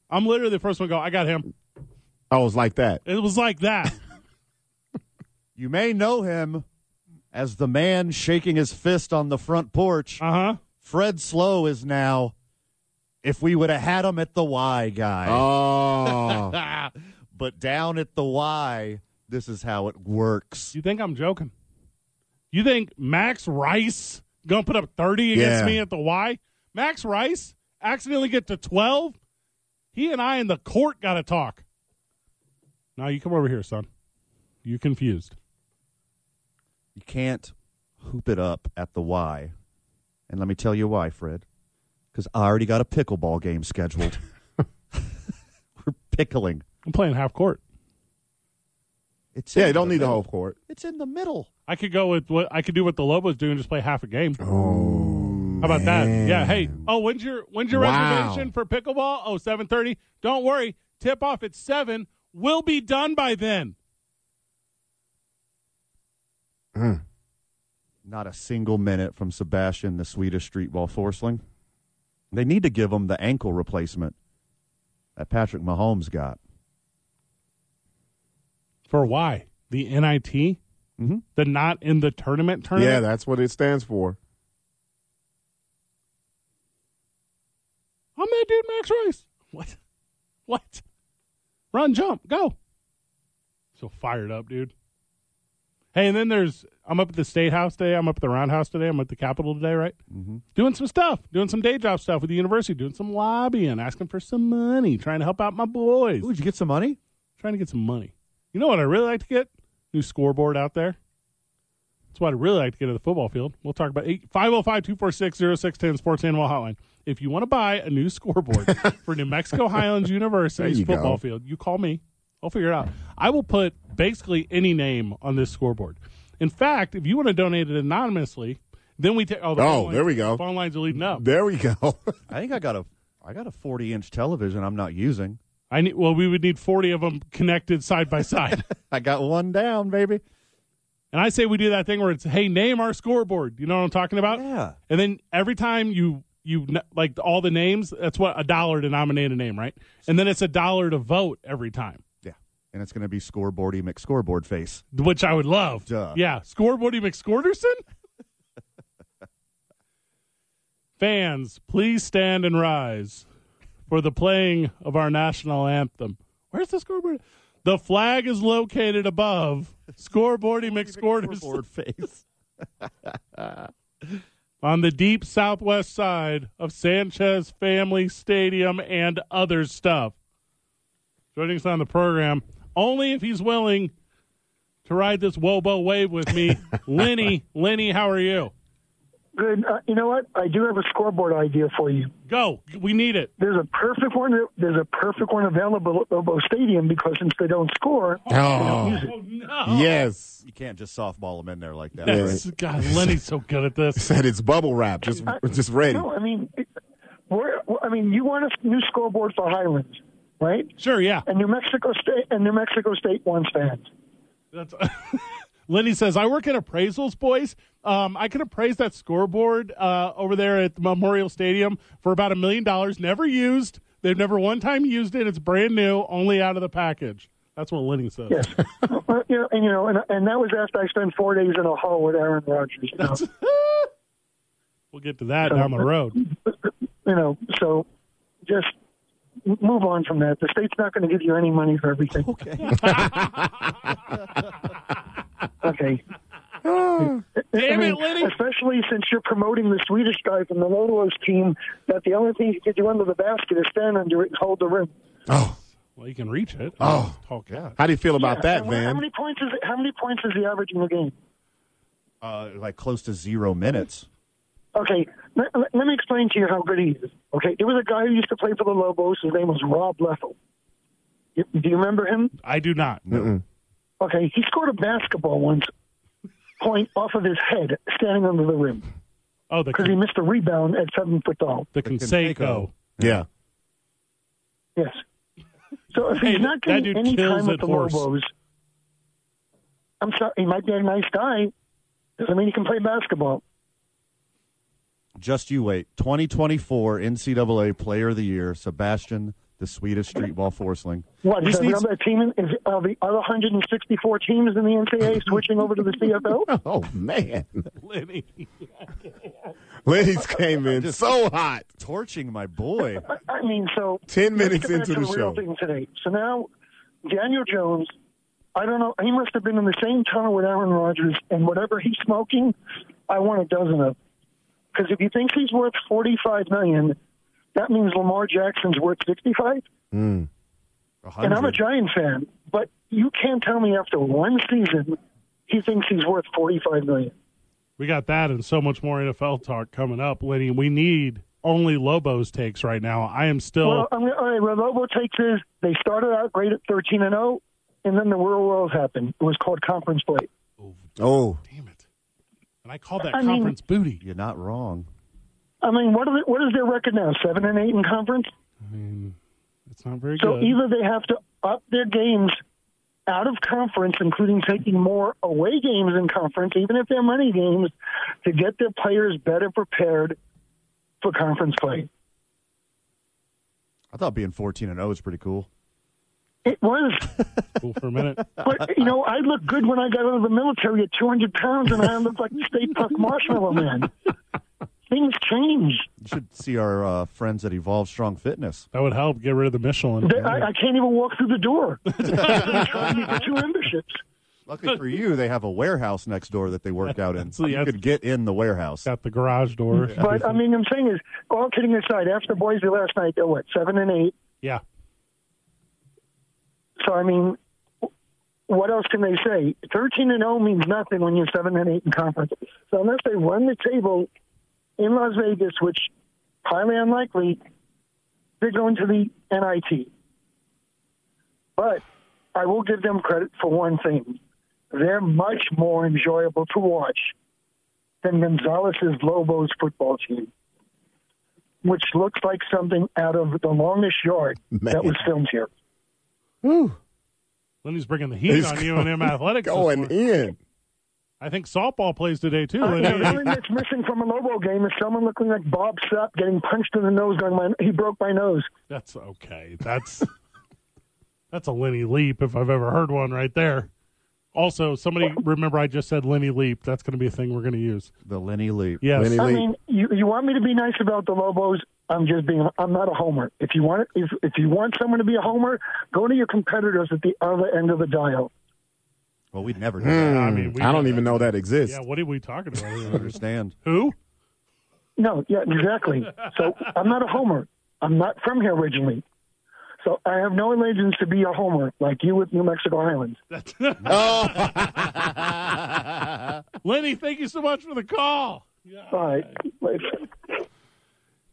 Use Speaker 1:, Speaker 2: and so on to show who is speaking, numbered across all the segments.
Speaker 1: I'm literally the first one to go. I got him.
Speaker 2: I was like that.
Speaker 1: It was like that.
Speaker 3: You may know him as the man shaking his fist on the front porch.
Speaker 1: uh huh.
Speaker 3: Fred Slow is now, if we would have had him at the Y guy.
Speaker 2: Oh.
Speaker 3: but down at the Y, this is how it works.
Speaker 1: You think I'm joking? You think Max Rice gonna put up 30 against
Speaker 2: Yeah.
Speaker 1: me at the Y? Max Rice accidentally get to 12. He and I in the court got to talk. Now you come over here, son. You confused.
Speaker 3: You can't hoop it up at the Y. And let me tell you why, Fred. Because I already got a pickleball game scheduled. We're pickling.
Speaker 1: I'm playing half court.
Speaker 3: It's
Speaker 2: yeah,
Speaker 3: in
Speaker 2: you don't
Speaker 3: the
Speaker 2: need the
Speaker 3: middle.
Speaker 2: whole court.
Speaker 3: It's in the middle.
Speaker 1: I could go with what I could do what the Lobos do and just play half a game.
Speaker 2: Oh.
Speaker 1: How about that? Yeah. Hey. Oh, when's your when's your
Speaker 2: Wow.
Speaker 1: reservation for pickleball? Oh, 7:30. Don't worry. Tip off at 7. We'll be done by then.
Speaker 3: Not a single minute from Sebastian, the Swedish streetball forceling. They need to give him the ankle replacement that Patrick Mahomes got.
Speaker 1: For why? The NIT?
Speaker 3: Mhm.
Speaker 1: The not in the tournament tournament?
Speaker 2: Yeah, that's what it stands for.
Speaker 1: I'm that dude, Max Rice. What? What? Run, jump, go. So fired up, dude. Hey, and then there's, I'm up at the State House today. I'm up at the Roundhouse today. I'm at the Capitol today, right? Mm-hmm. Doing some stuff, doing some day job stuff with the university, doing some lobbying, asking for some money, trying to help out my boys,
Speaker 3: Ooh, did you get some money?
Speaker 1: trying to get some money. You know what I really like to get? New scoreboard out there. That's what I'd really like to get to the football field. We'll talk about 505 246 0610 Sports Animal Hotline. If you want to buy a new scoreboard for New Mexico Highlands University's
Speaker 2: There you go.
Speaker 1: football field, you call me. I'll figure it out. I will put basically any name on this scoreboard. In fact, if you want to donate it anonymously, then we take. Oh, the
Speaker 2: Oh,
Speaker 1: phone lines-
Speaker 2: there we go.
Speaker 1: Phone lines are leading up.
Speaker 2: There we go.
Speaker 1: Oh.
Speaker 3: I think I got a I got a 40 inch television I'm not using.
Speaker 1: I need. Well, we would need forty of them connected side by side.
Speaker 3: I got one down, baby.
Speaker 1: And I say we do that thing where it's, hey, name our scoreboard. You know what I'm talking about?
Speaker 3: Yeah.
Speaker 1: And then every time you you kn- like all the names, that's what a dollar to nominate a name, right? And then it's a dollar to vote every time,
Speaker 3: Yeah. And it's going to be scoreboardy McScoreboard face.
Speaker 1: which I would love.
Speaker 3: Duh.
Speaker 1: Yeah, scoreboardy McScorderson. Fans, please stand and rise for the playing of our national anthem. Where's the scoreboard? The flag is located above scoreboardy McScorderson.
Speaker 3: Scoreboard face.
Speaker 1: on the deep southwest side of Sanchez Family Stadium and other stuff. Joining us on the program, only if he's willing to ride this Wobo wave with me, Lenny. Lenny, how are you?
Speaker 4: Good. Uh, you know what? I do have a scoreboard idea for you.
Speaker 1: Go. We need it.
Speaker 4: There's a perfect one. There's a perfect one available at Lobo Stadium because since they don't score,
Speaker 2: Oh.
Speaker 1: Oh, no.
Speaker 2: Yes.
Speaker 3: You can't just softball them in there like that.
Speaker 1: That's- God, Lenny's so good at this.
Speaker 4: Uh,
Speaker 2: Said it's bubble wrap. Just just ready.
Speaker 4: no. I mean, it, Where, I mean, you want a new scoreboard for Highlands, right?
Speaker 1: Sure, yeah.
Speaker 4: And New Mexico State and New Mexico State wants that.
Speaker 1: That's Lenny says, I work at appraisals, boys. Um, I can appraise that scoreboard uh, over there at Memorial Stadium for about a million dollars, never used. They've never one time used it. It's brand new, only out of the package. That's what Lenny says.
Speaker 4: Yes. Well, you know, and you know, and, and that was after I spent four days in a hole with Aaron Rodgers. You know,
Speaker 1: We'll get to that down the road.
Speaker 4: you know so just m- move on from that. The state's not going to give you any money for everything.
Speaker 3: Okay.
Speaker 4: Okay.
Speaker 2: Ah.
Speaker 1: Damn it,
Speaker 4: mean,
Speaker 1: Lenny.
Speaker 4: Especially since you're promoting the Swedish guy from the Lolos team that the only thing he could do under the basket is stand under it and hold the rim.
Speaker 2: Oh,
Speaker 1: Well, you can reach it. Oh, God.
Speaker 2: how do you feel about that,
Speaker 4: And what- How
Speaker 2: Van?
Speaker 4: many points is how many points is he averaging a game?
Speaker 3: uh, like close to zero minutes.
Speaker 4: Okay, let, let- let me explain to you how good he is. Okay, there was a guy who used to play for the Lobos. His name was Rob Leffel. You, do you remember him?
Speaker 1: I do not.
Speaker 4: Okay, he scored a basketball once, point off of his head, standing under the rim
Speaker 1: Oh, the,
Speaker 4: because he missed a rebound at seven foot tall.
Speaker 1: the Conseco.
Speaker 2: Yeah.
Speaker 4: Yes. So if
Speaker 1: Hey,
Speaker 4: he's not
Speaker 1: that
Speaker 4: getting
Speaker 1: dude
Speaker 4: any
Speaker 1: kills
Speaker 4: time
Speaker 1: it
Speaker 4: with the
Speaker 1: horse.
Speaker 4: Lobos, I'm sorry, he might be a nice guy. Doesn't mean he can play basketball.
Speaker 3: Just you wait. 2024 NCAA Player of the Year, Sebastian, the Swedish streetball forceling.
Speaker 4: What
Speaker 3: This
Speaker 4: is
Speaker 3: needs-
Speaker 4: another team? in- Is are the other 164 teams in the NCAA switching over to the CFL?
Speaker 2: Oh man,
Speaker 1: Lenny.
Speaker 2: Lenny's came in so hot.
Speaker 3: Torching my boy.
Speaker 4: I mean, so
Speaker 2: 10
Speaker 4: let's
Speaker 2: minutes
Speaker 4: get back
Speaker 2: into
Speaker 4: to
Speaker 2: the
Speaker 4: real
Speaker 2: show.
Speaker 4: thing today. So now, Daniel Jones. I don't know. He must have been in the same tunnel with Aaron Rodgers, and whatever he's smoking, I want a dozen of. Because if he thinks he's worth 45 million, that means Lamar Jackson's worth 65.
Speaker 1: Mm.
Speaker 4: And I'm a
Speaker 3: 100.
Speaker 4: Giant fan, but you can't tell me after one season he thinks he's worth 45 million.
Speaker 1: We got that and so much more NFL talk coming up, Lenny. We need only Lobos takes right now. I am still.
Speaker 4: Well, I'm, all right. Well, Lobo takes is they started out great at 13 and 0, and then the real world happened. It was called conference play.
Speaker 2: Oh,
Speaker 1: damn it. And I call that
Speaker 4: I mean-
Speaker 1: conference booty.
Speaker 3: You're not wrong.
Speaker 4: I mean, what, are the, what is their record now? Seven and eight in conference.
Speaker 1: I mean, it's not very
Speaker 4: So
Speaker 1: good.
Speaker 4: either they have to up their games out of conference, including taking more away games in conference, even if they're money games, to get their players better prepared for conference play.
Speaker 3: I thought being 14 and 0 is pretty cool.
Speaker 4: It was
Speaker 1: cool for a minute.
Speaker 4: But you know, I looked good when I got out of the military at 200 pounds, and I looked like state puff marshmallow man. Things change.
Speaker 3: You should see our uh, friends at Evolve Strong Fitness.
Speaker 1: That would help get rid of the Michelin.
Speaker 4: They- I, I can't even walk through the door. They charge me for two memberships.
Speaker 3: Luckily for you, they have a warehouse next door that they work out in.
Speaker 1: So, yeah,
Speaker 3: you could get in the warehouse.
Speaker 1: Got the garage door.
Speaker 4: But I mean, I'm saying is, all kidding aside, after Boise last night, they're what seven and eight.
Speaker 1: yeah.
Speaker 4: So I mean, what else can they say? 13 and 0 means nothing when you're seven and eight in conference. So unless they run the table in Las Vegas, which highly unlikely, they're going to the NIT. But I will give them credit for one thing: they're much more enjoyable to watch than Gonzalez's Lobos football team, which looks like something out of the longest yard that was filmed here.
Speaker 1: Lenny's bringing the heat
Speaker 2: He's
Speaker 1: on you and M Athletics. this
Speaker 2: going
Speaker 1: morning.
Speaker 2: in.
Speaker 1: I think softball plays today, too,
Speaker 4: Uh,
Speaker 1: Lenny.
Speaker 4: the only thing that's missing from a Lobo game is someone looking like Bob Sapp getting punched in the nose. Going, my, he broke my nose.
Speaker 1: That's okay. That's that's a Lenny leap if I've ever heard one right there. Also, somebody remember I just said Lenny leap. That's going to be a thing we're going to use.
Speaker 3: The Lenny Leap.
Speaker 1: Yes.
Speaker 2: Lenny
Speaker 4: I
Speaker 2: Lee.
Speaker 4: mean, you, you want me to be nice about the Lobos? I'm just being. I'm not a homer. If you want, if if you want someone to be a homer, go to your competitors at the other end of the dial.
Speaker 3: Well, we'd never do that.
Speaker 2: Hmm.
Speaker 1: I mean, we-
Speaker 2: Mm. I don't even know that exists.
Speaker 1: Yeah. What are we talking about?
Speaker 3: I
Speaker 1: here?
Speaker 3: don't understand.
Speaker 1: Who?
Speaker 4: No, yeah, exactly. So I'm not a homer. I'm not from here originally. So I have no allegiance to be a homer like you with New Mexico Highlands.
Speaker 1: That's- Lenny, thank you so much for the call.
Speaker 4: All right. Later.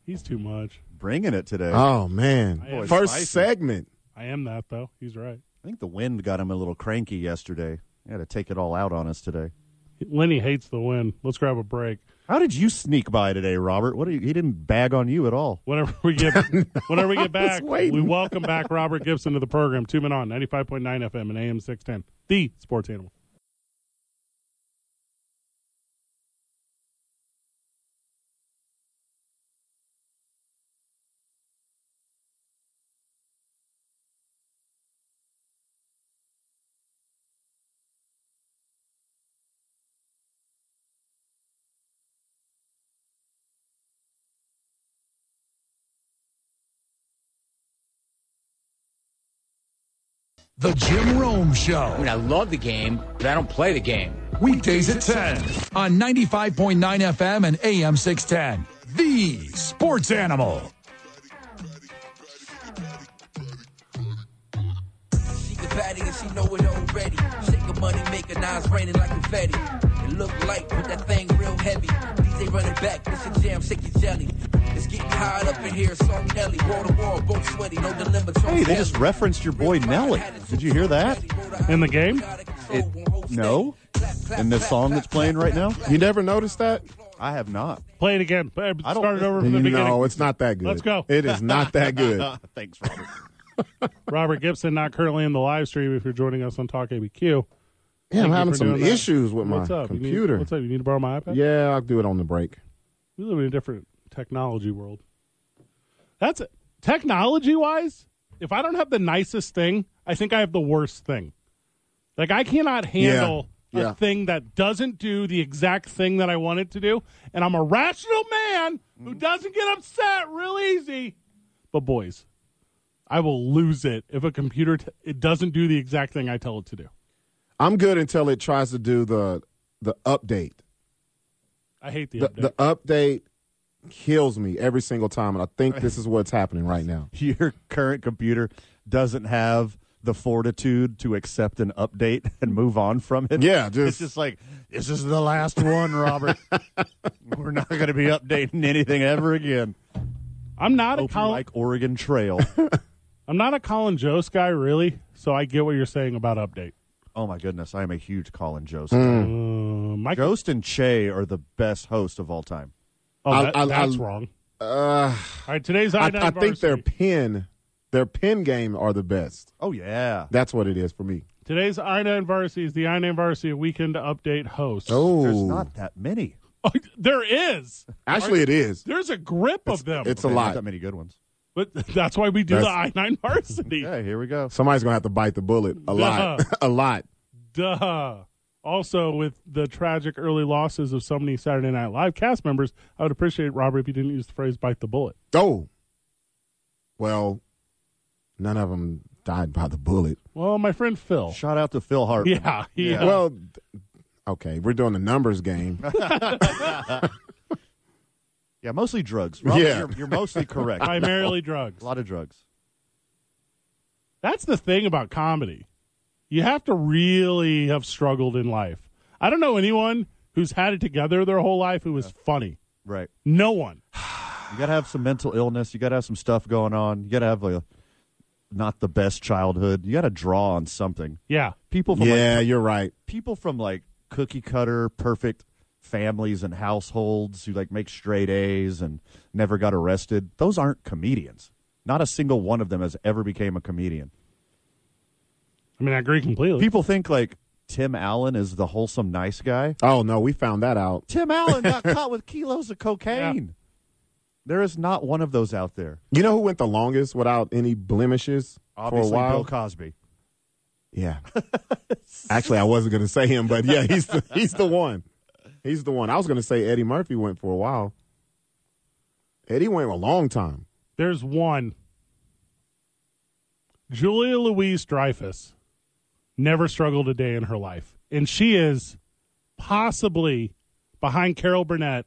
Speaker 1: He's too much.
Speaker 3: Bringing it today.
Speaker 2: Oh man,
Speaker 1: am
Speaker 2: first
Speaker 3: spicy.
Speaker 2: segment.
Speaker 1: I am that though. He's right.
Speaker 3: I think the wind got him a little cranky yesterday. He had to take it all out on us today.
Speaker 1: Lenny hates the wind. Let's grab a break.
Speaker 3: How did you sneak by today, Robert? What are you, he didn't bag on you at all.
Speaker 1: Whenever we get whenever we get back, we
Speaker 2: waiting.
Speaker 1: welcome back Robert Gibson to the program. Two men on 95.9 FM and AM 610. The sports animal.
Speaker 5: The Jim Rome Show.
Speaker 6: I mean, I love the game, but I don't play the game.
Speaker 5: Weekdays at 10 on 95.9 FM and AM 610. The Sports Animal.
Speaker 7: She can patty and she know it already. Shake her money, make her nines raining like confetti. It look light, but that thing real heavy. DJ running back, it's a jam, shake your jelly. It's getting hot up in here, song Nelly. Wall to wall, both sweaty, no dilemma.
Speaker 3: Hey, they just referenced your boy Nelly. Did you hear that?
Speaker 1: In the game?
Speaker 3: It- no. In the song that's playing right now?
Speaker 2: You never noticed that?
Speaker 3: I have not.
Speaker 1: Play it again. Play-
Speaker 3: I don't
Speaker 1: Start it over from the beginning.
Speaker 2: No, it's not that good.
Speaker 1: Let's go.
Speaker 2: It is not that good.
Speaker 3: Thanks, Robert.
Speaker 1: Robert Gibson not currently in the live stream if you're joining us on Talk ABQ.
Speaker 2: Yeah, I'm
Speaker 1: you
Speaker 2: having
Speaker 1: for
Speaker 2: some
Speaker 1: doing that.
Speaker 2: issues with my
Speaker 1: What's up? You need-
Speaker 2: computer.
Speaker 1: what's up? You need to borrow my iPad?
Speaker 2: Yeah, I'll do it on the break.
Speaker 1: We live in a different technology world. That's it. Technology wise, if I don't have the nicest thing, I think I have the worst thing. Like I cannot handle
Speaker 2: Yeah.
Speaker 1: a
Speaker 2: Yeah.
Speaker 1: thing that doesn't do the exact thing that I want it to do. And I'm a rational man who
Speaker 2: Mm.
Speaker 1: doesn't get upset real easy. But boys, I will lose it if a computer t- it doesn't do the exact thing I tell it to do.
Speaker 2: I'm good until it tries to do the the update.
Speaker 1: I hate the,
Speaker 2: The,
Speaker 1: update.
Speaker 2: the update kills me every single time, and I think this is what's happening right now.
Speaker 3: your current computer doesn't have the fortitude to accept an update and move on from it.
Speaker 2: Yeah,
Speaker 3: it's
Speaker 2: just-
Speaker 3: just like this is the last one, Robert. We're not going to be updating anything ever again.
Speaker 1: I'm not a
Speaker 3: Hope you
Speaker 1: col-
Speaker 3: like Oregon Trail.
Speaker 1: I'm not a Colin Jost guy really, so I get what you're saying about update.
Speaker 3: oh my goodness, I am a huge Colin Jost.
Speaker 2: Hmm.
Speaker 3: fan.
Speaker 1: Uh, Mike,
Speaker 3: Jost and Che are the best hosts of all time.
Speaker 1: oh,
Speaker 2: I-
Speaker 1: that-
Speaker 2: I-
Speaker 1: that's
Speaker 2: I-
Speaker 1: wrong.
Speaker 2: Uh,
Speaker 1: All right, today's
Speaker 2: I,
Speaker 1: I,
Speaker 2: I think their pin, their pin game are the best.
Speaker 3: Oh yeah,
Speaker 2: That's what it is for me.
Speaker 1: today's Ina and Varsity is the Ina and Varsity weekend update host.
Speaker 2: Oh.
Speaker 3: there's not that many.
Speaker 1: there is.
Speaker 2: actually, it is.
Speaker 1: There's a grip of them.
Speaker 2: It's a
Speaker 3: Man, Not
Speaker 2: lot.
Speaker 3: that many good ones.
Speaker 1: but that's why we do the I
Speaker 2: That's-
Speaker 1: nine varsity.
Speaker 3: Yeah, here we go.
Speaker 2: Somebody's gonna have to bite the bullet a lot,
Speaker 1: Duh.
Speaker 2: a lot.
Speaker 1: Duh. Also, with the tragic early losses of so many Saturday Night Live cast members, I would appreciate Robert if you didn't use the phrase "bite the bullet."
Speaker 2: Oh, well, none of them died by the bullet.
Speaker 1: Well, my friend
Speaker 2: Oh.
Speaker 1: Phil.
Speaker 3: Shout out to Phil Hartman.
Speaker 1: yeah, he, uh,
Speaker 2: Well, th- okay, we're doing the numbers game.
Speaker 3: Yeah, mostly drugs. Robert,
Speaker 2: Yeah.
Speaker 3: you're, you're mostly correct.
Speaker 1: primarily drugs.
Speaker 3: a lot of drugs.
Speaker 1: That's the thing about comedy. You have to really have struggled in life. I don't know anyone who's had it together their whole life who was funny.
Speaker 3: Right.
Speaker 1: No one.
Speaker 3: You got to have some mental illness. You got to have some stuff going on. You got to have like a not the best childhood. You got to draw on something.
Speaker 1: Yeah.
Speaker 3: People from
Speaker 2: yeah,
Speaker 3: like,
Speaker 2: you're right.
Speaker 3: people from like cookie cutter perfect families and households who like make straight A's and never got arrested. Those aren't comedians. Not a single one of them has ever became a comedian.
Speaker 1: I mean, I agree completely.
Speaker 3: People think like Tim Allen is the wholesome nice guy.
Speaker 2: Oh no, we found that out.
Speaker 3: Tim Allen got caught with kilos of cocaine. There is not one of those out there.
Speaker 2: You know who went the longest without any blemishes
Speaker 3: Obviously,
Speaker 2: for a while?
Speaker 3: Bill Cosby.
Speaker 2: yeah. Actually, I wasn't going to say him, but yeah, he's the, he's the one. He's the one. I was going to say Eddie Murphy went for a while. Eddie went a long time.
Speaker 1: There's one. Julia Louise Dreyfus never struggled a day in her life. And she is possibly, behind Carol Burnett,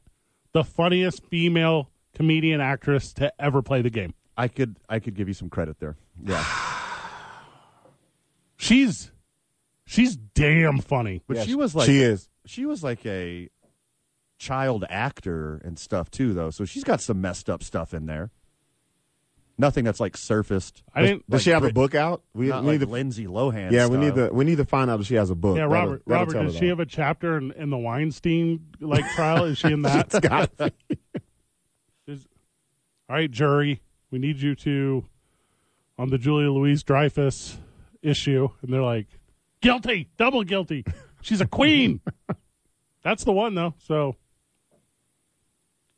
Speaker 1: the funniest female comedian actress to ever play the game.
Speaker 3: I could I could give you some credit there. Yeah,
Speaker 1: She's she's damn funny.
Speaker 3: but she was like
Speaker 2: she is.
Speaker 3: she was like a child actor and stuff too, though. So she's got some messed up stuff in there. Nothing that's like surfaced.
Speaker 1: I didn't.
Speaker 2: Does she have
Speaker 3: Brit-
Speaker 2: a book out? We,
Speaker 3: Not
Speaker 2: we
Speaker 3: like
Speaker 2: need to.
Speaker 3: Lindsay Lohan.
Speaker 2: yeah, we
Speaker 3: style.
Speaker 2: need to. We need to find out if she has a book.
Speaker 1: Yeah,
Speaker 2: That'll-
Speaker 1: Robert.
Speaker 2: that'll
Speaker 1: Robert,
Speaker 2: tell
Speaker 1: does
Speaker 2: it
Speaker 1: she
Speaker 2: all.
Speaker 1: have a chapter in, in the Weinstein like trial? Is she in that?
Speaker 2: It's got to be.
Speaker 1: Is- all right, jury, we need you to on the Julia Louise Dreyfus issue, and they're like, guilty, double guilty. She's a queen. That's the one though. So,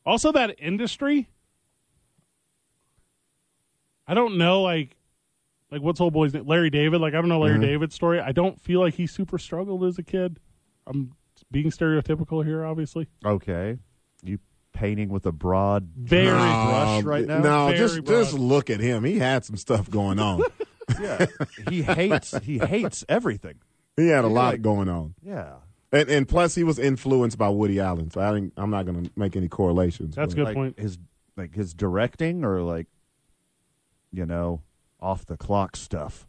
Speaker 1: also that industry, I don't know, like, like what's old boy's name, Larry David. Like, I don't know Larry David's story. I don't feel like he super struggled as a kid. I'm being stereotypical here, obviously.
Speaker 3: Okay, you painting with a broad
Speaker 1: Very
Speaker 3: brush
Speaker 2: Um,
Speaker 3: right now.
Speaker 2: No,
Speaker 1: Very
Speaker 2: just just
Speaker 1: broad.
Speaker 2: look at him. He had some stuff going on.
Speaker 3: Yeah, he hates he hates everything.
Speaker 2: he had a lot
Speaker 3: like-
Speaker 2: going on,
Speaker 3: Yeah,
Speaker 2: and and plus he was influenced by Woody Allen. So I didn't, I'm not going to make any correlations.
Speaker 1: That's
Speaker 2: but-
Speaker 1: good
Speaker 3: like
Speaker 1: point.
Speaker 3: His like his directing or like you know off the clock stuff.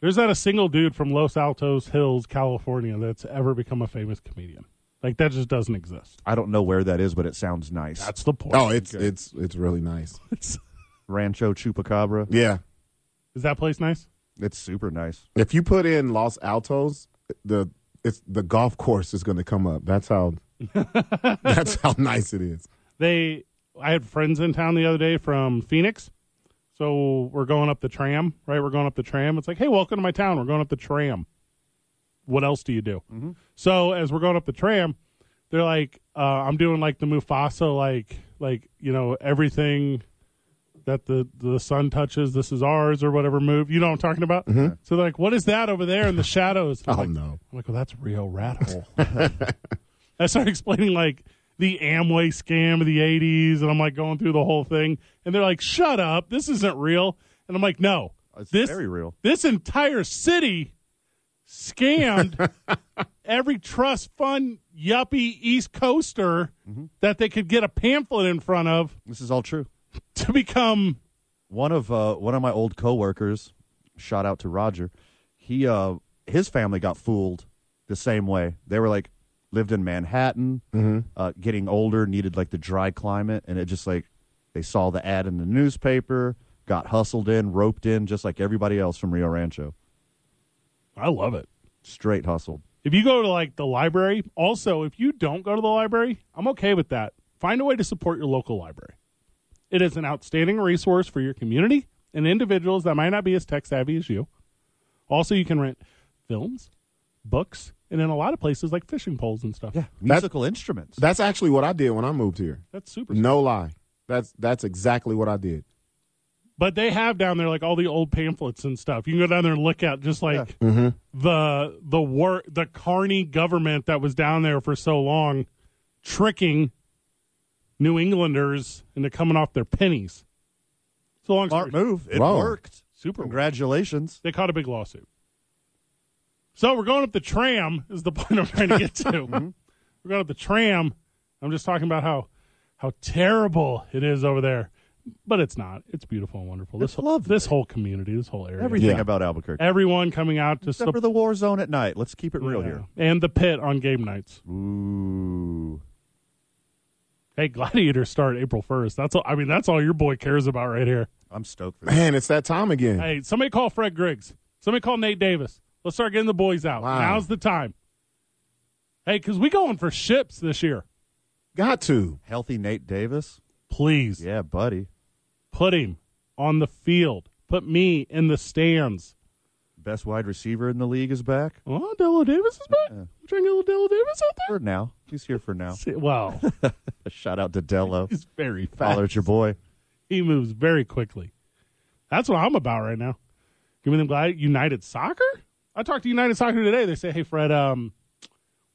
Speaker 1: There's not a single dude from Los Altos Hills, California, that's ever become a famous comedian. Like that just doesn't exist.
Speaker 3: I don't know where that is, but it sounds nice.
Speaker 1: That's the point.
Speaker 2: Oh, it's it's it's really nice.
Speaker 3: Rancho Chupacabra.
Speaker 2: Yeah,
Speaker 1: Is that place nice?
Speaker 3: It's super nice.
Speaker 2: if you put in Los Altos, the it's the golf course is going to come up. That's how. that's how nice it is.
Speaker 1: They, I had friends in town the other day from Phoenix, so we're going up the tram. Right, we're going up the tram. It's like, hey, welcome to my town. We're going up the tram. What else do you do? So as we're going up the tram, they're like, uh, I'm doing like the Mufasa, like like you know everything that the the sun touches, this is ours or whatever move. You know what I'm talking about? So they're like, what is that over there in the shadows? And I'm
Speaker 2: Oh
Speaker 1: like,
Speaker 2: no!
Speaker 1: I'm like, well, that's a real rat hole. I started explaining like the Amway scam of the '80s, and I'm like going through the whole thing, and they're like, "Shut up, this isn't real." And I'm like, "No,
Speaker 3: It's
Speaker 1: this
Speaker 3: very real.
Speaker 1: This entire city scammed every trust fund yuppie East Coaster
Speaker 3: Mm-hmm.
Speaker 1: that they could get a pamphlet in front of
Speaker 3: This is all true.
Speaker 1: to become."
Speaker 3: one of uh, one of my old coworkers, shout out to Roger, he uh, his family got fooled the same way. They were like lived in Manhattan, uh, getting older, needed like the dry climate, and it just like they saw the ad in the newspaper, got hustled in, roped in, just like everybody else from Rio Rancho,
Speaker 1: I love it.
Speaker 3: straight hustled.
Speaker 1: If you go to like the library, also if you don't go to the library, I'm okay with that. Find a way to support your local library. It is an outstanding resource for your community and individuals that might not be as tech savvy as you. Also, you can rent films, books, and in a lot of places like fishing poles and stuff.
Speaker 3: Yeah, musical instruments.
Speaker 2: That's actually what I did when I moved here.
Speaker 1: That's super.
Speaker 2: No lie. That's that's exactly what I did.
Speaker 1: But they have down there like all the old pamphlets and stuff. You can go down there and look at just like
Speaker 2: Mm-hmm.
Speaker 1: the the war the Carney government that was down there for so long, tricking New Englanders into coming off their pennies. So long story
Speaker 3: Smart move. It
Speaker 2: Whoa.
Speaker 3: worked.
Speaker 1: Super.
Speaker 3: Congratulations.
Speaker 1: They caught a big lawsuit. So we're going up the tram is the point I'm trying to get to.
Speaker 3: Mm-hmm.
Speaker 1: We're going up the tram. I'm just talking about how how terrible it is over there. But it's not. It's beautiful and wonderful. This
Speaker 3: It's
Speaker 1: whole,
Speaker 3: lovely.
Speaker 1: this whole community, this whole area.
Speaker 3: Everything
Speaker 2: Yeah.
Speaker 3: about Albuquerque.
Speaker 1: Everyone coming out to
Speaker 3: Except for
Speaker 1: sup-
Speaker 3: the war zone at night. Let's keep it real
Speaker 1: Yeah.
Speaker 3: here.
Speaker 1: And the pit on game nights.
Speaker 3: Ooh.
Speaker 1: Hey, gladiators start April first. That's all I mean, that's all your boy cares about right here.
Speaker 3: I'm stoked for that.
Speaker 2: Man, it's that time again.
Speaker 1: Hey, somebody call Fred Griggs. Somebody call Nate Davis. Let's start getting the boys out.
Speaker 2: Wow.
Speaker 1: Now's the time. Hey, because we going for ships this year.
Speaker 2: Got to.
Speaker 3: Healthy Nate Davis.
Speaker 1: Please
Speaker 3: Yeah, buddy.
Speaker 1: put him on the field. Put me in the stands.
Speaker 3: Best wide receiver in the league is back.
Speaker 1: Oh, Dello Davis is back. We're trying to get a little Dello Davis out there.
Speaker 3: For now. He's here for now.
Speaker 1: See, Well,
Speaker 3: A shout out to Dello.
Speaker 1: he's very fast.
Speaker 3: Holler's your boy.
Speaker 1: He moves very quickly. That's what I'm about right now. Give me them glad United Soccer. I talked to United Soccer today. They say, "Hey, Fred, um,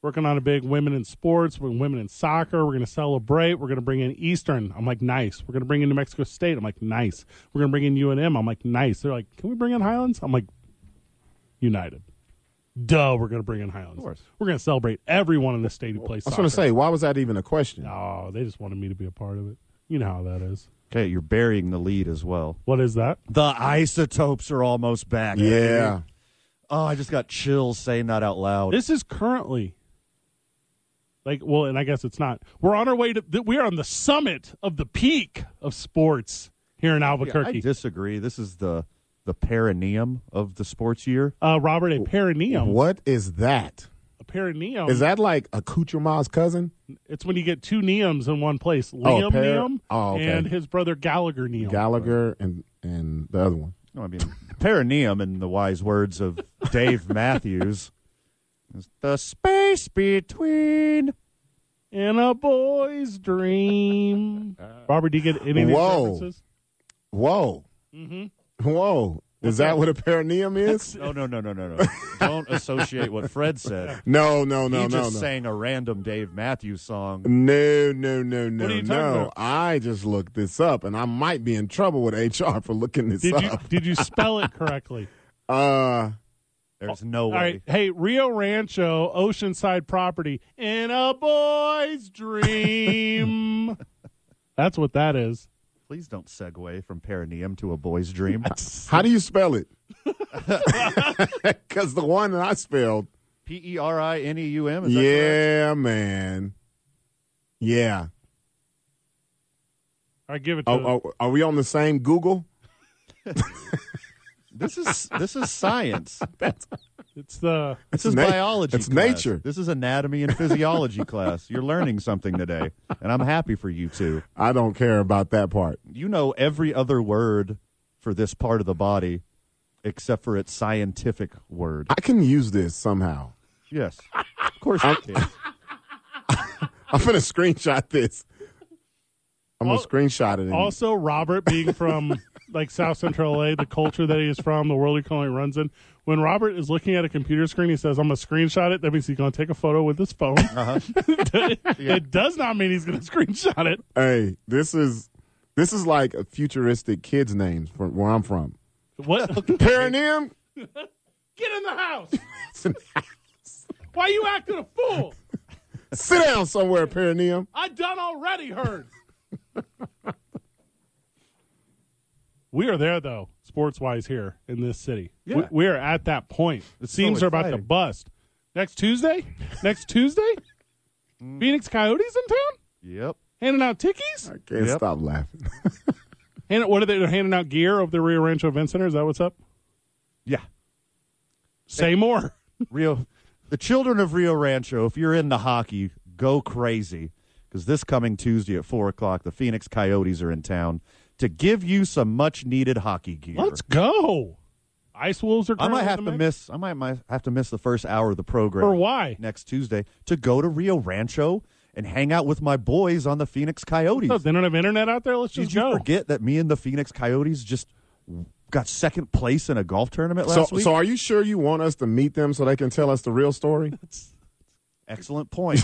Speaker 1: working on a big women in sports, we're- women in soccer. We're going to celebrate. We're going to bring in Eastern. I'm like, nice. We're going to bring in New Mexico State. I'm like, nice. We're going to bring in UNM. I'm like, nice. They're like, can we bring in Highlands? I'm like, United. Duh, we're going to bring in Highlands. Of
Speaker 3: course.
Speaker 1: We're going to celebrate everyone in the state who plays
Speaker 2: I was
Speaker 1: soccer.
Speaker 2: going to say, why was that even a question?
Speaker 1: oh, they just wanted me to be a part of it. You know how that is.
Speaker 3: Okay, you're burying the lead as well.
Speaker 1: What is that?
Speaker 3: The isotopes are almost back.
Speaker 2: Yeah.
Speaker 3: Oh, I just got chills saying that out loud.
Speaker 1: This is currently like well, and I guess it's not. We're on our way to. th- We are on the summit of the peak of sports here in
Speaker 3: Yeah,
Speaker 1: Albuquerque.
Speaker 3: I disagree. This is the the perineum of the sports year.
Speaker 1: uh, Robert, a perineum.
Speaker 2: What is that?
Speaker 1: A perineum.
Speaker 2: Is that like a Kucherma's cousin?
Speaker 1: It's when you get two Neums in one place.
Speaker 2: Oh,
Speaker 1: Liam
Speaker 2: a pair-
Speaker 1: Neum
Speaker 2: oh, okay.
Speaker 1: and his brother Gallagher Neum.
Speaker 2: Gallagher and and the other one.
Speaker 3: No, I mean perineum, in the wise words of Dave Matthews, is the space between.
Speaker 1: in a boy's dream. Robert, do you get any of these
Speaker 2: Whoa.
Speaker 1: references?
Speaker 2: Whoa.
Speaker 1: Mm-hmm.
Speaker 2: Whoa. Is that what a perineum is?
Speaker 3: No, no, no, no, no, no. Don't associate what Fred said.
Speaker 2: No, no,
Speaker 3: he
Speaker 2: no, no,
Speaker 3: just
Speaker 2: no.
Speaker 3: sang a random Dave Matthews song.
Speaker 2: No, no, no, no,
Speaker 1: are you talking
Speaker 2: no.
Speaker 1: about?
Speaker 2: I just looked this up, and I might be in trouble with HR for looking this
Speaker 1: Did you
Speaker 2: up.
Speaker 1: did you spell it correctly?
Speaker 2: Uh,
Speaker 3: There's no
Speaker 1: All
Speaker 3: way.
Speaker 1: right. Hey, Rio Rancho Oceanside property in a boy's dream. That's what that is.
Speaker 3: Please don't segue from perineum to a boy's dream.
Speaker 2: how do you spell it? Because the one that I spelled,
Speaker 3: P e r i n e u m. Is that correct?
Speaker 2: yeah, man, yeah.
Speaker 1: I give it to
Speaker 2: Oh, oh, are we on the same Google?
Speaker 3: This is this is science.
Speaker 1: it's the
Speaker 3: This is
Speaker 2: na-
Speaker 3: biology.
Speaker 2: it's
Speaker 3: class.
Speaker 2: nature.
Speaker 3: This is anatomy and physiology class. You're learning something today, and I'm happy for you two.
Speaker 2: I don't care about that part.
Speaker 3: You know every other word for this part of the body, except for its scientific word.
Speaker 2: I can use this somehow.
Speaker 3: Yes, of course you can.
Speaker 2: I'm gonna screenshot this. I'm gonna
Speaker 1: Al-
Speaker 2: screenshot it. And,
Speaker 1: also Robert being from like South Central LA, the culture that he is from, the world he currently runs in. When Robert is looking at a computer screen, he says, "I'm gonna screenshot it." That means he's gonna take a photo with his phone.
Speaker 2: Uh-huh.
Speaker 1: It does not mean he's gonna screenshot it.
Speaker 2: hey, this is this is like a futuristic kids' names from where I'm from.
Speaker 1: What?
Speaker 2: Perineum.
Speaker 1: Get in the house. Why you acting a fool?
Speaker 2: Sit down somewhere, perineum.
Speaker 1: I done already heard. we are there though, sports wise here in this city. We,
Speaker 3: Yeah.
Speaker 1: we are at that point. The teams are about to
Speaker 3: exciting.
Speaker 1: bust. Next Tuesday? Next Tuesday?
Speaker 3: Mm.
Speaker 1: Phoenix Coyotes in town?
Speaker 3: Yep.
Speaker 1: Handing out tickies?
Speaker 2: I can't
Speaker 3: Yep.
Speaker 2: stop laughing.
Speaker 1: Hand, what are they? They're handing out gear over the Rio Rancho Event Center. Is that what's up?
Speaker 3: Yeah.
Speaker 1: Say more.
Speaker 3: Rio, the children of Rio Rancho, if you're into hockey, go crazy because this coming Tuesday at four o'clock, the Phoenix Coyotes are in town to give you some much needed hockey gear.
Speaker 1: Let's go. Ice Wolves are.
Speaker 3: I might
Speaker 1: currently
Speaker 3: have
Speaker 1: in
Speaker 3: to
Speaker 1: the mix.
Speaker 3: miss. I might, might have to miss the first hour of the program.
Speaker 1: Or why?
Speaker 3: Next Tuesday to go to Rio Rancho and hang out with my boys on the Phoenix Coyotes.
Speaker 1: No, they don't have internet out there. Let's just
Speaker 3: Did you
Speaker 1: go.
Speaker 3: forget that me and the Phoenix Coyotes just got second place in a golf tournament
Speaker 2: so,
Speaker 3: last week?
Speaker 2: so are you sure you want us to meet them so they can tell us the real story?
Speaker 3: Excellent point.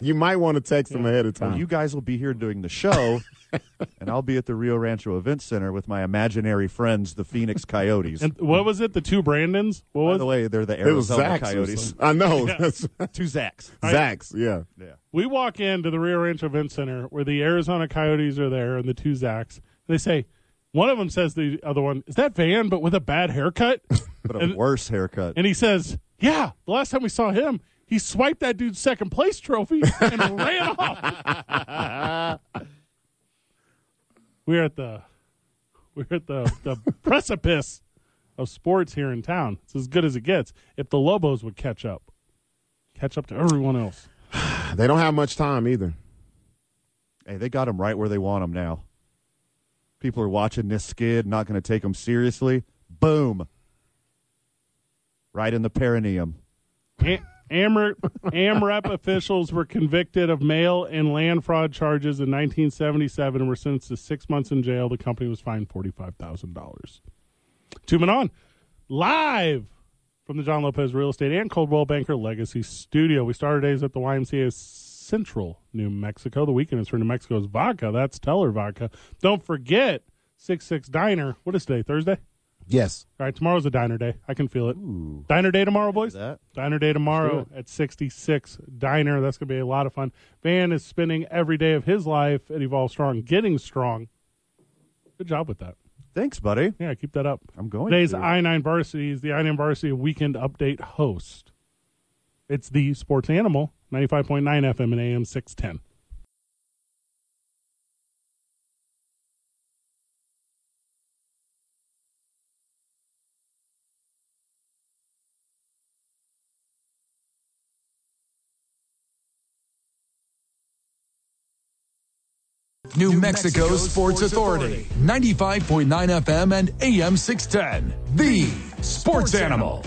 Speaker 2: you might want to text them ahead of
Speaker 3: Well,
Speaker 2: time.
Speaker 3: you guys will be here doing the show, and I'll be at the Rio Rancho Event Center with my imaginary friends, the Phoenix Coyotes.
Speaker 1: And what was it? The two Brandons? What
Speaker 3: By
Speaker 1: was
Speaker 3: the way, they're the
Speaker 2: it was
Speaker 3: Arizona
Speaker 2: Zach's. or
Speaker 3: Coyotes.
Speaker 2: something. I know. That's-
Speaker 3: Two Zacks.
Speaker 2: Zach's, yeah.
Speaker 3: Yeah.
Speaker 1: We walk into the Rio Rancho Event Center where the Arizona Coyotes are there and the two Zacks. They say, one of them says to the other one, Is that Van, but with a bad haircut?
Speaker 3: But a
Speaker 1: And-
Speaker 3: worse haircut.
Speaker 1: and he says, Yeah, the last time we saw him, he swiped that dude's second place trophy and ran off. we're at the we're at the, the precipice of sports here in town. It's as good as it gets. If the Lobos would catch up. Catch up to everyone else.
Speaker 2: They don't have much time either.
Speaker 3: hey, they got them right where they want them now. People are watching this skid, not going to take them seriously. Boom. Right in the perineum.
Speaker 1: A- Amr- AMREP officials were convicted of mail and land fraud charges in 1977 and were sentenced to six months in jail. The company was fined $45,000. Two men on, live from the John Lopez Real Estate and Coldwell Banker Legacy Studio. We start our days at the YMCA of Central New Mexico. The weekend is for New Mexico's vodka. That's Teller Vodka. Don't forget, 6-6 Diner. What is today, Thursday?
Speaker 2: Yes.
Speaker 1: All right, tomorrow's a diner day. I can feel it. Diner day tomorrow, boys.
Speaker 3: that.
Speaker 1: Diner day tomorrow at 66 Diner. That's going to be a lot of fun. Van is spending every day of his life at Evolve Strong, getting strong. Good job with that.
Speaker 3: Thanks, buddy.
Speaker 1: Yeah, keep that up.
Speaker 3: I'm going
Speaker 1: Today's
Speaker 3: to.
Speaker 1: I 9 Varsity is the I 9 Varsity Weekend Update host. It's the Sports Animal, 95.9 FM and AM 610.
Speaker 5: New, Mexico, Sports, Authority. 95.9 FM and AM 610. The Sports, Animal.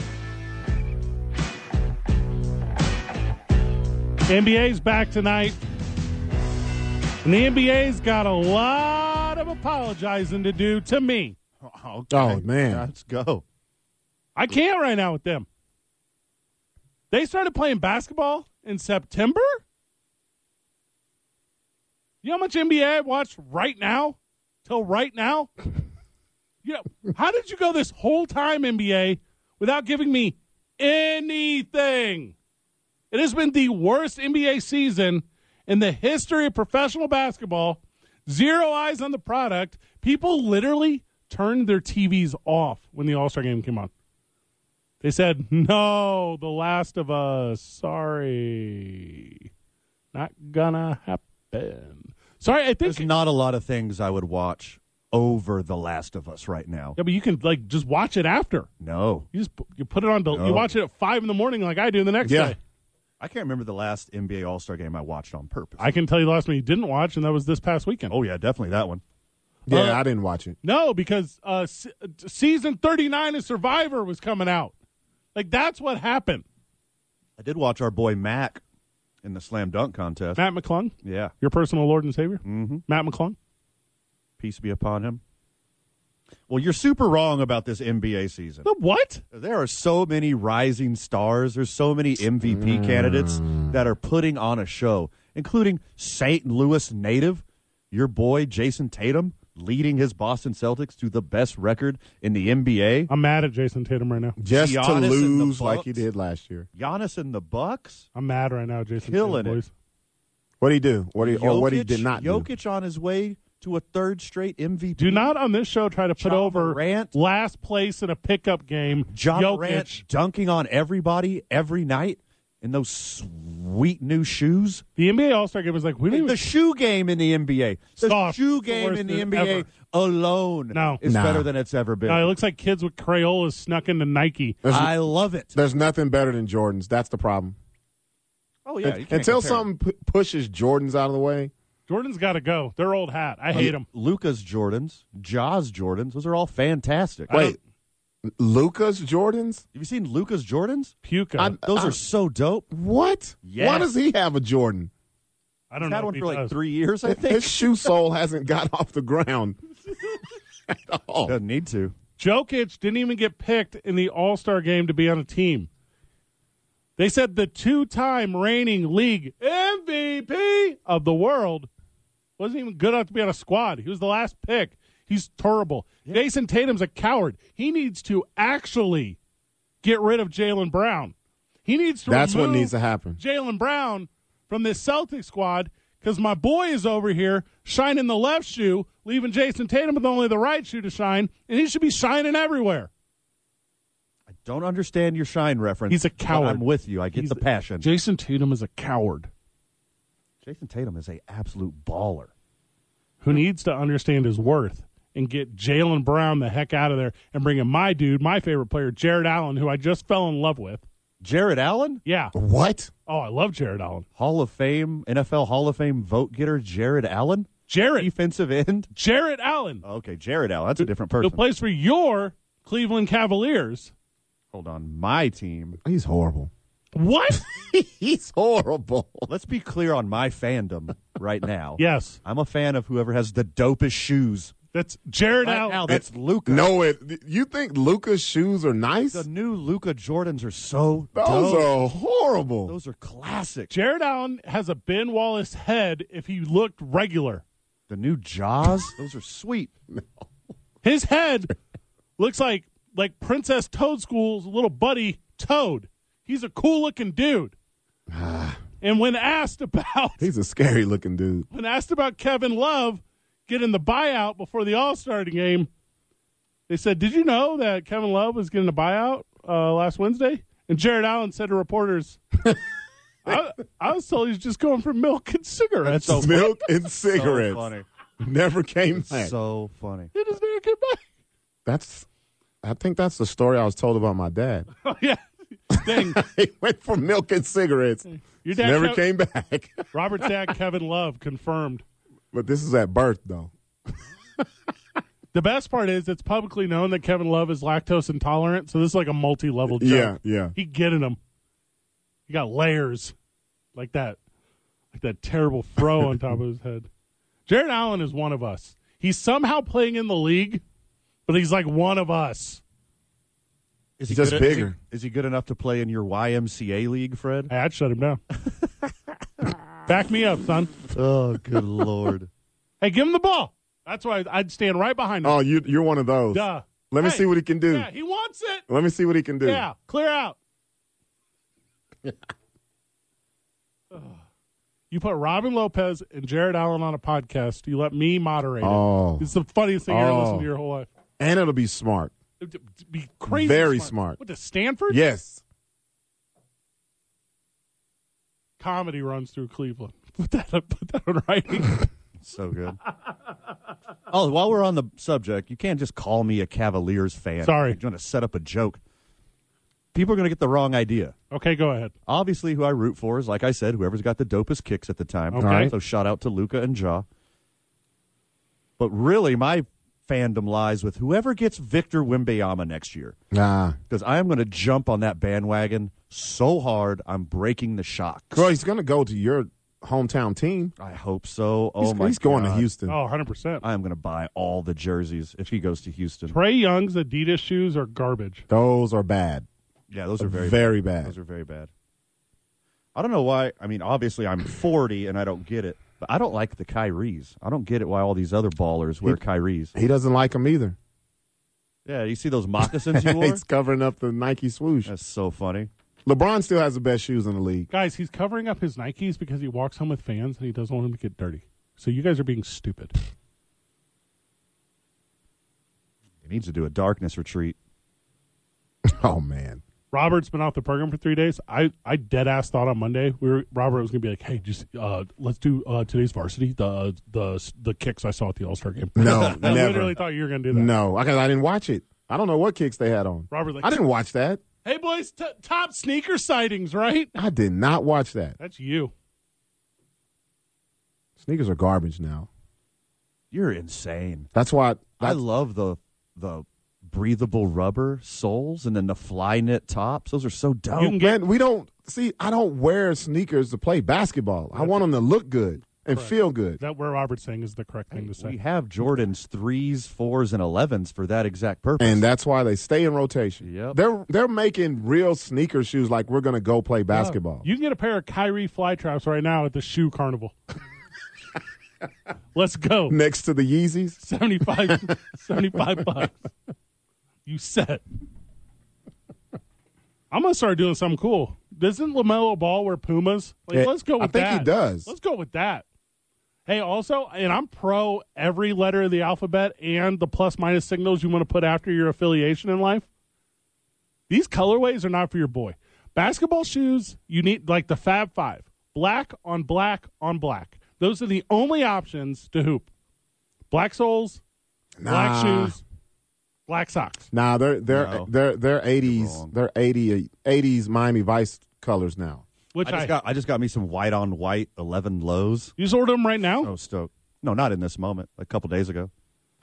Speaker 1: NBA's back tonight. And the NBA's got a lot of apologizing to do to me.
Speaker 3: Okay.
Speaker 2: Oh, man.
Speaker 3: Let's go.
Speaker 1: I can't right now with them. They started playing basketball in September? You know how much NBA I watched right now? Till right now? you know, how did you go this whole time, NBA, without giving me anything? It has been the worst NBA season in the history of professional basketball. Zero eyes on the product. People literally turned their TVs off when the All Star game came on. They said, no, The Last of Us. Sorry. Not gonna happen. Sorry, I think.
Speaker 3: There's not a lot of things I would watch over The Last of Us right now.
Speaker 1: yeah, but you can, like, just watch it after.
Speaker 3: No.
Speaker 1: You just pu- you put it on, del- you
Speaker 3: No.
Speaker 1: watch it at 5 in the morning like I do the next
Speaker 2: Yeah.
Speaker 1: day.
Speaker 3: I can't remember the last NBA All Star game I watched on purpose.
Speaker 1: I can tell you the last one you didn't watch, and that was this past weekend.
Speaker 3: oh, yeah, definitely that one.
Speaker 2: Yeah,
Speaker 3: Uh,
Speaker 2: I didn't watch it.
Speaker 1: No, because uh, se- uh, season 39 of Survivor was coming out. Like, that's what happened.
Speaker 3: I did watch our boy Mac in the slam dunk contest.
Speaker 1: Matt McClung,
Speaker 3: Yeah.
Speaker 1: your personal Lord and Savior. Mm-hmm. Matt McClung.
Speaker 3: Peace be upon him. Well, you're super wrong about this NBA season.
Speaker 1: The what?
Speaker 3: There are so many rising stars. There's so many MVP
Speaker 2: Mm.
Speaker 3: candidates that are putting on a show, including St. Louis native, your boy Jason Tatum, leading his Boston Celtics to the best record in the NBA.
Speaker 1: I'm mad at Jason Tatum right now.
Speaker 2: Just
Speaker 3: Giannis
Speaker 2: to
Speaker 3: and the
Speaker 2: lose like
Speaker 3: Bucks.
Speaker 2: he did last year.
Speaker 3: Giannis and the Bucks.
Speaker 1: I'm mad right now, Jason.
Speaker 3: Killing
Speaker 1: Tatum,
Speaker 3: it.
Speaker 1: boys.
Speaker 2: What he do? What he or what he
Speaker 3: Jokic-
Speaker 2: did not do?
Speaker 3: Jokic on his way to a third straight MVP.
Speaker 1: Do not on this show try to put
Speaker 3: Ja
Speaker 1: over
Speaker 3: Morant.
Speaker 1: last place in a pickup game.
Speaker 3: John
Speaker 1: Jokic.
Speaker 3: Morant dunking on everybody every night in those sweet new shoes.
Speaker 1: The NBA All Star game was like we didn't.
Speaker 3: The
Speaker 1: Even,
Speaker 3: shoe game in the NBA. The
Speaker 1: Stop.
Speaker 3: shoe
Speaker 1: It's the
Speaker 3: game
Speaker 1: worst
Speaker 3: in the
Speaker 1: thing
Speaker 3: NBA
Speaker 1: ever.
Speaker 3: alone
Speaker 1: No.
Speaker 3: is
Speaker 2: Nah.
Speaker 3: better than it's ever been.
Speaker 1: No, it looks like kids with Crayolas snuck into Nike.
Speaker 3: I love it.
Speaker 2: There's nothing better than Jordans. That's the problem.
Speaker 3: Oh yeah, you can't compare
Speaker 2: Until
Speaker 3: it.
Speaker 2: something pu- pushes Jordans out of the way,
Speaker 1: Jordan's got to go. They're old hat. I hate them.
Speaker 3: Luca's Jordans, Jaws Jordans, those are all fantastic.
Speaker 1: I don't-
Speaker 2: wait, Luca's Jordans?
Speaker 3: have you seen Luca's Jordans?
Speaker 1: Puka. I,
Speaker 2: I-
Speaker 3: Those are so dope.
Speaker 2: What?
Speaker 3: Yeah.
Speaker 2: Why does he have a Jordan?
Speaker 1: don't
Speaker 3: I've
Speaker 1: know.
Speaker 3: had
Speaker 1: if
Speaker 3: one
Speaker 1: he
Speaker 3: for like
Speaker 1: does.
Speaker 3: three years, I think.
Speaker 2: His shoe sole hasn't got off the ground at all.
Speaker 3: Doesn't need to.
Speaker 1: Jokic didn't even get picked in the All Star game to be on a team. They said the two time reigning league MVP of the world wasn't even good enough to be on a squad. He was the last pick. He's terrible. Jason Tatum's a coward. He needs to actually get rid of Jalen Brown. He needs to
Speaker 2: That's what
Speaker 1: remove
Speaker 2: needs to happen.
Speaker 1: Jalen Brown from this Celtic squad because my boy is over here shining the left shoe, leaving Jason Tatum with only the right shoe to shine, and he should be shining everywhere.
Speaker 3: I don't understand your shine reference.
Speaker 1: He's a
Speaker 3: but
Speaker 1: coward.
Speaker 3: I'm with you. I get
Speaker 1: He's-
Speaker 3: the passion.
Speaker 1: Jason Tatum is a coward
Speaker 3: Jason Tatum is a absolute baller.
Speaker 1: who needs to understand his worth and get Jalen Brown the heck out of there and bring in my dude, my favorite player, Jared Allen, who I just fell in love with.
Speaker 3: Jared Allen,
Speaker 1: Yeah.
Speaker 2: What?
Speaker 1: Oh, I love Jared Allen.
Speaker 3: Hall of Fame, NFL Hall of Fame vote getter, Jared Allen,
Speaker 1: Jared.
Speaker 3: defensive end.
Speaker 1: Jared Allen,
Speaker 3: Okay, Jared Allen. That's a different
Speaker 1: who
Speaker 3: person.
Speaker 1: plays for your Cleveland Cavaliers.
Speaker 3: Hold on, my team.
Speaker 2: He's horrible.
Speaker 1: What?
Speaker 2: He's horrible.
Speaker 3: Let's be clear on my fandom right now.
Speaker 1: yes.
Speaker 3: I'm a fan of whoever has the dopest shoes.
Speaker 1: That's Jared
Speaker 3: Right
Speaker 1: Allen.
Speaker 3: now, that's Luca.
Speaker 2: No, it. You think Luca's shoes are nice?
Speaker 3: the
Speaker 2: Those
Speaker 3: new Luca Jordans are so dope.
Speaker 2: are horrible.
Speaker 3: Those are classic.
Speaker 1: Jared Allen has a Ben Wallace head if he looked regular.
Speaker 3: The new Jaws. Those are sweet.
Speaker 1: His head looks like like Princess Toad School's little buddy Toad. He's a cool looking dude. and when asked about
Speaker 2: He's a scary looking dude.
Speaker 1: when asked about Kevin Love getting the buyout before the All Star game, they said, "Did you know that Kevin Love was getting a buyout uh, last Wednesday?" And Jared Allen said to reporters, I, "I was told he's just going for milk and cigarettes."
Speaker 3: so
Speaker 2: Milk and
Speaker 3: so
Speaker 2: cigarettes
Speaker 3: funny.
Speaker 2: never came back.
Speaker 3: So funny.
Speaker 1: He just didn't get back.
Speaker 2: that's. I think that's the story I was told about my dad.
Speaker 1: Oh yeah. Dang.
Speaker 2: he went for milk and cigarettes.
Speaker 1: Your dad
Speaker 2: Never
Speaker 1: showed-
Speaker 2: came back.
Speaker 1: Robert's dad, Kevin Love, confirmed.
Speaker 2: But this is at birth, though.
Speaker 1: The best part is it's publicly known that Kevin Love is lactose intolerant, so this is like a multi-level joke.
Speaker 2: Yeah, yeah.
Speaker 1: He getting them. He got layers like that, like that terrible fro on top of his head. Jared Allen is one of us. He's somehow playing in the league, but he's like one of us.
Speaker 3: Is
Speaker 2: He's just
Speaker 3: good, is he-
Speaker 2: bigger.
Speaker 3: Is he good enough to play in your YMCA league, Fred?
Speaker 1: Hey, I'd shut him down. Back me up, son.
Speaker 3: Oh, good lord!
Speaker 1: Hey, give him the ball. That's why I'd stand right behind him.
Speaker 2: Oh, you, you're one of those.
Speaker 1: Duh.
Speaker 2: Let me
Speaker 1: Hey,
Speaker 2: see what he can do.
Speaker 1: Yeah, he wants it.
Speaker 2: Let me see what he can do.
Speaker 1: Yeah, clear out. you put Robin Lopez and Jared Allen on a podcast. You let me moderate
Speaker 2: Oh.
Speaker 1: it. It's the funniest thing you ever
Speaker 2: Oh.
Speaker 1: listened to your whole life.
Speaker 2: And it'll be smart.
Speaker 1: It'd be crazy.
Speaker 2: Very smart.
Speaker 1: What, to Stanford?
Speaker 2: Yes.
Speaker 1: Comedy runs through Cleveland. Put that up. Put that on writing.
Speaker 3: So good. Oh, while we're on the subject, you can't just call me a Cavaliers fan.
Speaker 1: Sorry.
Speaker 3: you're going to set up a joke. People are going to get the wrong idea.
Speaker 1: okay, go ahead.
Speaker 3: Obviously, who I root for is, like I said, whoever's got the dopest kicks at the time.
Speaker 1: Okay. All right.
Speaker 3: So shout out to Luca and Ja. But really, my fandom lies with whoever gets Victor Wimbayama next year.
Speaker 2: Nah.
Speaker 3: Because I am going to jump on that bandwagon so hard, I'm breaking the shocks.
Speaker 2: Bro, he's going to go to your hometown team.
Speaker 3: I hope so. Oh
Speaker 2: He's,
Speaker 3: my
Speaker 2: he's going to
Speaker 3: God.
Speaker 2: Houston.
Speaker 1: Oh, 100%.
Speaker 3: I am going to buy all the jerseys if he goes to Houston.
Speaker 1: Trey Young's Adidas shoes are garbage.
Speaker 2: Those are bad.
Speaker 3: Yeah, those are very
Speaker 2: Very bad.
Speaker 3: Those are very bad. I don't know why. I mean, obviously, I'm 40 and I don't get it, but I don't like the Kyries. I don't get it why all these other ballers wear Kyries.
Speaker 2: He doesn't like him either.
Speaker 3: Yeah, you see those moccasins you wore?
Speaker 2: He's covering up the Nike swoosh.
Speaker 3: That's so funny.
Speaker 2: LeBron still has the best shoes in the league.
Speaker 1: Guys, he's covering up his Nikes because he walks home with fans and he doesn't want them to get dirty. So you guys are being stupid.
Speaker 3: He needs to do a darkness retreat.
Speaker 2: Oh, man.
Speaker 1: Robert's been off the program for three days. I, I dead ass thought on Monday we were, Robert was gonna be like, hey, just uh, let's do uh, today's varsity the the the kicks I saw at the All Star game.
Speaker 2: No,
Speaker 1: I
Speaker 2: never.
Speaker 1: literally thought you were gonna do that.
Speaker 2: No, I, I didn't watch it. I don't know what kicks they had on.
Speaker 1: Robert's like,
Speaker 2: I didn't watch that.
Speaker 1: hey boys, t- top sneaker sightings, right?
Speaker 2: I did not watch that.
Speaker 1: That's you.
Speaker 2: Sneakers are garbage now.
Speaker 3: You're insane.
Speaker 2: That's why.
Speaker 3: I
Speaker 2: that's-
Speaker 3: love the the breathable rubber soles and then the fly knit tops. Those are so dope.
Speaker 1: You can get-
Speaker 2: man, we don't see. I don't wear sneakers to play basketball. I want them to look good and feel good.
Speaker 1: Is that where Robert's saying is the correct thing to say?
Speaker 3: we have Jordan's threes, fours, and elevens for that exact purpose.
Speaker 2: And that's why they stay in rotation.
Speaker 3: Yep.
Speaker 2: They're they're making real sneaker shoes like we're gonna go play basketball.
Speaker 1: You can get a pair of Kyrie fly traps right now at the shoe carnival. let's go.
Speaker 2: Next to the Yeezys.
Speaker 1: 75, 75 bucks. You set. I'm gonna start doing something cool. Doesn't Lamelo Ball wear Pumas? Like,
Speaker 2: Yeah,
Speaker 1: let's go
Speaker 2: I
Speaker 1: with that.
Speaker 2: think he does.
Speaker 1: Let's go with that. Hey, also, and I'm pro every letter of the alphabet and the plus minus signals you want to put after your affiliation in life. These colorways are not for your boy. Basketball shoes, you need like the Fab Five, black on black on black. Those are the only options to hoop. Black soles, black
Speaker 2: Nah.
Speaker 1: shoes, black socks.
Speaker 2: Nah, they're they're
Speaker 3: No.
Speaker 2: they're they're eighties.
Speaker 3: wrong.
Speaker 2: They're 80, 80s Miami Vice colors now.
Speaker 1: Which
Speaker 3: I
Speaker 1: I,
Speaker 3: just got I just got me some white on white eleven lows.
Speaker 1: you just order them right now.
Speaker 3: Oh, stoked. No, not in this moment. A couple days ago.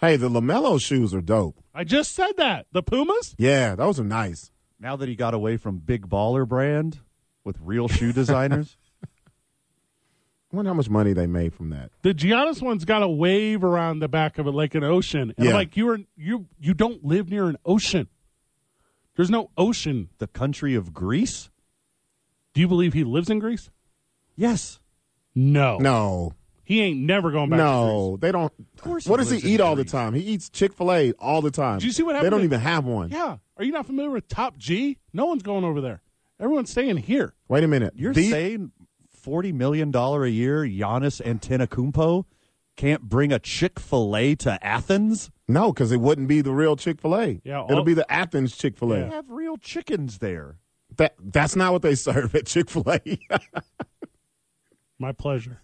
Speaker 2: Hey, the Lamelo shoes are dope.
Speaker 1: I just said that the Pumas.
Speaker 2: Yeah, those are nice.
Speaker 3: Now that he got away from big baller brand with real shoe designers,
Speaker 2: I wonder how much money they made from that.
Speaker 1: The Giannis one's got a wave around the back of it like an ocean. And I'm
Speaker 2: Yeah.
Speaker 1: like you're you you don't live near an ocean. There's no ocean.
Speaker 3: the country of Greece.
Speaker 1: Do you believe he lives in Greece?
Speaker 3: Yes,
Speaker 1: No.
Speaker 2: No,
Speaker 1: He ain't never Oh. going back to Greece.
Speaker 2: no, they don't.
Speaker 3: course he
Speaker 2: What does he
Speaker 3: lives
Speaker 2: eat
Speaker 3: in
Speaker 2: all the
Speaker 3: Greece.
Speaker 2: time? He eats Chick Fil A all the time.
Speaker 1: Did you see what
Speaker 2: They
Speaker 1: happened
Speaker 2: don't
Speaker 1: to-
Speaker 2: even have one.
Speaker 1: Yeah. Are you not familiar with Top G? No one's going over there. Everyone's staying here.
Speaker 2: Wait a minute.
Speaker 3: you're
Speaker 2: The-
Speaker 3: saying forty million dollar a year Giannis Antetokounmpo can't bring a Chick Fil A to Athens.
Speaker 2: no, because it wouldn't be the real Chick Fil A.
Speaker 1: Yeah, all-
Speaker 2: it'll be the Athens Chick Fil A.
Speaker 3: They have real chickens there.
Speaker 2: That that's not what they serve at Chick Fil A.
Speaker 1: My pleasure.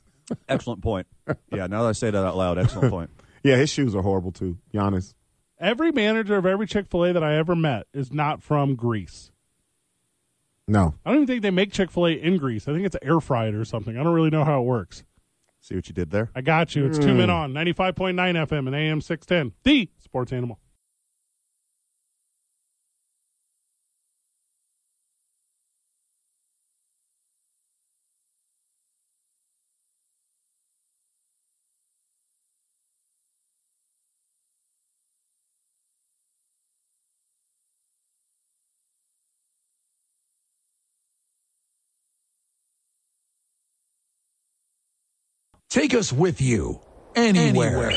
Speaker 3: Excellent point. Yeah, now that I say that out loud, excellent point.
Speaker 2: yeah, his shoes are horrible too. Giannis.
Speaker 1: Every manager of every Chick fil A that I ever met is not from Greece.
Speaker 2: No,
Speaker 1: I don't even think they make Chick fil A in Greece. I think it's air fried or something. I don't really know how it works.
Speaker 3: See what you did there?
Speaker 1: I got you. It's two men on 95.9 FM and AM 610. The sports animal.
Speaker 6: Take us with you anywhere.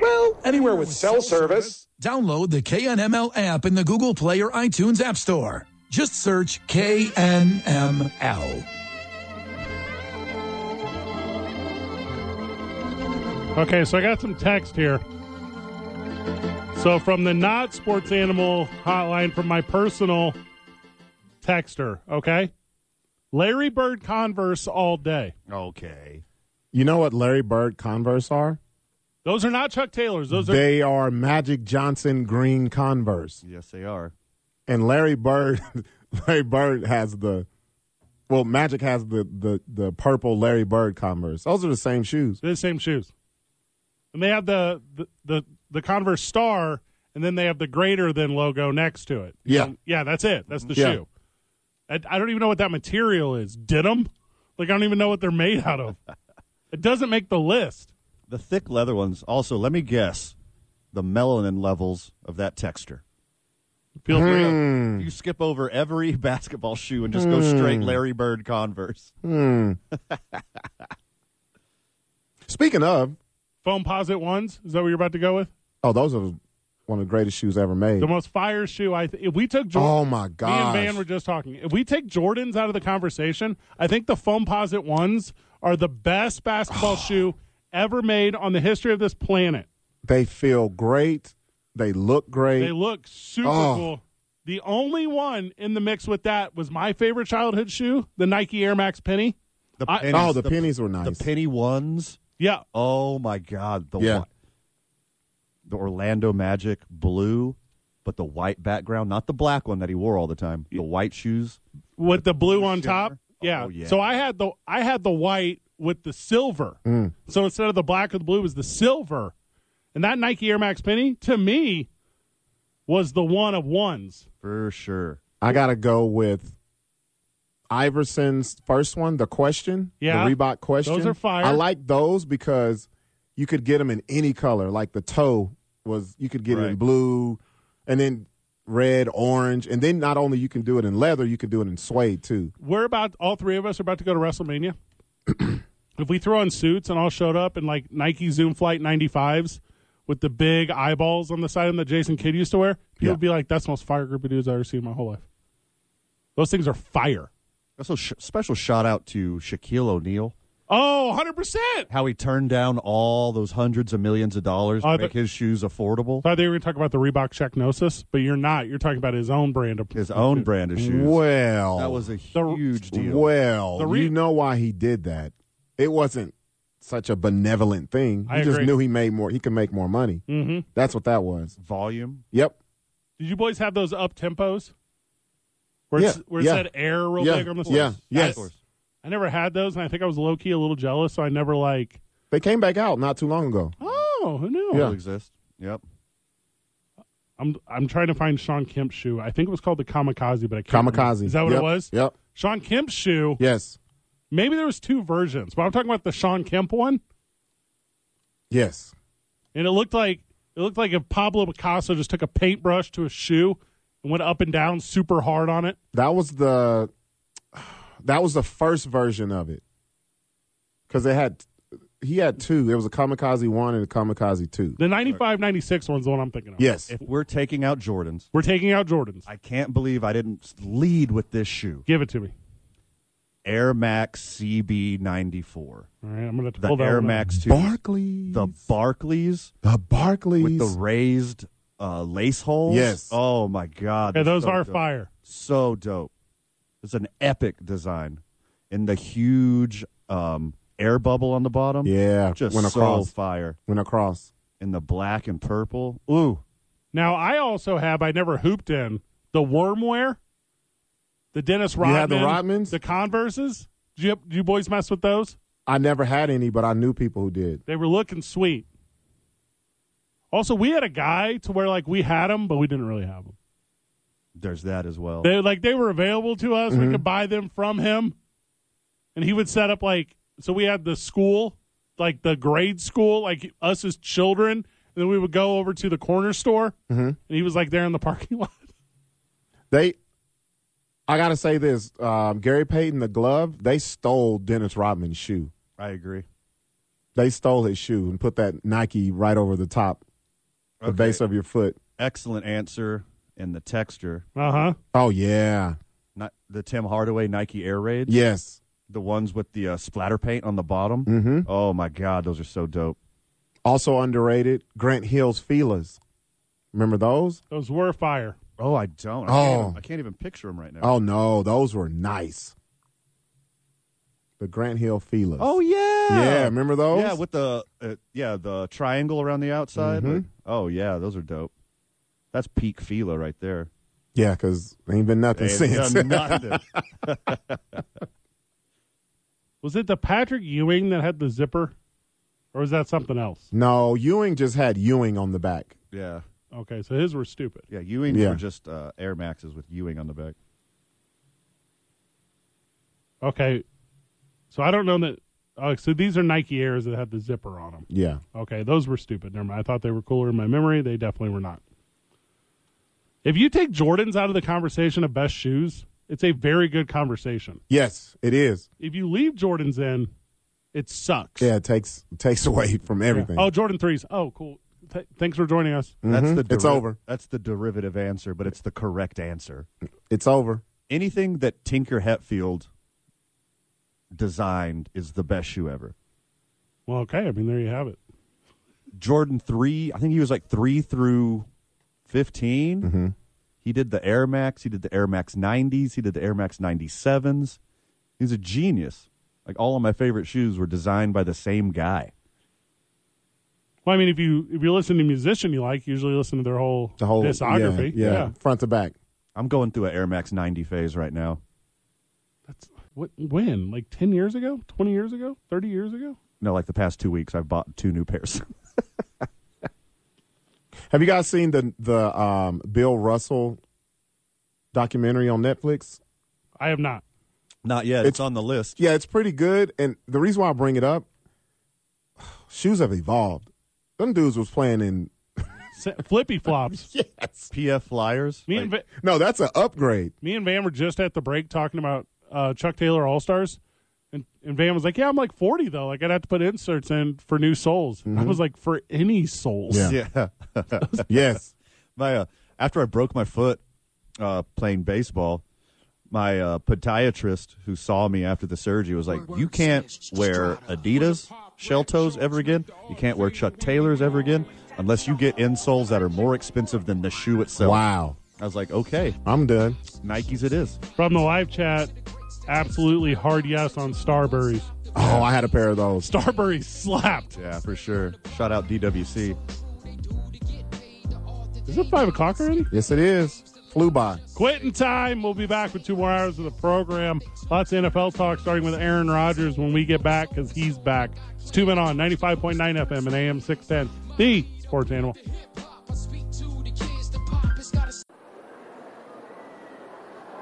Speaker 5: Well, anywhere with cell service.
Speaker 6: Download the KNML app in the Google Play or iTunes App Store. Just search KNML.
Speaker 1: Okay, so I got some text here. So from the not sports animal hotline from my personal texter, okay? Larry Bird Converse all day.
Speaker 3: Okay.
Speaker 2: You know what Larry Bird Converse are?
Speaker 1: Those are not Chuck Taylors. Those are
Speaker 2: They are Magic Johnson green Converse.
Speaker 3: Yes, they are.
Speaker 2: And Larry Bird Larry Bird has the well, Magic has the the the purple Larry Bird Converse. Those are the same shoes.
Speaker 1: They're the same shoes. And they have the the, the the Converse Star, and then they have the greater than logo next to it.
Speaker 2: Yeah.
Speaker 1: Um, yeah, that's it. That's the
Speaker 2: Yeah.
Speaker 1: shoe. I, I don't even know what that material is. Denim? Like, I don't even know what they're made out of. it doesn't make the list.
Speaker 3: The thick leather ones. Also, let me guess the melanin levels of that texture.
Speaker 1: Feel free. to-
Speaker 2: Hmm. Mm.
Speaker 3: You skip over every basketball shoe and just go straight Larry Bird Converse.
Speaker 2: Speaking of,
Speaker 1: Foam Posit ones. Is that what you're about to go with?
Speaker 2: oh, those are one of the greatest shoes ever made.
Speaker 1: The most fire shoe. I th- if we took Jordan,
Speaker 2: Oh my
Speaker 1: me and Van
Speaker 2: gosh.
Speaker 1: were just talking. If we take Jordans out of the conversation, I think the Foam Posit ones are the best basketball shoe ever made on the history of this planet.
Speaker 2: They feel great. They look great.
Speaker 1: They look super
Speaker 2: Oh.
Speaker 1: cool. The only one in the mix with that was my favorite childhood shoe, the Nike Air Max Penny.
Speaker 3: The
Speaker 1: I-
Speaker 3: pennies,
Speaker 2: oh, the, pennies were nice.
Speaker 3: The penny ones.
Speaker 1: Yeah,
Speaker 3: Oh my God! The
Speaker 2: Yeah.
Speaker 3: whi- the Orlando Magic blue, but the white background, not the black one that he wore all the time. The white shoes.
Speaker 1: with the blue on top. Yeah.
Speaker 3: Oh, yeah.
Speaker 1: So I had the I had the white with the silver. So instead of the black or the blue, it was the silver. And that Nike Air Max Penny to me was the one of ones.
Speaker 3: For sure.
Speaker 2: I gotta go with Iverson's first one, the question,
Speaker 1: Yeah.
Speaker 2: the Reebok question.
Speaker 1: Those are fire.
Speaker 2: I like those because you could get them in any color. Like the toe was, you could get it in
Speaker 3: Right.
Speaker 2: blue, and then red, orange, and then not only you can do it in leather, you can do it in suede too.
Speaker 1: We're about all three of us are about to go to WrestleMania. if we throw on suits and all showed up in like Nike Zoom Flight 95s with the big eyeballs on the side of them that Jason Kidd used to wear, people
Speaker 2: Yeah.
Speaker 1: would be like, "That's the most fire group of dudes I've ever seen in my whole life." Those things are fire.
Speaker 3: Also, sh- special shout out to Shaquille O'Neal.
Speaker 1: Oh, 100 percent.
Speaker 3: How he turned down all those hundreds of millions of dollars
Speaker 1: Oh, I
Speaker 3: to make
Speaker 1: bet-
Speaker 3: his shoes affordable.
Speaker 1: I thought they were going to talk about the Reebok Checknosis, but you're not. You're talking about his own brand of
Speaker 3: His own brand of shoes.
Speaker 2: Well,
Speaker 3: That was a
Speaker 1: The-
Speaker 3: huge deal.
Speaker 2: well.
Speaker 1: The re-
Speaker 2: you know why he did that? It wasn't such a benevolent thing.
Speaker 1: I
Speaker 2: he just
Speaker 1: agree.
Speaker 2: knew he made more. He could make more money.
Speaker 1: Mhm.
Speaker 2: That's what that was.
Speaker 3: Volume.
Speaker 2: Yep.
Speaker 1: Did you boys have those up tempos? Where, it's
Speaker 2: Yeah,
Speaker 1: where it
Speaker 2: yeah.
Speaker 1: said air real
Speaker 2: Yeah,
Speaker 1: big on the
Speaker 2: yeah,
Speaker 1: side?
Speaker 2: yes.
Speaker 1: I, I never had those, and I think I was low key a little jealous, so I never like.
Speaker 2: They came back out not too long ago.
Speaker 1: Oh, who knew?
Speaker 3: Still exist. Yep.
Speaker 1: I'm I'm trying to find Sean Kemp's shoe. I think it was called the Kamikaze, but I can't remember.
Speaker 2: Kamikaze.
Speaker 1: Is that what
Speaker 2: Yep.
Speaker 1: it was?
Speaker 2: Yep.
Speaker 1: Sean Kemp's shoe.
Speaker 2: Yes.
Speaker 1: Maybe there was two versions, but I'm talking about the Sean Kemp one,
Speaker 2: Yes.
Speaker 1: and it looked like it looked like if Pablo Picasso just took a paintbrush to a shoe and went up and down super hard on it.
Speaker 2: That was the that was the first version of it. Cuz they had he had two. There was a Kamikaze 1 and a Kamikaze 2.
Speaker 1: The 95 96 one's the one I'm thinking of.
Speaker 2: Yes.
Speaker 3: If we're taking out Jordans,
Speaker 1: We're taking out Jordans.
Speaker 3: I can't believe I didn't lead with this shoe.
Speaker 1: Give it to me.
Speaker 3: Air Max CB 94.
Speaker 1: All right, I'm going to
Speaker 3: The
Speaker 1: pull that
Speaker 3: Air
Speaker 1: one up.
Speaker 3: Max 2.
Speaker 2: Barclays.
Speaker 3: the Barclays
Speaker 2: the Barclays.
Speaker 3: with the raised uh, lace holes.
Speaker 2: Yes.
Speaker 3: Oh, my God.
Speaker 1: Yeah,
Speaker 3: they're
Speaker 1: those
Speaker 3: so
Speaker 1: are
Speaker 3: dope.
Speaker 1: fire.
Speaker 3: So dope. It's an epic design. And the huge um, air bubble on the bottom.
Speaker 2: yeah,
Speaker 3: Just
Speaker 2: went
Speaker 3: so
Speaker 2: across.
Speaker 3: fire.
Speaker 2: went across.
Speaker 3: And the black and purple. Ooh.
Speaker 1: Now I also have I never hooped in the wormware, the Dennis Rodman,
Speaker 2: had the Rodmans?
Speaker 1: the Converses. Did you, did you boys mess with those?
Speaker 2: I never had any, but I knew people who did.
Speaker 1: They were looking sweet. Also, we had a guy to where like we had them, but we didn't really have them.
Speaker 3: There's that as well.
Speaker 1: They like they were available to us.
Speaker 2: Mm-hmm.
Speaker 1: We could buy them from him, and he would set up like so. We had the school, like the grade school, like us as children, and then we would go over to the corner store,
Speaker 2: Mm-hmm.
Speaker 1: and he was like there in the parking lot.
Speaker 2: They, I gotta say this, um, Gary Payton, the glove, they stole Dennis Rodman's shoe.
Speaker 3: I agree.
Speaker 2: They stole his shoe and put that Nike right over the top, the base of your foot.
Speaker 3: Excellent answer and the texture.
Speaker 1: Uh huh.
Speaker 2: Oh yeah,
Speaker 3: Not the Tim Hardaway Nike Air Raids.
Speaker 2: yes.
Speaker 3: The ones with the uh, splatter paint on the bottom.
Speaker 2: Mm-hmm.
Speaker 3: Oh my god, those are so dope.
Speaker 2: Also underrated, Grant Hill's feelers. Remember those?
Speaker 1: Those were fire.
Speaker 3: Oh, I don't. I
Speaker 2: Oh.
Speaker 3: Can't even, I can't even picture them right now.
Speaker 2: Oh no, those were nice. The Grant Hill feelers.
Speaker 3: Oh, yeah.
Speaker 2: Yeah, remember those?
Speaker 3: Yeah, with the uh, yeah the triangle around the outside.
Speaker 2: Mhm.
Speaker 3: Like, oh yeah, those are dope. That's peak Fila right there.
Speaker 2: yeah, because ain't been nothing
Speaker 3: They've
Speaker 2: since.
Speaker 3: done nothing.
Speaker 1: Was it the Patrick Ewing that had the zipper, or was that something else?
Speaker 2: no, Ewing just had Ewing on the back.
Speaker 3: yeah,
Speaker 1: Okay, so his were stupid.
Speaker 3: yeah. Ewing
Speaker 2: Yeah.
Speaker 3: were just uh, Air Maxes with Ewing on the back.
Speaker 1: Okay, so I don't know that. Oh, so these are Nike Airs that had the zipper on them.
Speaker 2: Yeah.
Speaker 1: Okay, those were stupid. Never mind. I thought they were cooler in my memory. They definitely were not. If you take Jordans out of the conversation of best shoes, it's a very good conversation.
Speaker 2: Yes, it is.
Speaker 1: If you leave Jordans in, it sucks.
Speaker 2: Yeah, it takes takes away from everything.
Speaker 1: Oh, Jordan threes. Oh, cool. Th- thanks for joining us.
Speaker 3: That's the
Speaker 2: Mm-hmm. It's
Speaker 3: deri-
Speaker 2: over.
Speaker 3: That's the derivative answer, but it's the correct answer.
Speaker 2: It's over.
Speaker 3: Anything that Tinker Hatfield designed is the best shoe ever.
Speaker 1: Well, okay. I mean, there you have it.
Speaker 3: Jordan three. I think he was like three through 15
Speaker 2: Mm-hmm.
Speaker 3: He did the Air Max. He did the Air Max nineties. He did the Air Max ninety sevens. He's a genius. Like all of my favorite shoes were designed by the same guy.
Speaker 1: Well, I mean, if you if you listen to a musician you like, usually listen to their whole,
Speaker 2: The whole
Speaker 1: discography.
Speaker 2: Yeah, yeah, front to back.
Speaker 3: I'm going through an Air Max ninety phase right now.
Speaker 1: That's what when like ten years ago, twenty years ago, thirty years ago.
Speaker 3: No, like the past two weeks, I've bought two new pairs.
Speaker 2: Have you guys seen the the um, Bill Russell documentary on Netflix?
Speaker 1: I have not.
Speaker 3: Not yet. It's, on the list.
Speaker 2: Yeah, it's pretty good. And the reason why I bring it up, shoes have evolved. Them dudes was playing in.
Speaker 1: Sa- Flippy flops.
Speaker 3: PF Flyers.
Speaker 1: Me
Speaker 3: Like,
Speaker 1: and Va-
Speaker 2: No, that's an upgrade.
Speaker 1: me and Van were just at the break talking about uh, Chuck Taylor All Stars, and, and Van was like, "Yeah, I'm like 40 though. Like I'd have to put inserts in for new souls." I was like, "For any souls,
Speaker 2: Mm-hmm. Yeah.
Speaker 3: yeah.
Speaker 2: yes.
Speaker 3: my uh, after I broke my foot uh, playing baseball, my uh, podiatrist who saw me after the surgery was like, "You can't wear Adidas shell toes ever again. You can't wear Chuck Taylors ever again unless you get insoles that are more expensive than the shoe itself."
Speaker 2: Wow.
Speaker 3: I was like, "Okay,
Speaker 2: I'm done.
Speaker 3: Nikes it is."
Speaker 1: From the live chat, absolutely hard yes on Starburys.
Speaker 2: Oh, I had a pair of those.
Speaker 1: Starburys slapped.
Speaker 3: Yeah, for sure. Shout out DWC.
Speaker 1: Is it five o'clock already?
Speaker 2: Yes, it is. Flew by.
Speaker 1: Quitting time. We'll be back with two more hours of the program. Lots of NFL talk, starting with Aaron Rodgers when we get back because he's back. It's two men on 95.9 FM and AM 610, the sports animal.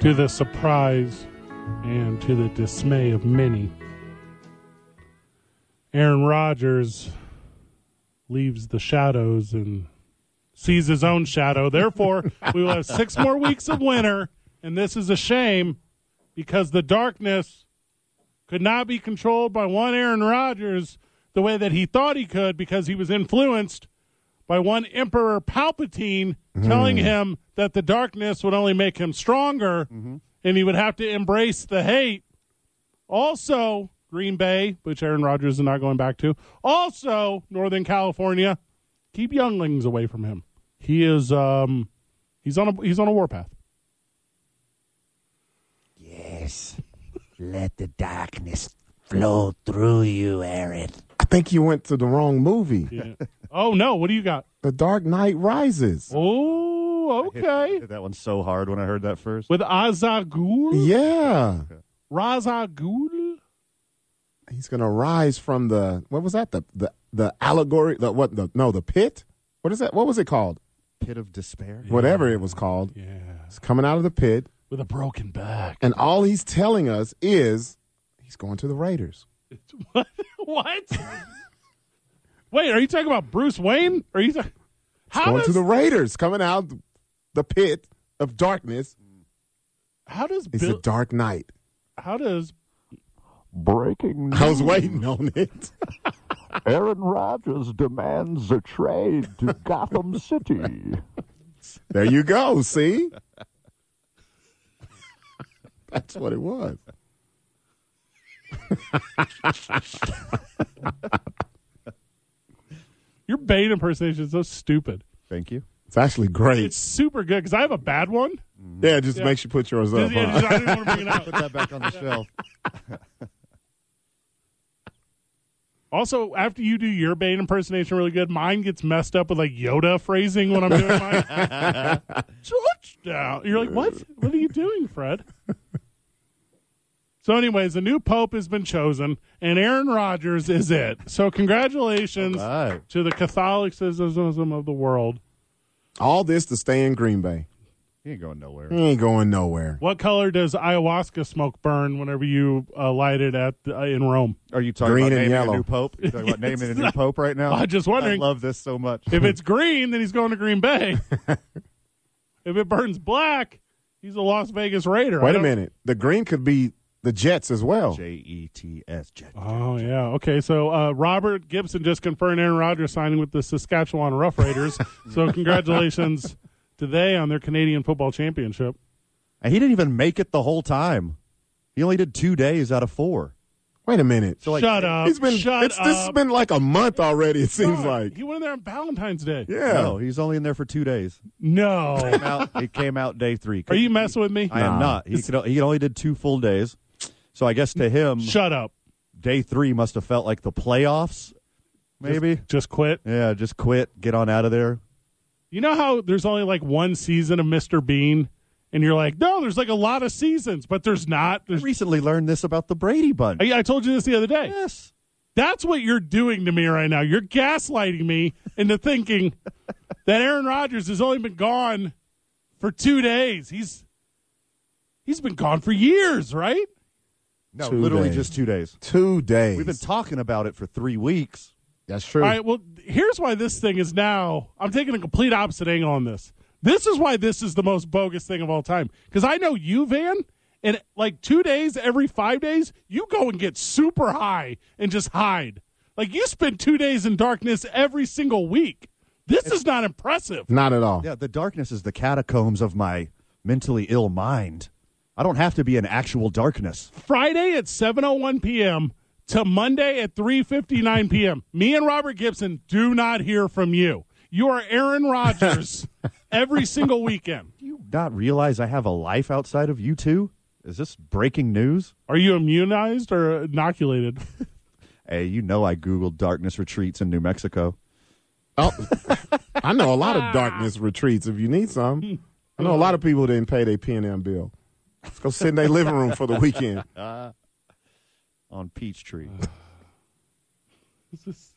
Speaker 1: To the surprise and to the dismay of many, Aaron Rodgers leaves the shadows and sees his own shadow. Therefore, we will have six more weeks of winter, and this is a shame because the darkness could not be controlled by one Aaron Rodgers the way that he thought he could because he was influenced by one Emperor Palpatine
Speaker 3: Mm-hmm.
Speaker 1: telling him that the darkness would only
Speaker 3: Mm-hmm.
Speaker 1: make him stronger and he would have to embrace the hate. Also, Green Bay, which Aaron Rodgers is not going back to. Also, Northern California. Keep younglings away from him. He is um he's on a he's on a warpath.
Speaker 7: Let the darkness flow through you, Aaron.
Speaker 2: I think you went to the wrong movie.
Speaker 1: Yeah. oh no, what do you got?
Speaker 2: The Dark Knight Rises.
Speaker 1: Oh, okay.
Speaker 3: Hit that one so hard when I heard that first.
Speaker 1: With Azagul?
Speaker 2: Yeah.
Speaker 1: Razagul?
Speaker 2: He's gonna rise from the what was that? The the the allegory the what the no, the pit? What is that? What was it called?
Speaker 3: Pit of despair.
Speaker 2: Whatever it was called.
Speaker 1: Yeah.
Speaker 2: He's coming out of the pit.
Speaker 1: With a broken back.
Speaker 2: And all he's telling us is he's going to the Raiders.
Speaker 1: What? what? Wait, are you talking about Bruce Wayne? Are you talking how
Speaker 2: going
Speaker 1: does,
Speaker 2: to the Raiders, coming out the pit of darkness.
Speaker 1: how does
Speaker 2: It's
Speaker 1: Bill,
Speaker 2: a dark night.
Speaker 1: how does
Speaker 8: Breaking
Speaker 2: I was waiting on it.
Speaker 8: Aaron Rodgers demands a trade to Gotham City.
Speaker 2: There you go. See? That's what it was.
Speaker 1: your Bane impersonation is so stupid?
Speaker 3: Thank you.
Speaker 2: It's actually great.
Speaker 1: It's super good because I have a bad one.
Speaker 2: yeah, it just makes you put yours up.
Speaker 1: Just- yeah,
Speaker 2: huh?
Speaker 1: just- I didn't want to bring it
Speaker 3: Put
Speaker 1: out.
Speaker 3: that back on the shelf.
Speaker 1: Also, after you do your Bane impersonation really good, mine gets messed up with like Yoda phrasing when I'm doing mine. Touchdown! You're like, what? What are you doing, Fred? So, anyways, the new pope has been chosen, and Aaron Rodgers is it. So, congratulations
Speaker 3: right.
Speaker 1: to the Catholicism of the world.
Speaker 2: All this to stay in Green Bay.
Speaker 3: He ain't going nowhere.
Speaker 2: He ain't going nowhere.
Speaker 1: What color does ayahuasca smoke burn whenever you uh, light it at uh, in Rome?
Speaker 3: Are you talking
Speaker 2: Green
Speaker 3: about
Speaker 2: and
Speaker 3: naming
Speaker 2: yellow.
Speaker 3: a new pope? You talking about naming a new pope right now?
Speaker 1: I'm just wondering.
Speaker 3: I love this so much.
Speaker 1: If it's green, then he's going to Green Bay. if it burns black, he's a Las Vegas Raider. I
Speaker 2: Wait a
Speaker 1: don't-
Speaker 2: minute. The green could be the Jets as well.
Speaker 3: J E T S Jet.
Speaker 1: Oh yeah. Okay. So uh, Robert Gibson just confirmed Aaron Rodgers signing with the Saskatchewan Rough Raiders. so congratulations today on their Canadian football championship.
Speaker 3: And he didn't even make it the whole time. He only did two days out of four.
Speaker 2: Wait a minute.
Speaker 3: So like,
Speaker 1: Shut up.
Speaker 2: It's been
Speaker 1: Shut
Speaker 2: it's,
Speaker 1: up.
Speaker 2: this has been like a month already, it seems
Speaker 1: God,
Speaker 2: like.
Speaker 1: he went in there on Valentine's Day.
Speaker 2: Yeah.
Speaker 3: No, he's only in there for two days.
Speaker 1: No.
Speaker 3: Came out- He came out day three.
Speaker 1: Are you messing with me?
Speaker 3: I am not. He, could, he only did two full days. So I guess to him,
Speaker 1: Shut up.
Speaker 3: day three must have felt like the playoffs, maybe.
Speaker 1: Just quit.
Speaker 3: yeah, just quit, get on out of there.
Speaker 1: You know how there's only like one season of Mr. Bean, and you're like, no, there's like a lot of seasons, but there's not.
Speaker 3: I
Speaker 1: There's
Speaker 3: recently learned this about the Brady Bunch.
Speaker 1: I, I told you this the other day.
Speaker 3: yes.
Speaker 1: That's what you're doing to me right now. You're gaslighting me into thinking that Aaron Rodgers has only been gone for two days. He's he's been gone for years, right?
Speaker 3: No,
Speaker 2: Two
Speaker 3: literally
Speaker 2: days.
Speaker 3: just two days.
Speaker 2: Two days.
Speaker 3: We've been talking about it for three weeks.
Speaker 2: That's true.
Speaker 1: All right. Well, here's why this thing is now. I'm taking a complete opposite angle on this. This is why this is the most bogus thing of all time. Because I know you, Van, and like two days every five days, you go and get super high and just hide. Like you spend two days in darkness every single week. This is not impressive.
Speaker 2: Not at all.
Speaker 3: Yeah, the darkness is the catacombs of my mentally ill mind. I don't have to be in actual darkness.
Speaker 1: Friday at 7:01 p.m. to Monday at 3:59 p.m. Me and Robert Gibson do not hear from you. You are Aaron Rodgers every single weekend.
Speaker 3: Do you not realize I have a life outside of you two? Is this breaking news?
Speaker 1: Are you immunized or inoculated?
Speaker 3: Hey, you know I Googled darkness retreats in New Mexico.
Speaker 2: Oh, I know a lot of darkness retreats if you need some. I know a lot of people didn't pay their P&M bill. Let's go sit in their living room for the weekend.
Speaker 3: on Peachtree.
Speaker 1: It's just,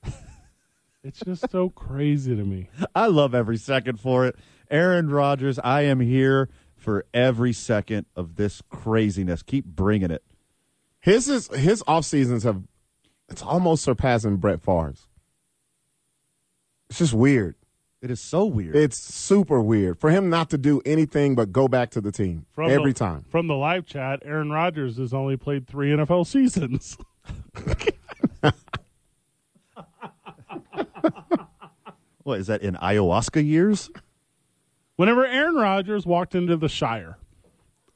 Speaker 1: it's just so crazy to me.
Speaker 3: I love every second for it. Aaron Rodgers, I am here for every second of this craziness. Keep bringing it.
Speaker 2: His is his off seasons have it's almost surpassing Brett Favre's. It's just weird.
Speaker 3: It is so weird.
Speaker 2: It's super weird for him not to do anything but go back to the team
Speaker 1: the-
Speaker 2: every time.
Speaker 1: From the live chat, Aaron Rodgers has only played three NFL seasons.
Speaker 3: what is that in ayahuasca years?
Speaker 1: Whenever Aaron Rodgers walked into the Shire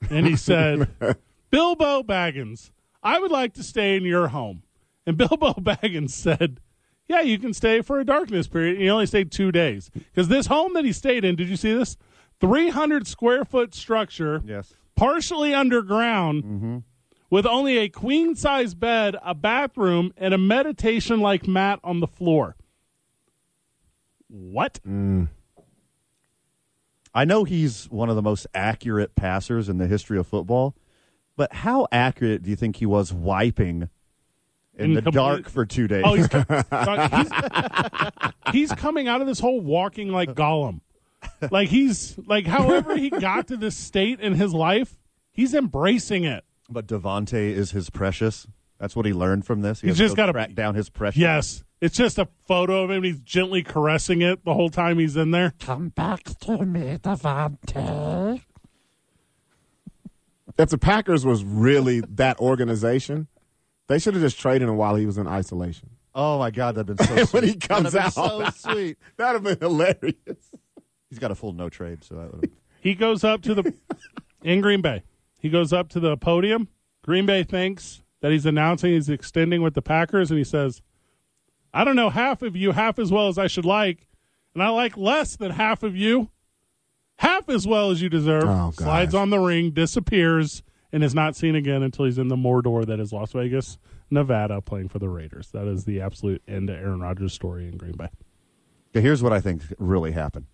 Speaker 1: and he said, Bilbo Baggins, I would like to stay in your home. And Bilbo Baggins said, Yeah, you can stay for a darkness period. And he only stayed two days. Because this home that he stayed in, did you see this? 300 square foot structure,
Speaker 3: Yes.
Speaker 1: partially underground, with only a queen size bed, a bathroom, and a meditation like mat on the floor. What?
Speaker 3: I know he's one of the most accurate passers in the history of football, but how accurate do you think he was wiping in the
Speaker 1: Incomplete-
Speaker 3: dark for two days?
Speaker 1: Oh, he's, co- sorry, he's- he's coming out of this whole walking like Gollum. Like he's like however he got to this state in his life, he's embracing it.
Speaker 3: but Devonte is his precious. That's what he learned from this. He
Speaker 1: He's
Speaker 3: has to
Speaker 1: just
Speaker 3: go
Speaker 1: gotta-
Speaker 3: track down his precious.
Speaker 1: Yes. It's just a photo of him. He's gently caressing it the whole time he's in there.
Speaker 8: Come back to me, Devante.
Speaker 2: If the Packers was really that organization, they should have just traded him while he was in isolation.
Speaker 3: Oh my God, that'd been so. sweet.
Speaker 2: when he
Speaker 3: That'd
Speaker 2: comes
Speaker 3: been
Speaker 2: out.
Speaker 3: so sweet.
Speaker 2: That'd have been hilarious.
Speaker 3: He's got a full no trade, so that would.
Speaker 1: He goes up to the in Green Bay. He goes up to the podium. Green Bay thinks that he's announcing he's extending with the Packers, and he says, "I don't know half of you half as well as I should like, and I like less than half of you, half as well as you deserve."
Speaker 2: Oh, gosh.
Speaker 1: Slides on the ring, disappears, and is not seen again until he's in the Mordor that is Las Vegas, Nevada, playing for the Raiders. That is the absolute end to Aaron Rodgers' story in Green Bay.
Speaker 3: Okay, here's what I think really happened.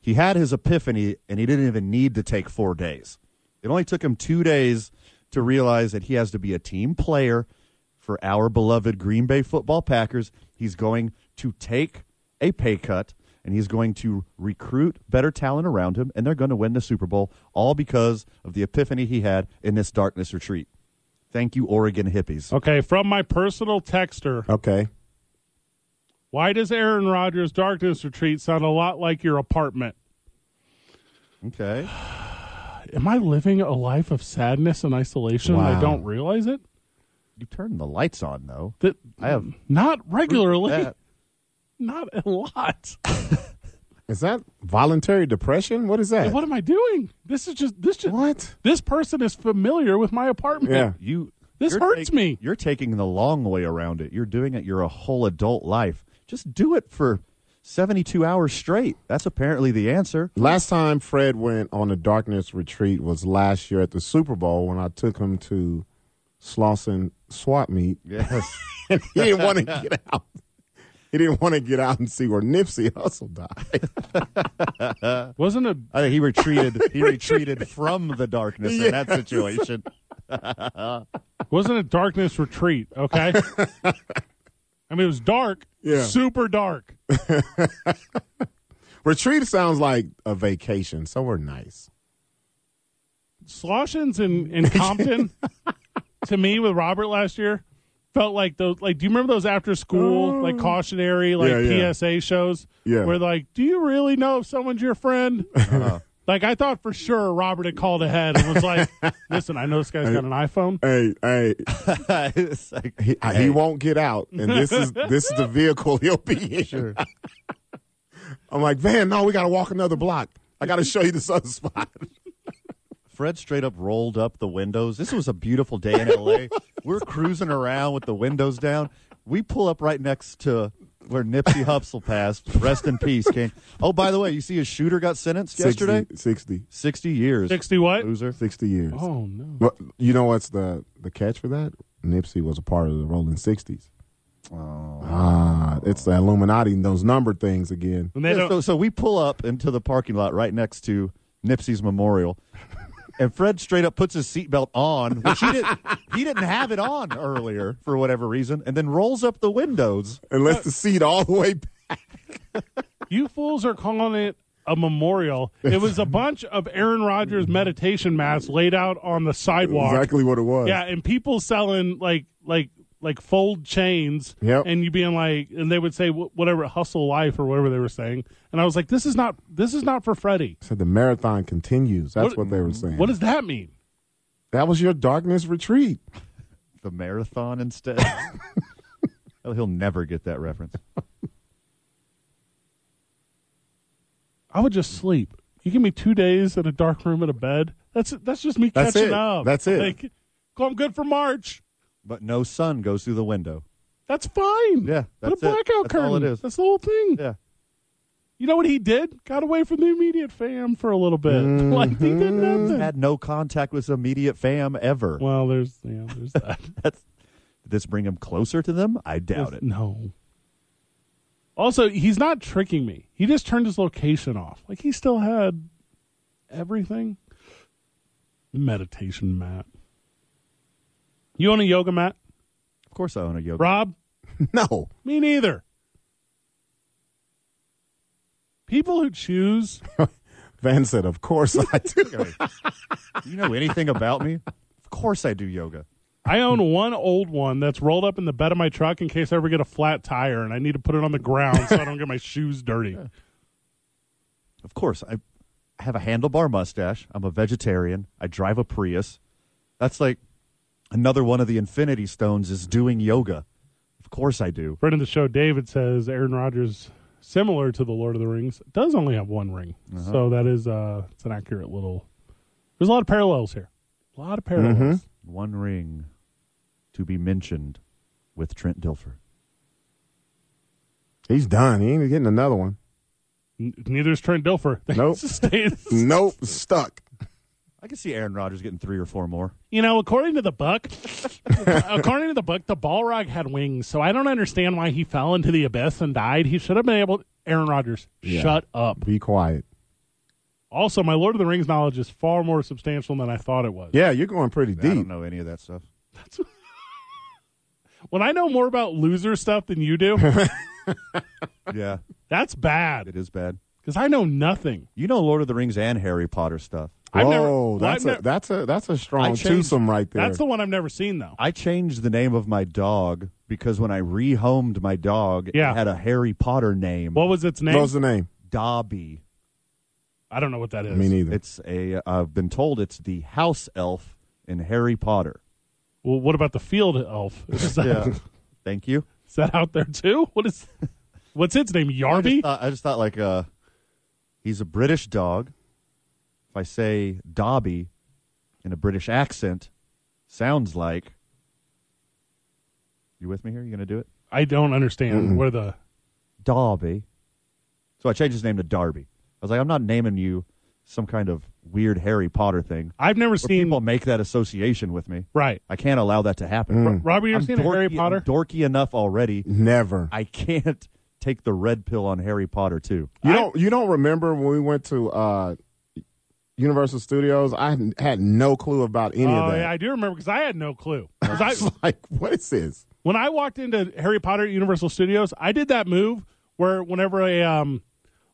Speaker 3: He had his epiphany, and he didn't even need to take four days. It only took him two days to realize that he has to be a team player for our beloved Green Bay football Packers. He's going to take a pay cut, and he's going to recruit better talent around him, and they're going to win the Super Bowl, all because of the epiphany he had in this darkness retreat. Thank you, Oregon hippies.
Speaker 1: Okay, from my personal texter.
Speaker 2: Okay.
Speaker 1: Why does Aaron Rodgers' darkness retreat sound a lot like your apartment?
Speaker 3: Okay.
Speaker 1: Am I living a life of sadness and isolation and I
Speaker 2: Wow.
Speaker 1: don't realize it?
Speaker 3: You turned the lights on, though.
Speaker 1: That
Speaker 3: I have
Speaker 1: not regularly,
Speaker 3: That-
Speaker 1: not a lot.
Speaker 2: Is that voluntary depression? What is that?
Speaker 1: what am I doing? This is just this just
Speaker 2: What?
Speaker 1: this person is familiar with my apartment.
Speaker 2: Yeah.
Speaker 3: you
Speaker 1: This
Speaker 3: you're
Speaker 1: hurts
Speaker 3: tak-
Speaker 1: me.
Speaker 3: You're taking the long way around it. You're doing it your whole adult life. Just do it for 72 hours straight. That's apparently the answer.
Speaker 2: Last time Fred went on a darkness retreat was last year at the Super Bowl when I took him to Slauson Swap Meet.
Speaker 3: Yes.
Speaker 2: he didn't want to get out. He didn't want to get out and see where Nipsey Hussle died.
Speaker 1: Wasn't a
Speaker 3: I think he retreated he retreated from the darkness in that situation.
Speaker 1: wasn't a darkness retreat, okay? I mean it was dark,
Speaker 2: Yeah.
Speaker 1: super dark.
Speaker 2: Retreat sounds like a vacation, somewhere nice.
Speaker 1: Sloshins in, in Compton to me with Robert last year felt like those like do you remember those after school like cautionary like
Speaker 2: Oh. Yeah, yeah.
Speaker 1: PSA shows
Speaker 2: Yeah. Uh-huh.
Speaker 1: where like do you really know if someone's your friend like I thought for sure Robert had called ahead and was like listen I know this guy's got an iPhone
Speaker 2: Hey, hey,
Speaker 3: It's like,
Speaker 2: he, I- he won't get out, and this is this is the vehicle he'll be in. I'm like, man, no, we got to walk another block. I got to show you this other spot.
Speaker 3: Fred straight up rolled up the windows. This was a beautiful day in LA. We're cruising around with the windows down. We pull up right next to where Nipsey Hussle passed. Rest in peace, King. Oh, by the way, you see his shooter got sentenced yesterday?
Speaker 2: 60, 60,
Speaker 3: 60 years.
Speaker 1: 60 what
Speaker 3: Loser.
Speaker 2: 60 years.
Speaker 1: oh no
Speaker 2: But you know what's the the catch for that? Nipsey was a part of the Rolling Sixties. Ah, it's the Illuminati and those number things again.
Speaker 1: and they
Speaker 3: Yeah, so,
Speaker 1: don't
Speaker 3: so we pull up into the parking lot right next to Nipsey's memorial, and Fred straight up puts his seatbelt on, which he didn't. he didn't have it on earlier for whatever reason, and then rolls up the windows.
Speaker 2: And lets the seat all the way back.
Speaker 1: you fools are calling it a memorial it was a bunch of Aaron Rodgers meditation mats laid out on the sidewalk
Speaker 2: Exactly what it was.
Speaker 1: Yeah, and people selling like like like fold chains,
Speaker 2: Yep.
Speaker 1: and you being like, and they would say wh- whatever hustle life or whatever they were saying, and I was like, this is not this is not for Freddie.
Speaker 2: Said the marathon continues. That's what, they were saying.
Speaker 1: What does that mean?
Speaker 2: that was your darkness retreat.
Speaker 3: The marathon instead. Oh, He'll never get that reference.
Speaker 1: I would just sleep. You give me two days in a dark room in a bed. That's that's just me
Speaker 2: That's
Speaker 1: catching
Speaker 2: it.
Speaker 1: up.
Speaker 2: That's it.
Speaker 1: Like, well, I'm good for March.
Speaker 3: But no sun goes through the window.
Speaker 1: That's fine.
Speaker 3: Yeah,
Speaker 1: Put a
Speaker 3: that's it.
Speaker 1: blackout
Speaker 3: That's
Speaker 1: curtain.
Speaker 3: all it is.
Speaker 1: That's the whole thing.
Speaker 3: Yeah.
Speaker 1: You know what he did? Got away from the immediate fam for a little bit. Like he did nothing.
Speaker 3: Had no contact with his immediate fam ever.
Speaker 1: well, there's yeah, there's that.
Speaker 3: That's, did this bring him closer to them? I doubt it.
Speaker 1: No. Also, he's not tricking me. He just turned his location off. Like he still had everything. Meditation mat. You own a yoga mat,
Speaker 3: Of course I own a yoga.
Speaker 1: Rob?
Speaker 2: No.
Speaker 1: Me neither. People who choose
Speaker 2: Van said, of course I do.
Speaker 3: You know anything about me? Of course I do yoga.
Speaker 1: I own one old one that's rolled up in the bed of my truck in case I ever get a flat tire and I need to put it on the ground so I don't get my shoes dirty.
Speaker 3: Of course I I have a handlebar mustache. I'm a vegetarian. I drive a Prius. That's like another one of the infinity stones is doing yoga. Of course I do.
Speaker 1: Friend of the show, David says Aaron Rodgers, similar to the Lord of the Rings, does only have one ring.
Speaker 2: Uh-huh.
Speaker 1: So that is uh, it's an accurate little. There's a lot of parallels here. A lot of
Speaker 2: Mm-hmm.
Speaker 1: parallels.
Speaker 3: One ring to be mentioned with Trent Dilfer.
Speaker 2: He's done. He ain't getting another one.
Speaker 1: N- neither is Trent Dilfer.
Speaker 2: Nope.
Speaker 1: Stays-
Speaker 2: Nope. Stuck.
Speaker 3: I can see Aaron Rodgers getting three or four more.
Speaker 1: You know, according to the book, according to the book, the Balrog had wings, so I don't understand why he fell into the abyss and died. He should have been able. Aaron Rodgers,
Speaker 2: Yeah.
Speaker 1: shut up.
Speaker 2: Be quiet.
Speaker 1: Also, my Lord of the Rings knowledge is far more substantial than I thought it was.
Speaker 2: Yeah, you're going pretty
Speaker 3: I
Speaker 2: deep.
Speaker 3: don't know any of that stuff.
Speaker 1: When I know more about loser stuff than you do,
Speaker 3: Yeah,
Speaker 1: that's bad
Speaker 3: it is bad.
Speaker 1: because I know nothing.
Speaker 3: You know Lord of the Rings and Harry Potter stuff.
Speaker 1: I've never-
Speaker 2: Whoa,
Speaker 1: well,
Speaker 2: that's
Speaker 1: I've
Speaker 2: a
Speaker 1: ne-
Speaker 2: that's a that's a
Speaker 1: I
Speaker 2: strong
Speaker 1: changed-
Speaker 2: twosome right there.
Speaker 1: That's the one I've never seen though.
Speaker 3: I changed the name of my dog because when I rehomed my dog,
Speaker 1: Yeah.
Speaker 3: it had a Harry Potter name,
Speaker 1: What was its name?
Speaker 2: What's the name?
Speaker 3: Dobby.
Speaker 1: I don't know what that is.
Speaker 2: Me neither.
Speaker 3: It's a I've been told it's the house elf in Harry Potter.
Speaker 1: well, what about the field elf? Is that,
Speaker 3: Thank you.
Speaker 1: is that out there too? What is? What's its name?
Speaker 3: I just
Speaker 1: Yarby.
Speaker 3: thought, I just thought like uh he's a British dog. If I say Dobby in a British accent, sounds like You with me here? You going to do it?
Speaker 1: I don't understand where the.
Speaker 3: Darby. So I changed his name to Darby. I was like, I'm not naming you some kind of weird Harry Potter thing.
Speaker 1: I've never
Speaker 3: Where
Speaker 1: seen.
Speaker 3: people make that association with me.
Speaker 1: Right.
Speaker 3: I can't allow that to happen.
Speaker 1: Robbie, Mm. you ever
Speaker 3: I'm
Speaker 1: seen a Harry Potter?
Speaker 3: I'm dorky enough already.
Speaker 2: Never.
Speaker 3: I can't take the red pill on Harry Potter too.
Speaker 2: You don't you don't remember when we went to uh Universal Studios? I hadn't- had no clue about any
Speaker 1: Oh
Speaker 2: of that.
Speaker 1: yeah, I do remember because I had no clue. 'Cause I-
Speaker 2: It's like, what is this?
Speaker 1: when I walked into Harry Potter at Universal Studios, I did that move where whenever a um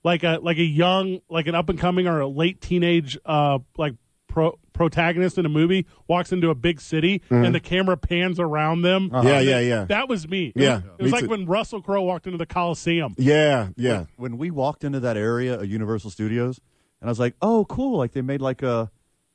Speaker 1: like a like a young like an up and coming or a late teenage uh like pro- protagonist in a movie walks into a big city and the camera pans around them.
Speaker 2: Mm-hmm. Uh-huh. Yeah, yeah, yeah.
Speaker 1: That was me. It
Speaker 2: Yeah,
Speaker 1: was, it was
Speaker 2: me
Speaker 1: like
Speaker 2: too.
Speaker 1: when Russell Crowe walked into the Coliseum.
Speaker 2: yeah, yeah.
Speaker 3: When we walked into that area at Universal Studios, and I was like, "Oh, cool! Like they made like a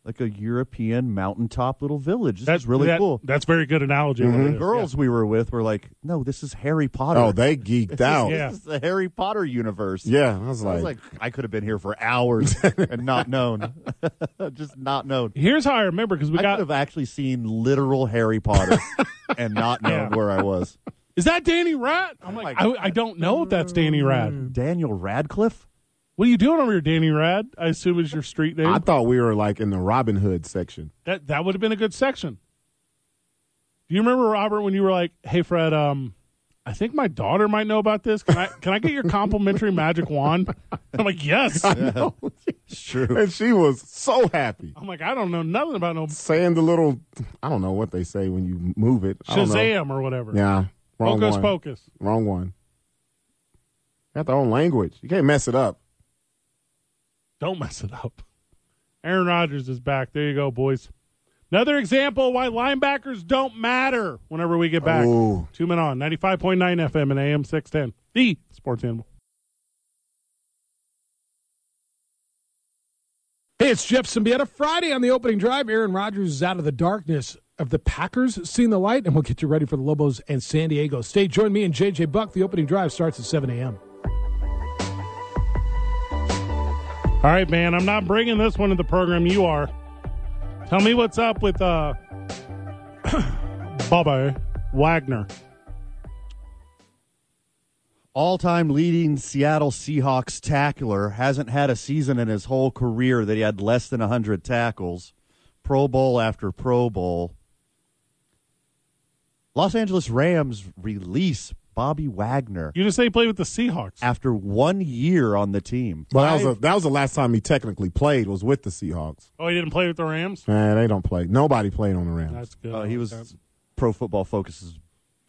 Speaker 3: like a European mountaintop little village. This
Speaker 1: That's
Speaker 3: is really
Speaker 1: that-
Speaker 3: cool."
Speaker 1: That's very good analogy.
Speaker 3: The
Speaker 2: Mm-hmm.
Speaker 1: What it is.
Speaker 3: girls we were with were like, "No, this is Harry Potter.
Speaker 2: Oh, they geeked out.
Speaker 1: yeah.
Speaker 2: yeah.
Speaker 3: this is the Harry Potter universe."
Speaker 2: I was
Speaker 3: I
Speaker 2: like,
Speaker 3: was like, I could have been here for hours and not known, just not known.
Speaker 1: Yeah. Here's how I remember because we
Speaker 3: I
Speaker 1: got
Speaker 3: could have actually seen literal Harry Potter and not known
Speaker 1: Yeah.
Speaker 3: where I was.
Speaker 1: Is that Danny Rat? I'm like,
Speaker 3: my
Speaker 1: I, I don't know if that's Danny Rad.
Speaker 3: Daniel Radcliffe.
Speaker 1: What are you doing over here, Danny Rad? I assume is your street name.
Speaker 2: I thought we were like in the Robin Hood section.
Speaker 1: that that would have been a good section. Do you remember Robert when you were like, "Hey Fred, um, I think my daughter might know about this. Can I can I get your complimentary magic wand?" I'm like, "Yes." I'm
Speaker 3: It's true.
Speaker 2: And she was so happy.
Speaker 1: like, "I don't know nothing about no
Speaker 2: Saying the little, I don't know what they say when you move it. I don't know.
Speaker 1: Shazam or whatever."
Speaker 2: Yeah. Wrong
Speaker 1: Hocus
Speaker 2: one.
Speaker 1: pocus.
Speaker 2: Wrong one. Got their own language. You can't mess it up.
Speaker 1: Don't mess it up. Aaron Rodgers is back. There you go, boys. Another example why linebackers don't matter whenever we get back.
Speaker 2: Ooh.
Speaker 1: Two men on 95.9 FM and AM 610. The Sports Animal.
Speaker 9: Hey, it's Jeff Symbieta. Friday on the opening drive, Aaron Rodgers is out of the darkness of the Packers, seeing the light, and we'll get you ready for the Lobos and San Diego State. Join me and JJ Buck. The opening drive starts at 7 a.m.
Speaker 1: All right, man. I'm not bringing this one to the program. You are. Tell me what's up with uh, Bobby Wagner.
Speaker 3: All time leading Seattle Seahawks tackler hasn't had a season in his whole career that he had less than 100 tackles, Pro Bowl after Pro Bowl. Los Angeles Rams release Bobby Wagner
Speaker 1: You just say he played with the Seahawks.
Speaker 3: after one year on the team.
Speaker 2: But that was a, that was the last time he technically played was with the Seahawks.
Speaker 1: Oh, he didn't play with the Rams?
Speaker 2: Man, they don't play. Nobody played on the Rams.
Speaker 1: That's good.
Speaker 3: Uh, he was Pro Football Focus's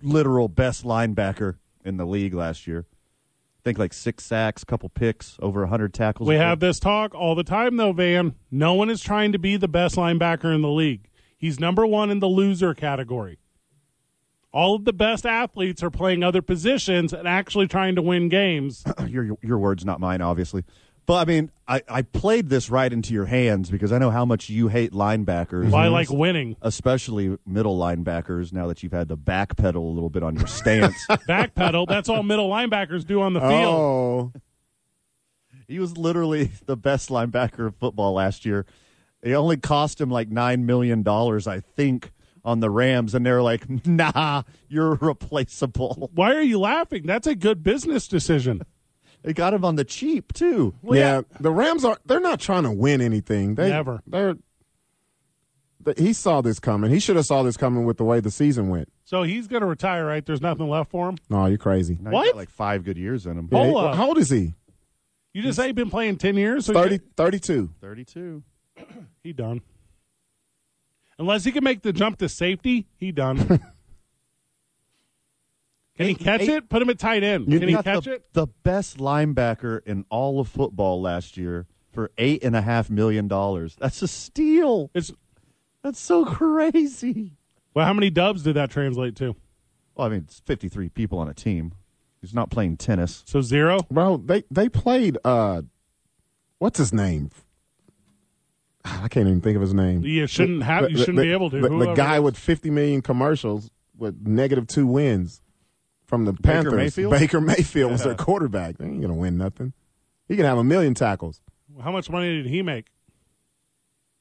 Speaker 3: literal best linebacker in the league last year. I think like six sacks, couple picks, over 100 tackles.
Speaker 1: We have this talk all the time, though, Van. No one is trying to be the best linebacker in the league. He's number one in the loser category. All of the best athletes are playing other positions and actually trying to win games.
Speaker 3: your your words, not mine, obviously. But I mean, I, I played this right into your hands because I know how much you hate linebackers,
Speaker 1: Why, like winning?
Speaker 3: especially middle linebackers. Now that you've had to backpedal a little bit on your stance,
Speaker 1: Backpedal. That's all middle linebackers do on the field.
Speaker 2: Oh,
Speaker 3: he was literally the best linebacker of football last year. It only cost him like nine million dollars, I think, on the Rams, and they're like, "Nah, you're replaceable."
Speaker 1: Why are you laughing? That's a good business decision.
Speaker 3: They got him on the cheap too.
Speaker 2: yeah, The Rams are. They're not trying to win anything. They,
Speaker 1: Never.
Speaker 2: They're. they- he saw this coming. He should have saw this coming with the way the season went.
Speaker 1: So he's going to retire, right? There's nothing left for him.
Speaker 2: No, you're crazy.
Speaker 3: Now he's
Speaker 1: What?
Speaker 3: got, like five good years in him.
Speaker 2: Yeah, he-
Speaker 1: up.
Speaker 2: how old is he?
Speaker 1: You just say he's been playing 10 years? So
Speaker 2: 30, 32.
Speaker 3: Thirty-two.
Speaker 1: He done. Unless he can make the jump to safety, he done. can he catch
Speaker 3: eight-
Speaker 1: it? Put him at tight end.
Speaker 3: You
Speaker 1: can he
Speaker 3: got
Speaker 1: catch
Speaker 3: the,
Speaker 1: it?
Speaker 3: The best linebacker in all of football last year for eight and a half million dollars. That's a steal.
Speaker 1: It's
Speaker 3: That's so crazy.
Speaker 1: well. How many dubs did that translate to?
Speaker 3: Well, I mean, it's fifty-three people on a team. He's not playing tennis.
Speaker 1: So zero.
Speaker 2: Bro, they they played. uh What's his name? Ah, I can't even think of his name.
Speaker 1: You shouldn't have. You
Speaker 2: The-
Speaker 1: shouldn't
Speaker 2: the-
Speaker 1: be able to.
Speaker 2: The, the
Speaker 1: Whoever-
Speaker 2: guy with 50 million commercials with negative two wins from the Panthers.
Speaker 3: Mayfield?
Speaker 2: Baker Mayfield was their quarterback. They ain't gonna win nothing. He can have a million tackles.
Speaker 1: How much money did he make?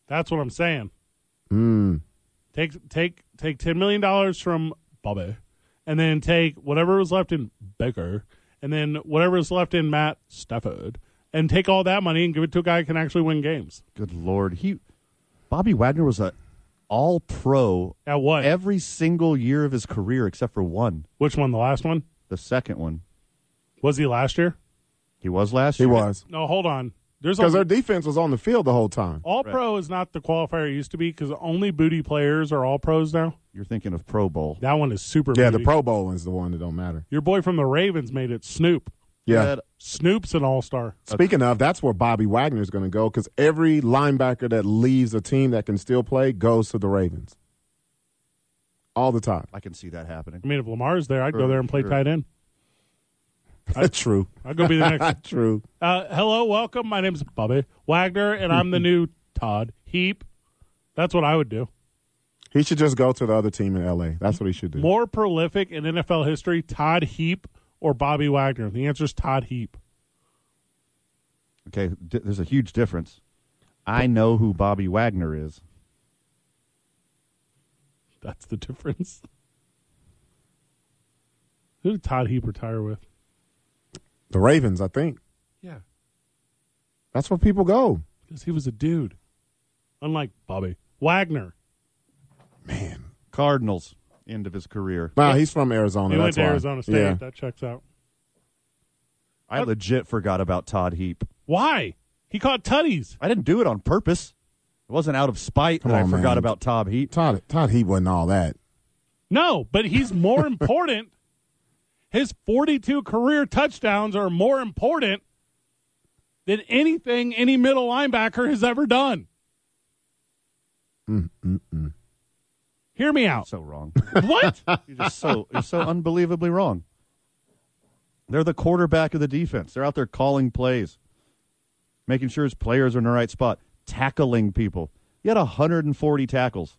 Speaker 1: That's what I'm saying.
Speaker 2: Hmm,
Speaker 1: Take take take ten million dollars from Bobby, and then take whatever was left in Baker, and then whatever was left in Matt Stafford, and take all that money and give it to a guy who can actually win games.
Speaker 3: Good lord, he Bobby Wagner was a all-pro
Speaker 1: At what?
Speaker 3: every single year of his career except for one,
Speaker 1: Which one? The last one?
Speaker 3: the second one.
Speaker 1: Was he last year?
Speaker 3: He was last
Speaker 2: He
Speaker 3: year.
Speaker 2: was
Speaker 1: No, hold on. There's
Speaker 2: because
Speaker 1: a,
Speaker 2: their defense was on the field the whole time.
Speaker 1: all pro is not the qualifier it used to be because only booty players are all pros now.
Speaker 3: You're thinking of Pro Bowl.
Speaker 1: That one is super.
Speaker 2: Yeah, the
Speaker 1: booty.
Speaker 2: Pro Bowl is the one that don't matter.
Speaker 1: Your boy from the Ravens made it. Snoop.
Speaker 2: Yeah.
Speaker 3: That-
Speaker 1: Snoop's an all star.
Speaker 2: Speaking of, that's where Bobby Wagner is going to go because every linebacker that leaves a team that can still play goes to the Ravens. All the time.
Speaker 3: I can see that happening.
Speaker 1: I mean, if Lamar's there, I'd go
Speaker 3: Sure,
Speaker 1: there and play
Speaker 3: sure.
Speaker 1: tight end.
Speaker 2: True.
Speaker 1: I'd go be the next.
Speaker 2: True.
Speaker 1: Uh, hello, welcome. My name's Bobby Wagner, and I'm the new Todd Heap. That's what I would do.
Speaker 2: He should just go to the other team in L.A. That's what he should do.
Speaker 1: More prolific in NFL history, Todd Heap or Bobby Wagner? The answer's Todd Heap.
Speaker 3: Okay, d- there's a huge difference. I know who Bobby Wagner is.
Speaker 1: That's the difference. Who did Todd Heap retire with?
Speaker 2: The Ravens, I think.
Speaker 1: Yeah,
Speaker 2: That's where people go.
Speaker 1: because he was a dude, unlike Bobby Wagner.
Speaker 2: Man.
Speaker 3: Cardinals, end of his career.
Speaker 2: Nah, he's from Arizona.
Speaker 1: He went
Speaker 2: that's
Speaker 1: to
Speaker 2: why.
Speaker 1: Arizona State.
Speaker 2: Yeah.
Speaker 1: That checks out.
Speaker 3: I legit forgot about Todd Heap.
Speaker 1: Why? He caught tutties.
Speaker 3: I didn't do it on purpose. It wasn't out of spite
Speaker 2: Come
Speaker 3: that I
Speaker 2: on,
Speaker 3: forgot
Speaker 2: man.
Speaker 3: about Todd Heap.
Speaker 2: Todd, Todd Heap wasn't all that.
Speaker 1: No, but he's more important. His 42 career touchdowns are more important than anything any middle linebacker has ever done. Hear me out.
Speaker 3: So wrong.
Speaker 1: what?
Speaker 3: You're just so you're so unbelievably wrong. They're the quarterback of the defense. They're out there calling plays, making sure his players are in the right spot, tackling people. He had 140 tackles,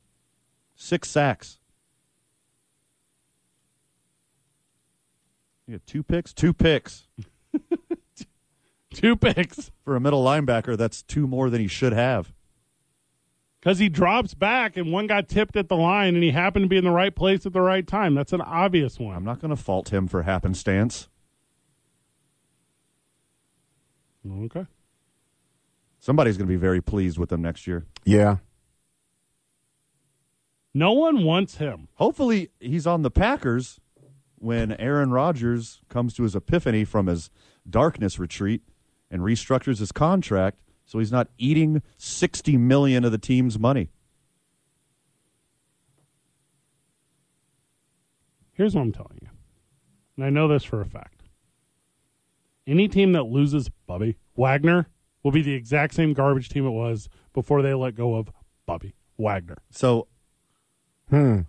Speaker 3: six sacks. He had two picks, two picks.
Speaker 1: Two picks.
Speaker 3: For a middle linebacker, that's two more than he should have.
Speaker 1: Because he drops back and one got tipped at the line and he happened to be in the right place at the right time. That's an obvious one.
Speaker 3: I'm not going to fault him for happenstance.
Speaker 1: Okay.
Speaker 3: Somebody's going to be very pleased with him next year.
Speaker 2: Yeah.
Speaker 1: No one wants him.
Speaker 3: Hopefully, he's on the Packers when Aaron Rodgers comes to his epiphany from his darkness retreat and restructures his contract so he's not eating 60 million of the team's money.
Speaker 1: Here's what I'm telling you, and I know this for a fact. Any team that loses Bubby Wagner will be the exact same garbage team it was before they let go of Bubby Wagner.
Speaker 3: So
Speaker 1: Hmm.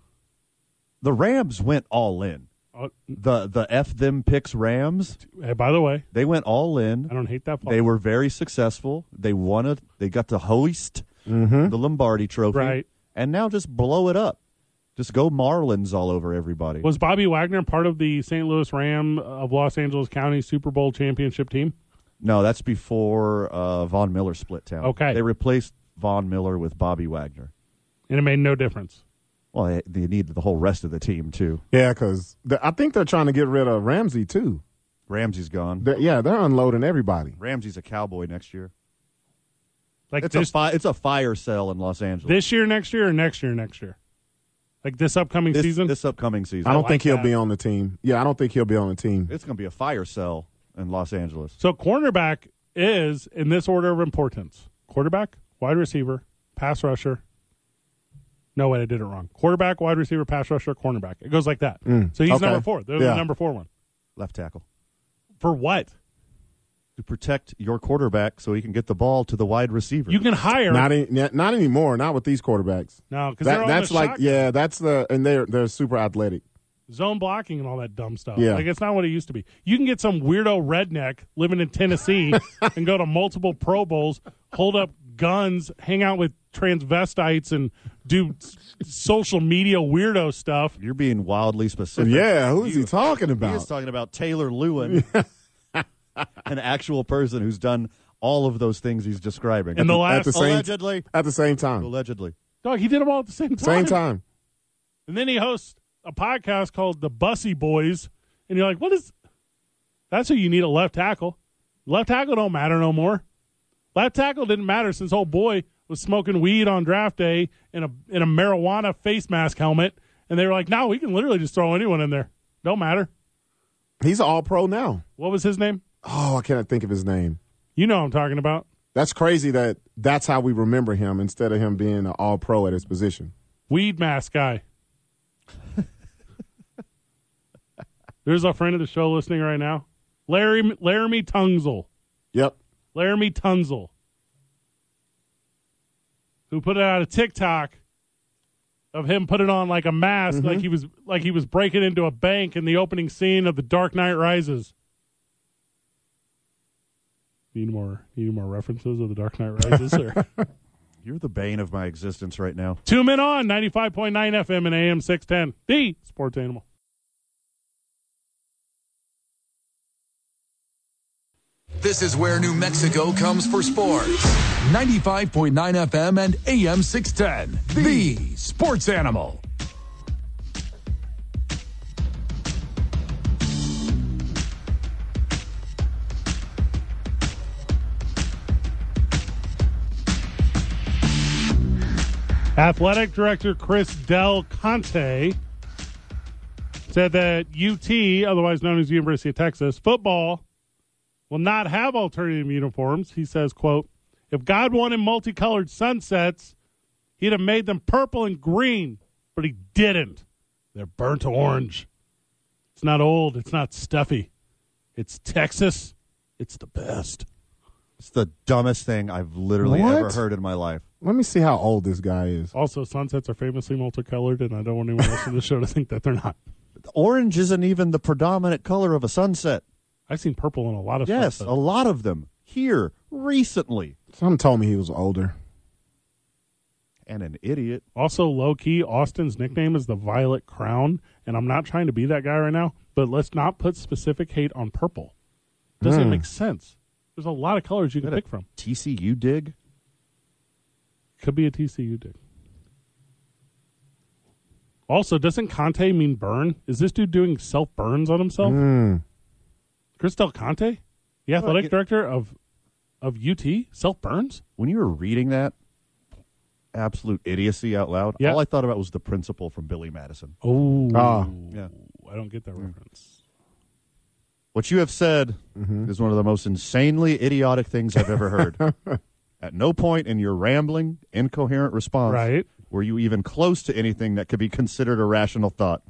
Speaker 3: the Rams went all in.
Speaker 1: Uh,
Speaker 3: The the F them picks Rams,
Speaker 1: hey, by the way,
Speaker 3: they went all in.
Speaker 1: I don't hate that. Part.
Speaker 3: They were very successful. They won it. They got to hoist
Speaker 1: Mm-hmm.
Speaker 3: the Lombardi Trophy,
Speaker 1: Hmm? Right.
Speaker 3: And now just blow it up. Just go Marlins all over everybody.
Speaker 1: Was Bobby Wagner part of the St. Louis Ram of Los Angeles County Super Bowl championship team?
Speaker 3: no, that's before uh, Von Miller split town.
Speaker 1: Okay.
Speaker 3: they replaced Von Miller with Bobby Wagner.
Speaker 1: And it made no difference.
Speaker 3: Well, they, they needed the whole rest of the team too.
Speaker 2: Yeah, because I think they're trying to get rid of Ramsey, too.
Speaker 3: Ramsey's gone.
Speaker 2: They're- yeah, they're unloading everybody.
Speaker 3: Ramsey's a cowboy next year.
Speaker 1: Like
Speaker 3: It's a
Speaker 1: this,
Speaker 3: fi- it's a fire sale in Los Angeles
Speaker 1: this year, next year, or next year, next year? Like this upcoming
Speaker 3: this,
Speaker 1: season?
Speaker 3: this upcoming season.
Speaker 2: I don't
Speaker 1: like
Speaker 2: think he'll
Speaker 1: that.
Speaker 2: be on the team. Yeah, I don't think he'll be on the team.
Speaker 3: it's going to be a fire sale in Los Angeles.
Speaker 1: So cornerback is in this order of importance: quarterback, wide receiver, pass rusher. No, wait, I did it wrong. Quarterback, wide receiver, pass rusher, cornerback. It goes like that. so he's
Speaker 2: Mm, okay.
Speaker 1: number four. They're the
Speaker 2: Yeah.
Speaker 1: number four one.
Speaker 3: Left tackle.
Speaker 1: For what?
Speaker 3: to protect your quarterback so he can get the ball to the wide receiver.
Speaker 1: You can hire
Speaker 2: Not any, not anymore. Not with these quarterbacks.
Speaker 1: no because
Speaker 2: That-
Speaker 1: they're all
Speaker 2: that's
Speaker 1: in the
Speaker 2: like
Speaker 1: shotgun.
Speaker 2: yeah, that's the and they're they're super athletic.
Speaker 1: zone blocking and all that dumb stuff.
Speaker 2: Yeah.
Speaker 1: Like it's not what it used to be. You can get some weirdo redneck living in Tennessee and go to multiple Pro Bowls, hold up guns, hang out with transvestites and do s- social media weirdo stuff.
Speaker 3: You're being wildly specific.
Speaker 2: Yeah, who's he talking
Speaker 3: He is
Speaker 2: about?
Speaker 3: talking about Taylor Lewin, an actual person who's done all of those things he's describing.
Speaker 1: And the
Speaker 2: At
Speaker 1: last
Speaker 2: the same
Speaker 3: allegedly,
Speaker 2: at the same time,
Speaker 3: allegedly,
Speaker 1: dog, he did them all at the same time.
Speaker 2: same time.
Speaker 1: And then he hosts a podcast called The Bussy Boys, and you're like, what is? That's who you need a left tackle. Left tackle don't matter no more. Left tackle didn't matter since old boy was smoking weed on draft day in a in a marijuana face mask helmet, and they were like, no, we can literally just throw anyone in there. Don't matter.
Speaker 2: He's all pro now.
Speaker 1: What was his name?
Speaker 2: Oh, I cannot think of his name.
Speaker 1: You know what I'm talking about.
Speaker 2: That's crazy that that's how we remember him instead of him being an all pro at his position.
Speaker 1: Weed mask guy. There's a friend of the show listening right now, Larry Laramie Tunzel.
Speaker 2: Yep.
Speaker 1: Laramie Tunzel, who put out a TikTok of him putting on like a mask, like he was like he was breaking into a bank in the opening scene of The Dark Knight Rises. Need more need more references of The Dark Knight Rises? or?
Speaker 3: you're the bane of my existence right now.
Speaker 1: Two men on ninety five point nine FM and AM six ten. The Sports Animal.
Speaker 6: This is where New Mexico comes for sports. 95.9 FM and AM 610. The, Sports Animal.
Speaker 1: Athletic Director Chris Del Conte said that UT, otherwise known as University of Texas, football will not have alternative uniforms. He says, quote, if God wanted multicolored sunsets, he'd have made them purple and green, but he didn't. They're burnt orange. It's not old, it's not stuffy. It's Texas. It's the best.
Speaker 3: It's the dumbest thing I've literally
Speaker 2: What?
Speaker 3: ever heard in my life.
Speaker 2: Let me see how old this guy is.
Speaker 1: Also, sunsets are famously multicolored, and I don't want anyone else in the show to think that they're not.
Speaker 3: Orange isn't even the predominant color of a sunset.
Speaker 1: I've seen purple in a lot of
Speaker 3: Yes,
Speaker 1: sunsets.
Speaker 3: a lot of them here recently.
Speaker 2: Some told me he was older.
Speaker 3: And an idiot.
Speaker 1: Also, low key, Austin's nickname is the Violet Crown, and I'm not trying to be that guy right now, but let's not put specific hate on purple. Doesn't
Speaker 3: Hmm.
Speaker 1: make sense. There's a lot of colors you can
Speaker 3: Got a
Speaker 1: pick from.
Speaker 3: TCU dig.
Speaker 1: Could be a TCU dude. Also, doesn't Conte mean burn? Is this dude doing self burns on himself?
Speaker 3: Hmm.
Speaker 2: Hmm.
Speaker 1: Chris Del Conte, the athletic
Speaker 3: it-
Speaker 1: director of of UT, self burns.
Speaker 3: When you were reading that absolute idiocy out loud,
Speaker 1: Yeah.
Speaker 3: all I thought about was the principal from Billy Madison.
Speaker 1: Oh,
Speaker 2: Ah.
Speaker 3: Yeah. Hmm.
Speaker 1: I don't get that reference.
Speaker 3: What you have said is one of the most insanely idiotic things I've ever heard. At no point in your rambling, incoherent response
Speaker 1: Right.
Speaker 3: were you even close to anything that could be considered a rational thought.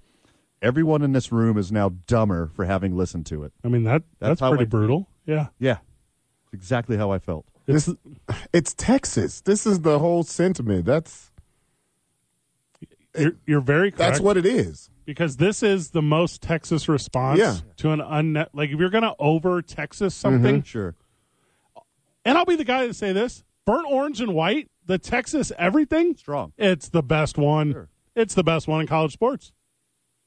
Speaker 3: Everyone in this room is now dumber for having listened to it.
Speaker 1: I mean that
Speaker 3: That's
Speaker 1: that's,
Speaker 3: how
Speaker 1: pretty
Speaker 3: I-
Speaker 1: brutal. Yeah,
Speaker 3: Yeah, exactly how I felt.
Speaker 2: This is, it's Texas. This is the whole sentiment. That's
Speaker 1: you're, you're very correct.
Speaker 2: that's what it is.
Speaker 1: because this is the most Texas response
Speaker 2: Yeah.
Speaker 1: to an unnet. Like if you're gonna over Texas something,
Speaker 3: Mm-hmm. Sure.
Speaker 2: Mm-hmm.
Speaker 1: and I'll be the guy to say this: burnt orange and white, the Texas everything
Speaker 3: Strong.
Speaker 1: It's the best one.
Speaker 3: Sure.
Speaker 1: It's the best one in college sports.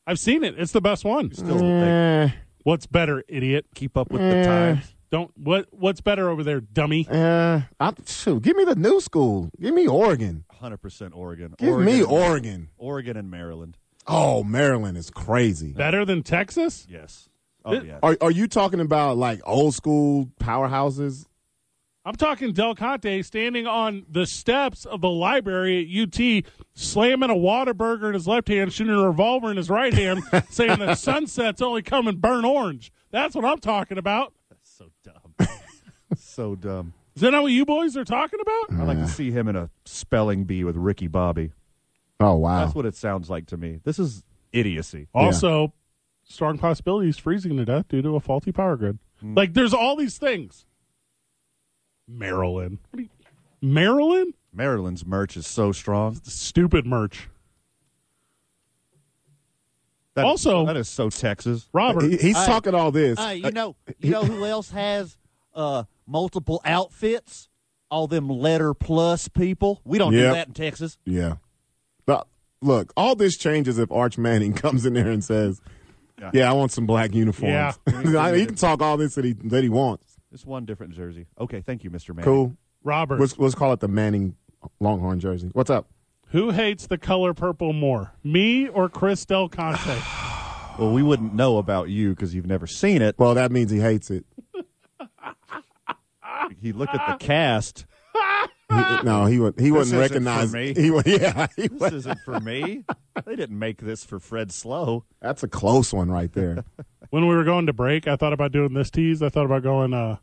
Speaker 1: I've seen it. It's the best one.
Speaker 3: Still don't think-
Speaker 2: Eh,
Speaker 1: What's better, idiot?
Speaker 3: keep up with
Speaker 2: Mm.
Speaker 3: the times.
Speaker 1: Don't what what's better over there, dummy?
Speaker 2: eh, I, shoot, give me the new school. Give me Oregon.
Speaker 3: 100% Oregon.
Speaker 2: Give
Speaker 3: Oregon
Speaker 2: me
Speaker 3: and-
Speaker 2: Oregon.
Speaker 3: Oregon and Maryland.
Speaker 2: Oh, Maryland is crazy.
Speaker 1: Better than Texas?
Speaker 3: Yes. Oh, yeah.
Speaker 2: Are are you talking about like old school powerhouses?
Speaker 1: I'm talking Del Conte standing on the steps of the library at UT, slamming a Whataburger in his left hand, shooting a revolver in his right hand, saying the sunsets only come in burnt orange. That's what I'm talking about.
Speaker 3: So dumb. so dumb.
Speaker 1: Is that not what you boys are talking about?
Speaker 3: I'd like to see him in a spelling bee with Ricky Bobby.
Speaker 2: Oh wow.
Speaker 3: That's what it sounds like to me. This is idiocy.
Speaker 1: Also, strong possibility he's freezing to death due to a faulty power grid. Like, there's all these things. Maryland. What do you- Maryland?
Speaker 3: Maryland's merch is so strong.
Speaker 1: Stupid merch.
Speaker 3: That is-
Speaker 1: Also-
Speaker 3: that is so Texas.
Speaker 1: Robert.
Speaker 2: Uh, He- he's talking all this. Uh,
Speaker 10: you know, you know who else has uh, multiple outfits? All them letter plus people. We don't do
Speaker 2: Yep.
Speaker 10: that in Texas.
Speaker 2: Yeah. But look, all this changes if Arch Manning comes in there and says, "Yeah, I want some black uniforms." Yeah. he can talk all this that he that he wants.
Speaker 3: It's one different jersey. Okay, thank you, Mr. Man.
Speaker 2: Cool.
Speaker 1: Robert.
Speaker 2: Let's let's call it the Manning Longhorn jersey. What's up?
Speaker 1: Who hates the color purple more, me or Chris Del Conte?
Speaker 3: Well, we wouldn't know about you because you've never seen it.
Speaker 2: Well, that means he hates it.
Speaker 3: He looked at the cast.
Speaker 2: He- no, he would. He wouldn't
Speaker 3: isn't
Speaker 2: recognize.
Speaker 3: for me.
Speaker 2: He would. Yeah. he
Speaker 3: This
Speaker 2: would-
Speaker 3: isn't for me. They didn't make this for Fred Slow.
Speaker 2: that's a close one right there.
Speaker 1: when we were going to break, I thought about doing this tease. I thought about going, uh,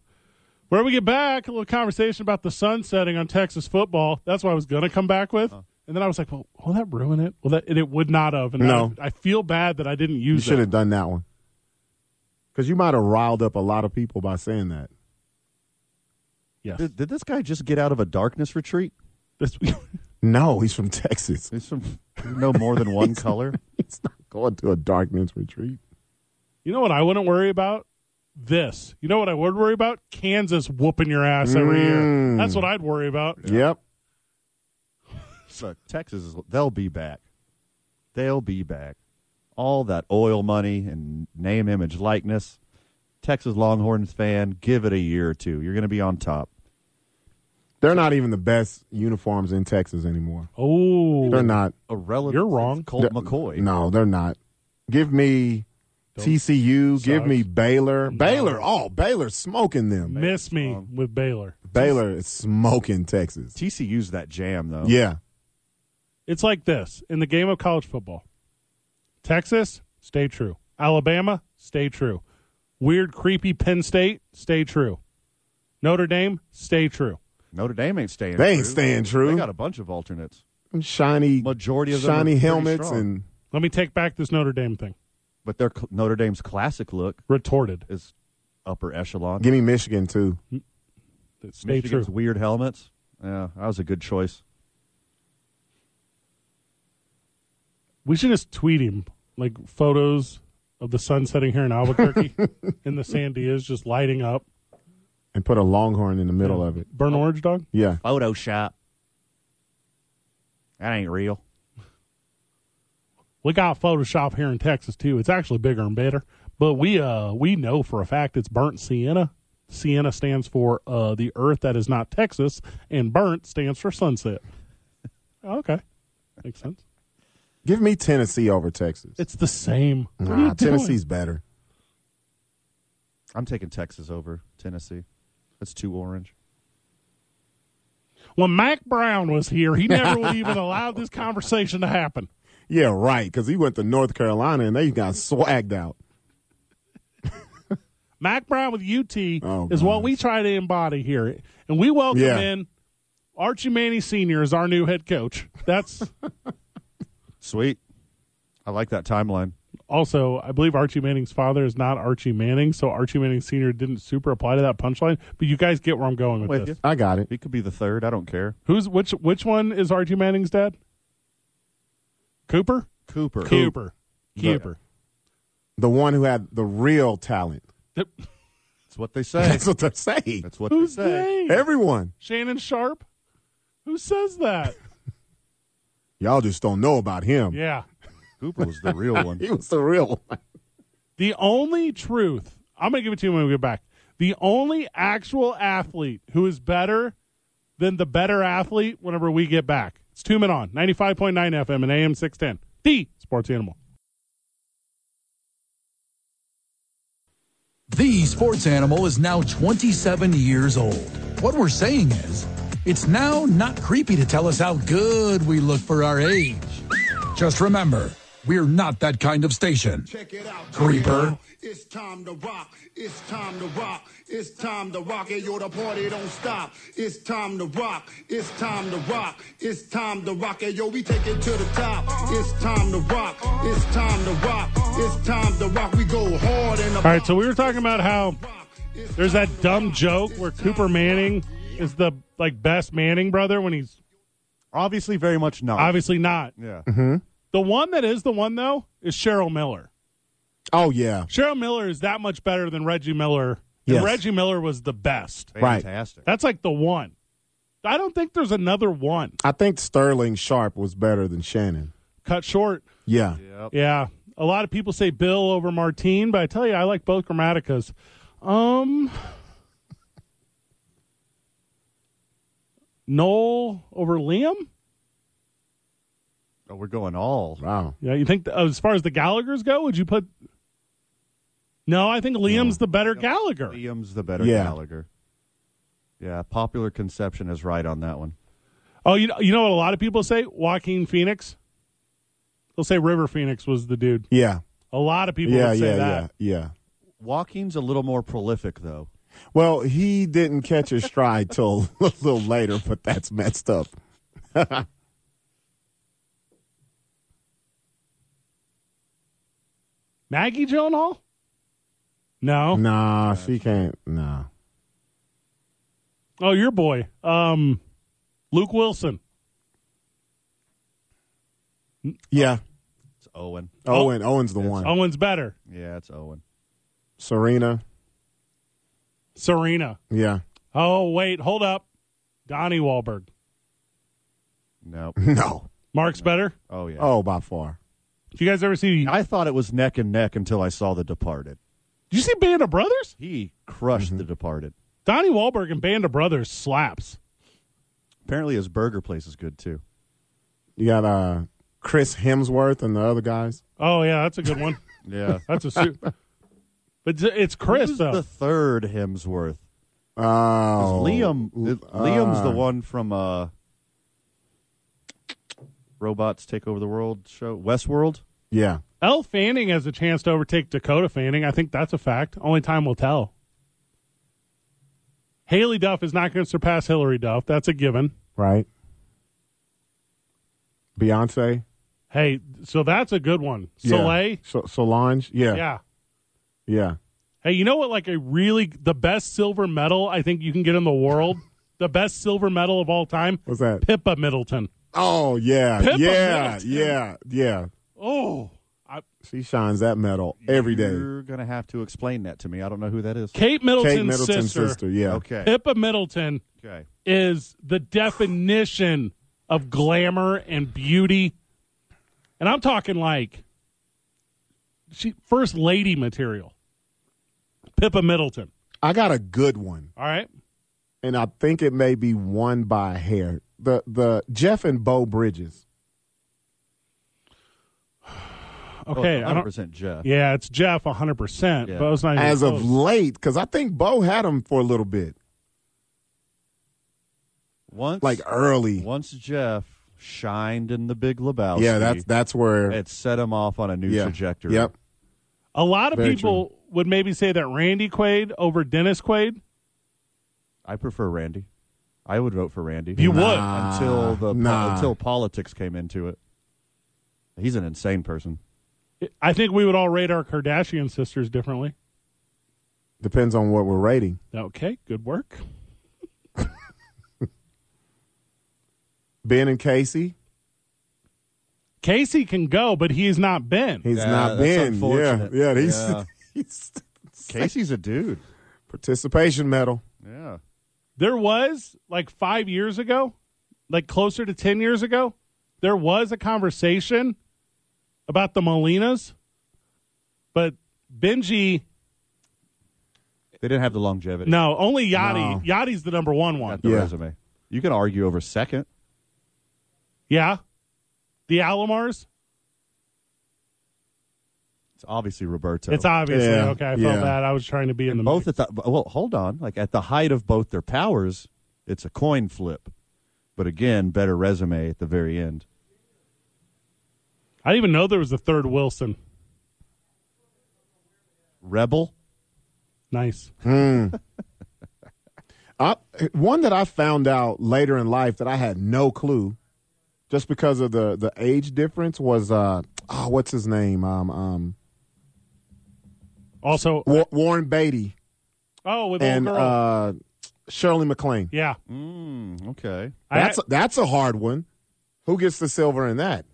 Speaker 1: where we get back, a little conversation about the sun setting on Texas football. That's what I was going to come back with. And then I was like, well, will that ruin it? Well, that, and it would not have. And
Speaker 2: No.
Speaker 1: I, I feel bad that I didn't
Speaker 2: You
Speaker 1: use
Speaker 2: should
Speaker 1: it.
Speaker 2: have done that one because you might have riled up a lot of people by saying that.
Speaker 1: Yes.
Speaker 3: Did, did this guy just get out of a darkness retreat?
Speaker 1: This,
Speaker 2: No, he's from Texas.
Speaker 3: There's some, no more than one color.
Speaker 2: He's not going to a darkness retreat.
Speaker 1: you know what I wouldn't worry about? This. You know what I would worry about? Kansas whooping your ass every year.
Speaker 2: Mm.
Speaker 1: That's what I'd worry about.
Speaker 2: Yep.
Speaker 3: Look, Texas, is, they'll be back. They'll be back. All that oil money and name, image, likeness. Texas Longhorns fan, give it a year or two. You're going to be on top.
Speaker 2: They're not even the best uniforms in Texas anymore.
Speaker 1: Oh,
Speaker 2: They're not.
Speaker 3: Irrelevant.
Speaker 1: You're wrong.
Speaker 3: Colt
Speaker 2: They're-
Speaker 3: McCoy.
Speaker 2: No, they're not. Give me TCU. Give me Baylor. Baylor. Oh, Baylor's smoking them.
Speaker 1: miss me with Baylor.
Speaker 2: Baylor is smoking Texas.
Speaker 3: TCU's that jam, though.
Speaker 2: Yeah.
Speaker 1: It's like this in the game of college football Texas, stay true. Alabama, stay true. Weird, creepy Penn State, stay true. Notre Dame, stay true.
Speaker 3: Notre Dame ain't staying
Speaker 2: They ain't
Speaker 3: true.
Speaker 2: staying true.
Speaker 3: They got a bunch of alternates.
Speaker 2: Shiny.
Speaker 3: Majority of them are
Speaker 2: shiny
Speaker 3: pretty
Speaker 2: helmets
Speaker 3: strong.
Speaker 2: and
Speaker 1: Let me take back this Notre Dame thing.
Speaker 3: But their cl- Notre Dame's classic look
Speaker 1: Retorted.
Speaker 3: is upper echelon.
Speaker 2: give me Michigan too.
Speaker 1: Stay
Speaker 3: Michigan's
Speaker 1: true.
Speaker 3: weird helmets. Yeah, that was a good choice.
Speaker 1: We should just tweet him like photos of the sun setting here in Albuquerque and the Sandias just lighting up.
Speaker 2: And put a Longhorn in the middle of it.
Speaker 1: Burn orange dog?
Speaker 2: Yeah.
Speaker 3: Photoshop. That ain't real.
Speaker 1: We got Photoshop here in Texas too. It's actually bigger and better, but we uh we know for a fact it's burnt sienna. Sienna stands for uh the earth that is not Texas, and burnt stands for sunset. Okay. Makes sense.
Speaker 2: Give me Tennessee over Texas.
Speaker 1: It's the same. What are you
Speaker 2: Nah,
Speaker 1: doing?
Speaker 2: Tennessee's better.
Speaker 3: I'm taking Texas over Tennessee. That's too orange.
Speaker 1: When Mac Brown was here, he never would even allow this conversation to happen.
Speaker 2: Yeah, right. Because he went to North Carolina and they got swagged out.
Speaker 1: Mac Brown with UT
Speaker 2: Oh,
Speaker 1: is what
Speaker 2: gosh.
Speaker 1: we try to embody here. And we welcome
Speaker 2: Yeah.
Speaker 1: in Archie Manny Sr. as our new head coach. That's
Speaker 3: Sweet. I like that timeline.
Speaker 1: also, I believe Archie Manning's father is not Archie Manning, so Archie Manning Sr. didn't super apply to that punchline. But you guys get where I'm going with
Speaker 3: With
Speaker 1: this.
Speaker 3: you.
Speaker 2: I got it.
Speaker 3: He could be the third. I don't care.
Speaker 1: Who's which which one is Archie Manning's dad? Cooper?
Speaker 3: Cooper.
Speaker 1: Cooper. Cooper.
Speaker 2: The one who had the real talent.
Speaker 3: That's what they say.
Speaker 2: That's what they're saying.
Speaker 3: That's what
Speaker 1: Who's
Speaker 3: they say.
Speaker 1: they?
Speaker 2: Everyone.
Speaker 1: Shannon Sharp? Who says that?
Speaker 2: Y'all just don't know about him.
Speaker 1: yeah.
Speaker 3: Cooper was the real one.
Speaker 2: He was the real one.
Speaker 1: The only truth, I'm going to give it to you when we get back. The only actual athlete who is better than the better athlete whenever we get back. It's Two Men On, 95.9 FM and AM 610. The Sports Animal.
Speaker 6: The sports animal is now 27 years old. What we're saying is, it's now not creepy to tell us how good we look for our age. Just remember, we're not that kind of station.
Speaker 11: Check it out,
Speaker 6: Creeper.
Speaker 11: It's time to rock. It's time to rock. It's time to rock. Hey, yo, the party don't stop. It's time to rock. It's time to rock. It's time to rock. Hey, yo, we take it to the top. It's time to rock. It's time to rock. It's time to rock. We go hard in the
Speaker 1: All right, so we were talking about how
Speaker 11: rock. It's
Speaker 1: there's that dumb joke where Cooper Manning is the like best Manning brother when he's
Speaker 3: Obviously, very much not.
Speaker 1: obviously not.
Speaker 3: yeah.
Speaker 1: The one that is the one though is Cheryl Miller.
Speaker 2: Oh, yeah.
Speaker 1: Cheryl Miller is that much better than Reggie Miller. And
Speaker 2: Yes.
Speaker 1: Reggie Miller was the best.
Speaker 2: Right.
Speaker 3: Fantastic.
Speaker 1: That's like the one. I don't think there's another one.
Speaker 2: I think Sterling Sharp was better than Shannon.
Speaker 1: Cut short.
Speaker 2: Yeah.
Speaker 1: Yeah. A lot of people say Bill over Martine, but I tell you, I like both grammaticas. Um, Noel over Liam?
Speaker 3: Oh, we're going all.
Speaker 2: Wow.
Speaker 1: Yeah, you think uh, as far as the Gallagher's go, would you put? No, I think Liam's the better Gallagher.
Speaker 3: Liam's the better
Speaker 2: Yeah.
Speaker 3: Gallagher. Yeah, popular conception is right on that one.
Speaker 1: Oh, you know, you know what a lot of people say? Joaquin Phoenix. They'll say River Phoenix was the dude.
Speaker 2: Yeah.
Speaker 1: A lot of people
Speaker 2: Yeah,
Speaker 1: would say
Speaker 2: yeah,
Speaker 1: that.
Speaker 2: yeah, yeah.
Speaker 3: Walking's a little more prolific, though.
Speaker 2: Well, he didn't catch his stride till a little later, but that's messed up.
Speaker 1: Maggie Joan Hall? No.
Speaker 2: Nah, she can't. Nah.
Speaker 1: Oh, your boy, um, Luke Wilson.
Speaker 2: Yeah.
Speaker 3: It's Owen.
Speaker 2: Owen. Owen's the
Speaker 3: It's
Speaker 2: one.
Speaker 1: Owen's better.
Speaker 3: Yeah, it's Owen.
Speaker 2: Serena.
Speaker 1: Serena.
Speaker 2: Yeah.
Speaker 1: Oh, wait, hold up. Donnie Wahlberg.
Speaker 3: No.
Speaker 2: No.
Speaker 1: Mark's better.
Speaker 3: Oh, yeah.
Speaker 2: Oh, by far.
Speaker 1: Do you guys ever see? Did
Speaker 3: I thought it was neck and neck until I saw The Departed.
Speaker 1: you see Band of Brothers?
Speaker 3: He crushed
Speaker 2: Mm-hmm.
Speaker 3: The Departed.
Speaker 1: Donnie Wahlberg and Band of Brothers slaps.
Speaker 3: Apparently, his burger place is good, too.
Speaker 2: You got uh Chris Hemsworth and the other guys.
Speaker 1: Oh yeah, that's a good one.
Speaker 3: Yeah.
Speaker 1: That's a suit. But it's Chris
Speaker 3: Who's
Speaker 1: though.
Speaker 3: the third Hemsworth?
Speaker 2: Oh,
Speaker 3: 'Cause Liam.
Speaker 2: uh,
Speaker 3: Liam's the one from uh, Robots Take Over the World show, Westworld.
Speaker 2: Yeah.
Speaker 1: Elle Fanning has a chance to overtake Dakota Fanning. I think that's a fact. Only time will tell. Haley Duff is not going to surpass Hillary Duff. That's a given.
Speaker 2: Right. Beyonce.
Speaker 1: Hey, so that's a good one.
Speaker 2: Yeah.
Speaker 1: Soleil.
Speaker 2: So- Solange. Yeah.
Speaker 1: Yeah.
Speaker 2: Yeah.
Speaker 1: Hey, you know what? Like a really the best silver medal I think you can get in the world. the best silver medal of all time.
Speaker 2: What's that?
Speaker 1: Pippa Middleton.
Speaker 2: Oh yeah.
Speaker 1: Pippa
Speaker 2: yeah.
Speaker 1: Middleton.
Speaker 2: Yeah. Yeah.
Speaker 1: Oh, I,
Speaker 2: She shines that medal every day.
Speaker 3: You're gonna have to explain that to me. I don't know who that is.
Speaker 1: Kate Middleton's,
Speaker 2: Kate Middleton's sister.
Speaker 1: sister.
Speaker 2: Yeah.
Speaker 3: Okay.
Speaker 1: Pippa Middleton
Speaker 3: Okay.
Speaker 1: is the definition of glamour and beauty. And I'm talking like she first lady material. Pippa Middleton.
Speaker 2: I got a good one,
Speaker 1: All right.
Speaker 2: and I think it may be one by a hair. the the Jeff and Bo Bridges.
Speaker 3: Oh,
Speaker 1: Okay, I don't-
Speaker 3: 100% Jeff.
Speaker 1: Yeah, it's Jeff 100%. But it's not even
Speaker 2: As of
Speaker 1: close.
Speaker 2: late, because I think Bo had him for a little bit.
Speaker 3: Once
Speaker 2: like early.
Speaker 3: Once Jeff shined in the Big Lebowski.
Speaker 2: Yeah, that's that's where
Speaker 3: it set him off on a new
Speaker 2: Yeah.
Speaker 3: trajectory.
Speaker 2: Yep.
Speaker 1: A lot of
Speaker 3: Very
Speaker 1: people would maybe say that Randy Quaid over Dennis Quaid.
Speaker 3: I prefer Randy. I would vote for Randy.
Speaker 1: You would.
Speaker 3: until the
Speaker 1: Nah.
Speaker 3: until politics came into it. He's an insane person.
Speaker 1: I think we would all rate our Kardashian sisters differently.
Speaker 2: Depends on what we're rating.
Speaker 1: Okay, good work.
Speaker 2: Ben and Casey.
Speaker 1: Casey can go, but he's not Ben.
Speaker 2: He's not Ben. Yeah, yeah. He's, he's
Speaker 3: Casey's a dude.
Speaker 2: Participation medal.
Speaker 3: Yeah.
Speaker 1: There was like five years ago, like closer to 10 years ago, there was a conversation about the Molinas, but Benji,
Speaker 3: They didn't have the longevity.
Speaker 1: no, only Yachty. Yachty's the number one one.
Speaker 3: The resume. You can argue over second.
Speaker 1: Yeah. The Alomars,
Speaker 3: It's obviously Roberto.
Speaker 1: it's obviously okay. I felt bad. I was trying to be in the
Speaker 3: both at the well, hold on. Like at the height of both their powers, it's a coin flip. But again, better resume at the very end.
Speaker 1: I didn't even know there was a third Wilson.
Speaker 3: Rebel.
Speaker 1: Nice.
Speaker 2: I, one that I found out later in life that I had no clue, just because of the the age difference, was uh, oh, what's his name? Um, um,
Speaker 1: also
Speaker 2: Wa- Warren Beatty
Speaker 1: Oh, with
Speaker 2: and
Speaker 1: old girl.
Speaker 2: uh, Shirley MacLaine.
Speaker 1: yeah.
Speaker 3: Mm, okay.
Speaker 2: That's that's a hard one. Who gets the silver in that?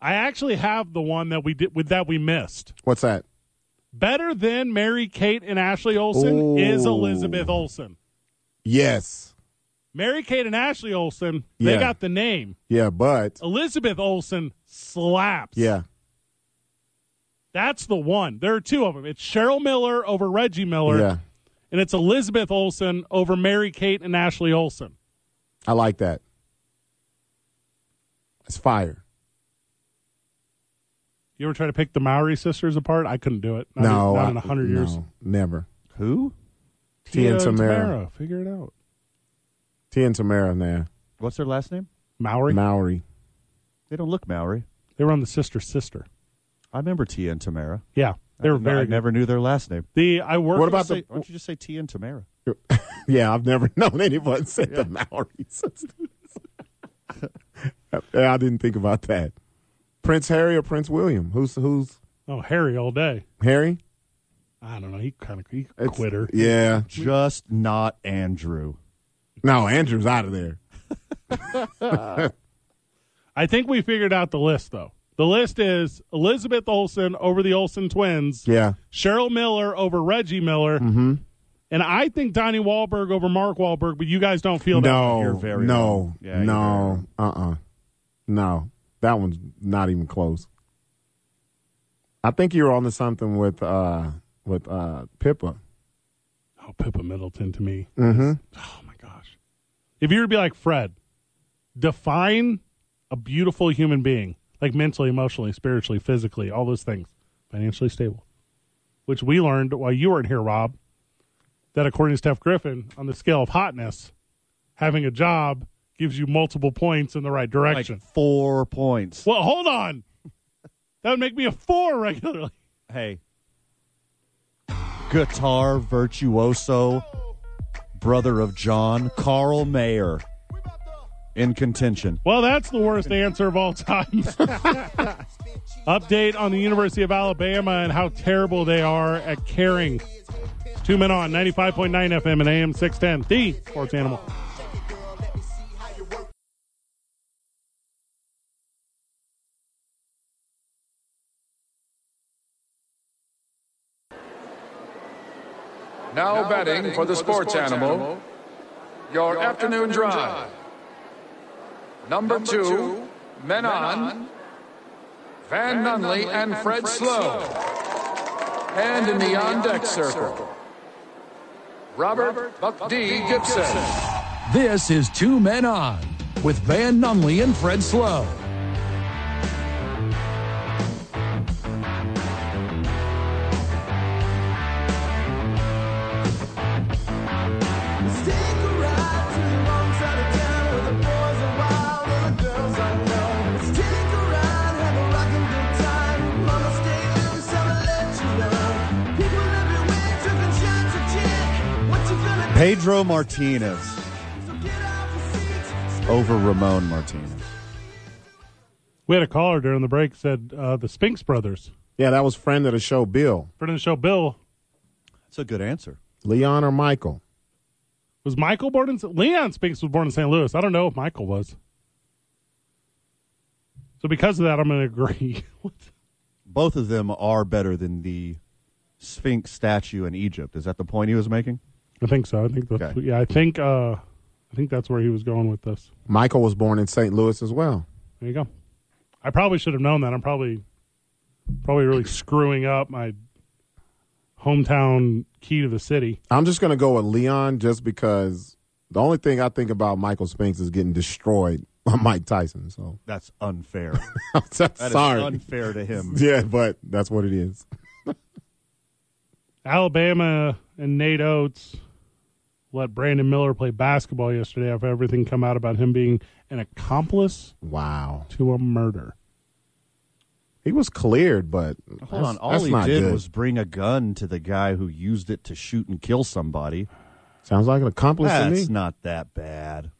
Speaker 1: I actually have the one that we did with that we missed.
Speaker 2: What's that?
Speaker 1: Better than Mary Kate and Ashley Olsen is Elizabeth Olsen.
Speaker 2: Yes.
Speaker 1: Mary Kate and Ashley Olsen, they
Speaker 2: Yeah.
Speaker 1: got the name.
Speaker 2: Yeah, but
Speaker 1: Elizabeth Olsen slaps.
Speaker 2: yeah,
Speaker 1: That's the one. There are two of them. It's Cheryl Miller over Reggie Miller,
Speaker 2: yeah.
Speaker 1: and it's Elizabeth Olsen over Mary Kate and Ashley Olsen.
Speaker 2: I like that. It's fire.
Speaker 1: You ever try to pick the Maori sisters apart? I couldn't do it. Not,
Speaker 2: no,
Speaker 1: in- not
Speaker 2: I-
Speaker 1: in a hundred years.
Speaker 2: no, never.
Speaker 3: Who?
Speaker 2: Tia and Tamara.
Speaker 1: Figure it out.
Speaker 2: T and Tamara, nah.
Speaker 3: What's their last name?
Speaker 1: Maori.
Speaker 2: Maori.
Speaker 3: They don't look Maori.
Speaker 1: they were on the sister sister.
Speaker 3: I remember Tia and Tamara.
Speaker 1: Yeah, they were
Speaker 3: I,
Speaker 1: very
Speaker 3: I
Speaker 1: good.
Speaker 3: never knew their last name.
Speaker 1: The I worked.
Speaker 2: What
Speaker 1: with
Speaker 2: about
Speaker 1: the-
Speaker 2: the-
Speaker 3: Why don't you just say Tia and Tamara?
Speaker 2: Yeah, I've never known anyone say the Maori sisters. yeah, I didn't think about that. Prince Harry or Prince William? Who's who's
Speaker 1: oh Harry all day?
Speaker 2: Harry?
Speaker 1: I don't know. He kind of he
Speaker 2: It's-
Speaker 1: quitter.
Speaker 2: Yeah.
Speaker 3: Just not Andrew.
Speaker 2: No, Andrew's out of there.
Speaker 1: I think we figured out the list though. The list is Elizabeth Olsen over the Olsen twins,
Speaker 2: Yeah. Mm-hmm.
Speaker 1: Cheryl Miller over Reggie Miller, and I think Donnie Wahlberg over Mark Wahlberg. But you guys don't feel that.
Speaker 2: No.
Speaker 3: You're very
Speaker 2: no.
Speaker 3: wrong. Yeah, you're
Speaker 2: no. Uh uh No. That one's not even close. I think you were on to something with uh with uh Pippa.
Speaker 1: Oh, Pippa Middleton to me.
Speaker 2: Mm-hmm.
Speaker 1: Oh my gosh! If you were to be like Fred, define a beautiful human being, like mentally, emotionally, spiritually, physically, all those things, financially stable, which we learned while you weren't here, Rob, that according to Steph Griffin, on the scale of hotness, having a job gives you multiple points in the right direction.
Speaker 3: Like four points.
Speaker 1: well, hold on. That would make me a four regularly.
Speaker 3: Hey. Guitar virtuoso, brother of John, Carl Mayer, in contention.
Speaker 1: Well, that's the worst answer of all time. Update on the University of Alabama and how terrible they are at caring. Two men on 95.9 FM and AM 610, the sports animal.
Speaker 5: Now, betting, for the sports, animal, your, afternoon, drive. Number, two, men, on, Van, Nunley and, Fred, Slow. And in the on deck circle, Robert Buck D. Gibson.
Speaker 6: This is Two Men On with Van Nunley and Fred Slow.
Speaker 3: Pedro Martinez over Ramon Martinez.
Speaker 1: We had a caller during the break said uh, the Spinks brothers.
Speaker 2: Yeah, that was friend of the show, Bill.
Speaker 1: Friend of the show, Bill.
Speaker 3: That's a good answer.
Speaker 2: Leon or Michael?
Speaker 1: Was Michael born in Leon Spinks was born in St. Louis. I don't know if Michael was. So because of that, I'm going to agree. What?
Speaker 3: Both of them are better than the Sphinx statue in Egypt. Is that the point he was making?
Speaker 1: I think so. I think that's
Speaker 3: Okay.
Speaker 1: yeah. I think uh, I think that's where he was going with this.
Speaker 2: Michael was born in St. Louis as well.
Speaker 1: There you go. I probably should have known that. I'm probably probably really screwing up my hometown key to the city.
Speaker 2: I'm just going to go with Leon just because the only thing I think about Michael Spinks is getting destroyed by Mike Tyson. So
Speaker 3: That's unfair.
Speaker 2: I'm so
Speaker 3: That is
Speaker 2: sorry.
Speaker 3: unfair to him.
Speaker 2: Yeah, but that's what it is.
Speaker 1: Alabama and Nate Oates let Brandon Miller play basketball yesterday after everything come out about him being an accomplice
Speaker 2: Wow.
Speaker 1: to a murder.
Speaker 2: He was cleared, but
Speaker 3: Hold
Speaker 2: that's,
Speaker 3: on. All
Speaker 2: that's
Speaker 3: he
Speaker 2: not
Speaker 3: did
Speaker 2: good.
Speaker 3: was bring a gun to the guy who used it to shoot and kill somebody.
Speaker 2: Sounds like an accomplice to me.
Speaker 3: That's not that bad.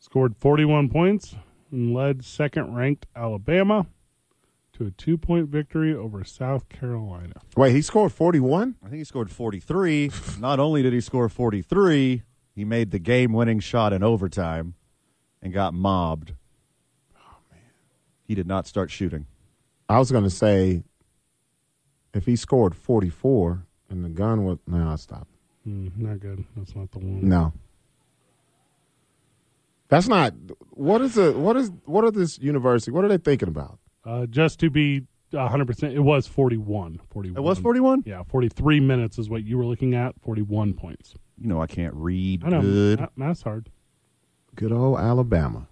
Speaker 1: Scored 41 points and led second-ranked Alabama to a two-point victory over South Carolina.
Speaker 2: Wait, he scored 41?
Speaker 3: I think he scored 43. Not only did he score 43, he made the game winning shot in overtime and got mobbed. Oh, man. He did not start shooting.
Speaker 2: I was going to say if he scored 44 and the gun was. No, I'll stop.
Speaker 1: Mm, not good. That's not the one.
Speaker 2: No. That's not. What is the. What is. What are this university. What are they thinking about?
Speaker 1: Uh, just to be 100%, it was 41. 41.
Speaker 3: It was 41?
Speaker 1: Yeah, 43 minutes is what you were looking at, 41 points.
Speaker 3: You know, I can't read
Speaker 1: I know.
Speaker 3: good.
Speaker 1: ma- Math's hard.
Speaker 2: Good old Alabama.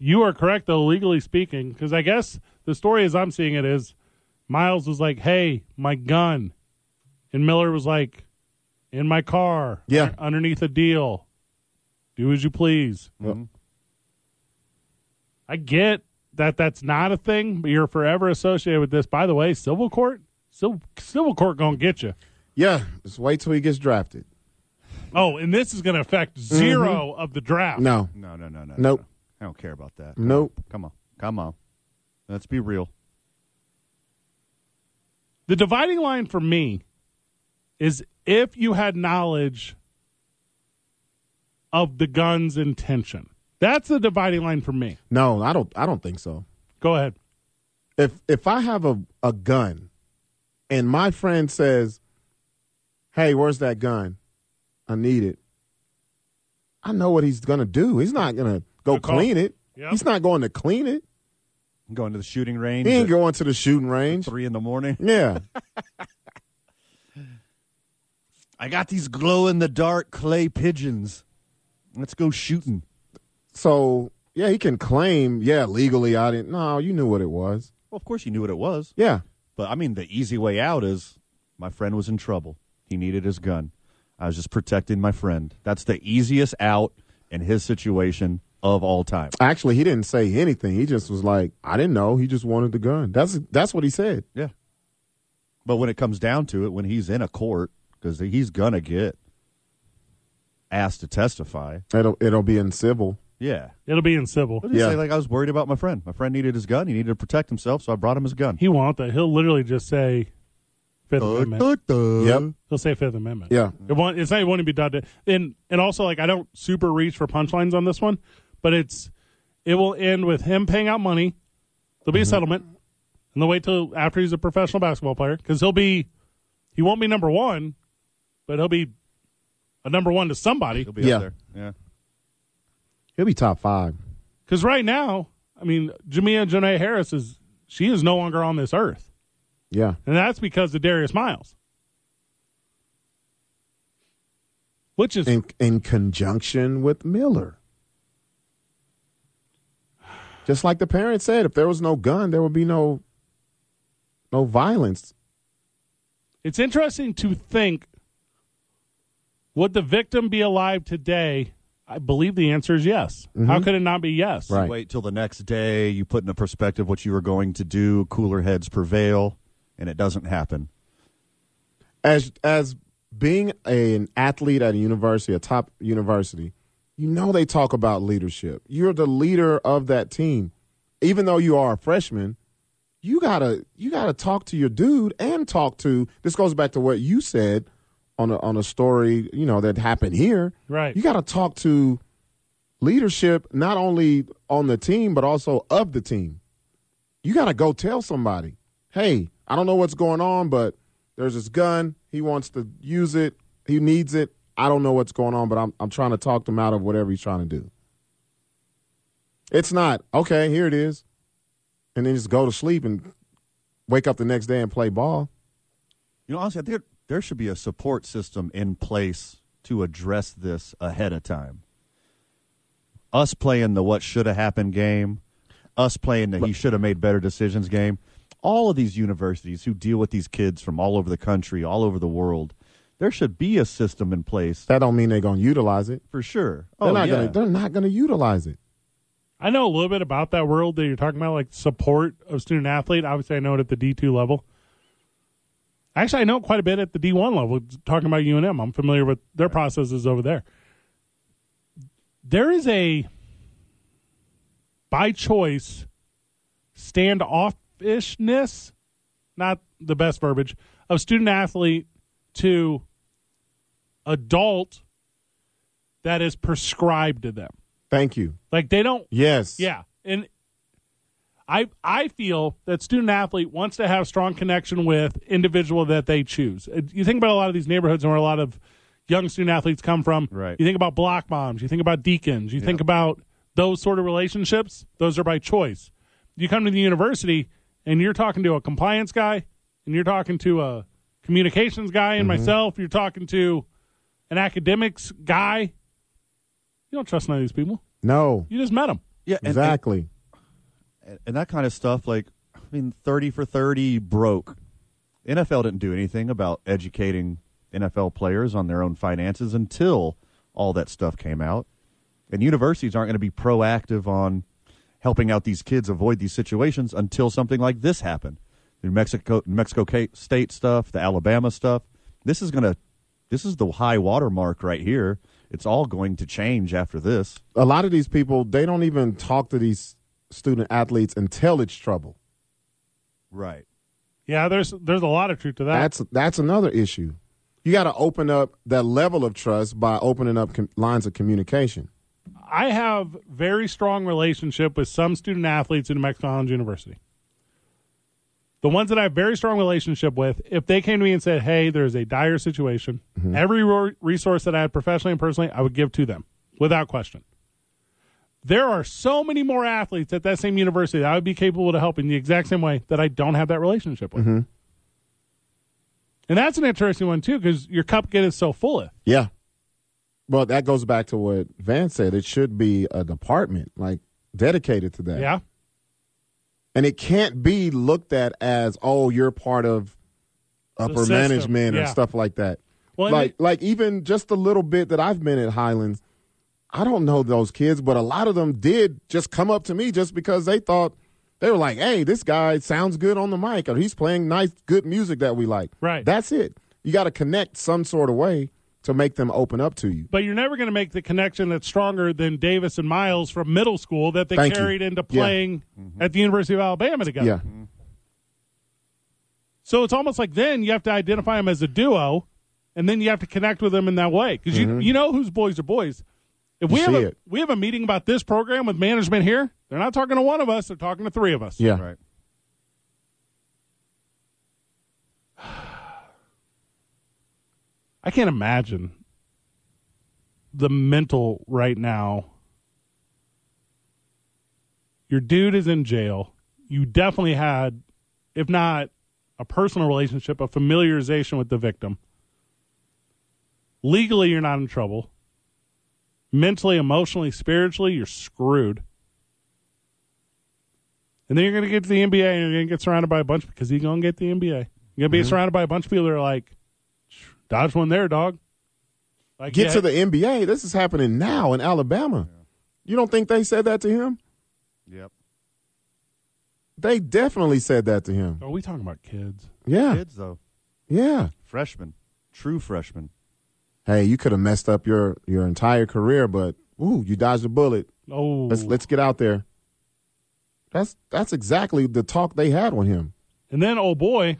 Speaker 1: You are correct, though, legally speaking, because I guess the story as I'm seeing it is Miles was like, hey, my gun. And Miller was like, in my car.
Speaker 2: Yeah.
Speaker 1: un- Underneath a deal. Do as you please.
Speaker 2: Mhm.
Speaker 1: I get that that's not a thing, but you're forever associated with this. By the way, civil court, civil, civil court going to get you.
Speaker 2: Yeah, just wait till he gets drafted.
Speaker 1: Oh, and this is going to affect 0 of the draft.
Speaker 2: Mm-hmm. No.
Speaker 3: No, no, no, no. no,
Speaker 2: Nope.
Speaker 3: no. I don't care about that.
Speaker 2: Nope.
Speaker 3: Come on. Come on. Let's be real.
Speaker 1: The dividing line for me is if you had knowledge of the gun's intention. That's the dividing line for me.
Speaker 2: No, I don't. I don't think so.
Speaker 1: Go ahead.
Speaker 2: If if I have a, a gun, and my friend says, "Hey, where's that gun? I need it." I know what he's gonna do. He's not gonna go
Speaker 1: Good call.
Speaker 2: clean it.
Speaker 1: Yep.
Speaker 2: He's not going to clean it.
Speaker 3: Going to the shooting range
Speaker 2: He ain't
Speaker 3: at
Speaker 2: going to the shooting range.
Speaker 3: three in the morning.
Speaker 2: Yeah,
Speaker 3: I got these glow in the dark clay pigeons. Let's go shooting.
Speaker 2: So yeah, he can claim, yeah, legally I didn't. No, you knew what it was.
Speaker 3: Well, of course you knew what it was.
Speaker 2: Yeah,
Speaker 3: But I mean, the easy way out is my friend was in trouble. He needed his gun. I was just protecting my friend. That's the easiest out in his situation of all time.
Speaker 2: actually, he didn't say anything. He just was like, I didn't know. He just wanted the gun. That's that's what he said.
Speaker 3: Yeah. But when it comes down to it, when he's in a court, because he's going to get asked to testify.
Speaker 2: It'll it'll be in civil.
Speaker 3: Yeah.
Speaker 1: It'll be in civil.
Speaker 3: What did he
Speaker 2: Yeah.
Speaker 3: say? Like, I was worried about my friend. My friend needed his gun. He needed to protect himself, so I brought him his gun.
Speaker 1: He won't. though. He'll literally just say Fifth Amendment.
Speaker 2: Yep.
Speaker 1: He'll say Fifth Amendment.
Speaker 2: Yeah.
Speaker 1: It won't, it's not. It won't even be done. To, and and also like I don't super reach for punchlines on this one, but it's it will end with him paying out money. There'll be a settlement, and they'll wait till after he's a professional basketball player because he'll be he won't be number one, but he'll be a number one to somebody.
Speaker 3: He'll be
Speaker 2: Yeah.
Speaker 3: up there. Yeah.
Speaker 2: He'll be top five.
Speaker 1: Because right now, I mean, Jamia Janae Harris is she is no longer on this earth,
Speaker 2: Yeah.
Speaker 1: and that's because of Darius Miles. which is
Speaker 2: in, in conjunction with Miller. Just like the parents said, if there was no gun, there would be no no violence.
Speaker 1: It's interesting to think would the victim be alive today? I believe the answer is yes. How could it not be yes?
Speaker 3: You wait till the next day. You put into perspective what you were going to do. Cooler heads prevail, and it doesn't happen.
Speaker 2: As as being a- an athlete at a university, a top university, you know they talk about leadership. You're the leader of that team. Even though you are a freshman, you gotta you gotta talk to your dude and talk to this goes back to what you said on a on a story, you know, that happened here.
Speaker 1: Right.
Speaker 2: You gotta talk to leadership not only on the team but also of the team. You gotta go tell somebody, hey, I don't know what's going on, but there's this gun. He wants to use it. He needs it. I don't know what's going on, but I'm I'm trying to talk him out of whatever he's trying to do. It's not okay. Here it is, and then just go to sleep and wake up the next day and play ball.
Speaker 3: You know, honestly, there there should be a support system in place to address this ahead of time. Us playing the what should have happened game, us playing the he should have made better decisions game. All of these universities who deal with these kids from all over the country, all over the world, there should be a system in place
Speaker 2: That don't mean they're gonna utilize it.
Speaker 3: for sure.
Speaker 2: They're
Speaker 3: oh,
Speaker 2: not
Speaker 3: yeah.
Speaker 2: gonna. They're not gonna utilize it.
Speaker 1: I know a little bit about that world that you're talking about, like support of student athlete. Obviously, I know it at the D2 level. Actually, I know quite a bit at the D1 level, talking about UNM. I'm familiar with their processes over there. There is a, by choice, standoffishness, not the best verbiage, of student athlete to adult that is prescribed to them.
Speaker 2: Thank you.
Speaker 1: Like they don't
Speaker 2: Yes.
Speaker 1: yeah, and I I feel that student athlete wants to have strong connection with individual that they choose. Uh, You think about a lot of these neighborhoods and where a lot of young student athletes come from.
Speaker 3: Right.
Speaker 1: You think about block moms. You think about deacons. You think about those sort of relationships. Those are by choice. You come to the university and you're talking to a compliance guy, and you're talking to a communications guy and myself. You're talking to an academics guy. You don't trust none of these people.
Speaker 2: No.
Speaker 1: You just met them.
Speaker 3: Yeah, and- and-
Speaker 2: Exactly.
Speaker 3: and, and that kind of stuff. Like, I mean, thirty for thirty broke. NFL didn't do anything about educating NFL players on their own finances until all that stuff came out. And universities aren't going to be proactive on helping out these kids avoid these situations until something like this happened. The New Mexico, New Mexico ca- State stuff, the Alabama stuff. This is going to, this is the high water mark right here. It's all going to change after this.
Speaker 2: a lot of these people they don't even talk to these student athletes until it's trouble.
Speaker 3: Right.
Speaker 1: Yeah, there's there's a lot of truth to that.
Speaker 2: That's that's another issue. You got to open up that level of trust by opening up com- lines of communication.
Speaker 1: I have very strong relationship with some student athletes in New Mexico College University. The ones that I have very strong relationship with, if they came to me and said, "Hey, there's a dire situation," every ro- resource that I had professionally and personally, I would give to them without question. There are so many more athletes at that same university that I would be capable of helping the exact same way that I don't have that relationship with. And that's an interesting one too, because your cup gets so full of.
Speaker 2: Yeah. Well, that goes back to what Van said. It should be a department like dedicated to that.
Speaker 1: Yeah.
Speaker 2: And it can't be looked at as, oh, you're part of upper
Speaker 1: system,
Speaker 2: management or
Speaker 1: yeah.
Speaker 2: stuff like that.
Speaker 1: Well, and
Speaker 2: like, like even just a little bit that I've been at Highlands, I don't know those kids, but a lot of them did just come up to me just because they thought they were like, "Hey, this guy sounds good on the mic, or he's playing nice, good music that we like."
Speaker 1: Right.
Speaker 2: That's it. You got to connect some sort of way to make them open up to you.
Speaker 1: but you're never going to make the connection that's stronger than Davis and Miles from middle school that they
Speaker 2: Thank you.
Speaker 1: carried into
Speaker 2: Yeah. Mm-hmm.
Speaker 1: playing at the University of Alabama together.
Speaker 2: Yeah.
Speaker 1: So it's almost like then you have to identify them as a duo, and then you have to connect with them in that way because you you know whose boys are boys. If we
Speaker 2: Mm-hmm. You
Speaker 1: have
Speaker 2: see
Speaker 1: a,
Speaker 2: it.
Speaker 1: we have a meeting about this program with management here, they're not talking to one of us; they're talking to three of us.
Speaker 2: Yeah.
Speaker 3: Right.
Speaker 1: I can't imagine the mental right now. Your dude is in jail. You definitely had, if not a personal relationship, a familiarization with the victim. Legally, you're not in trouble. Mentally, emotionally, spiritually, you're screwed. And then you're going to get to the NBA and you're going to get surrounded by a bunch because you're going to get the NBA. You're going to
Speaker 2: Mm-hmm.
Speaker 1: be surrounded by a bunch of people that are like, dodge one there, dog. Like,
Speaker 2: Get
Speaker 1: yeah,
Speaker 2: to the NBA. This is happening now in Alabama. You don't think they said that to him?
Speaker 3: Yep.
Speaker 2: They definitely said that to him.
Speaker 1: Are we talking about kids?
Speaker 2: Yeah.
Speaker 3: Kids though,
Speaker 2: Yeah.
Speaker 3: freshmen, true freshmen.
Speaker 2: Hey, you could have messed up your your entire career, but ooh, you dodged a bullet.
Speaker 1: Oh,
Speaker 2: Let's let's get out there. That's that's exactly the talk they had on him.
Speaker 1: and then oh boy,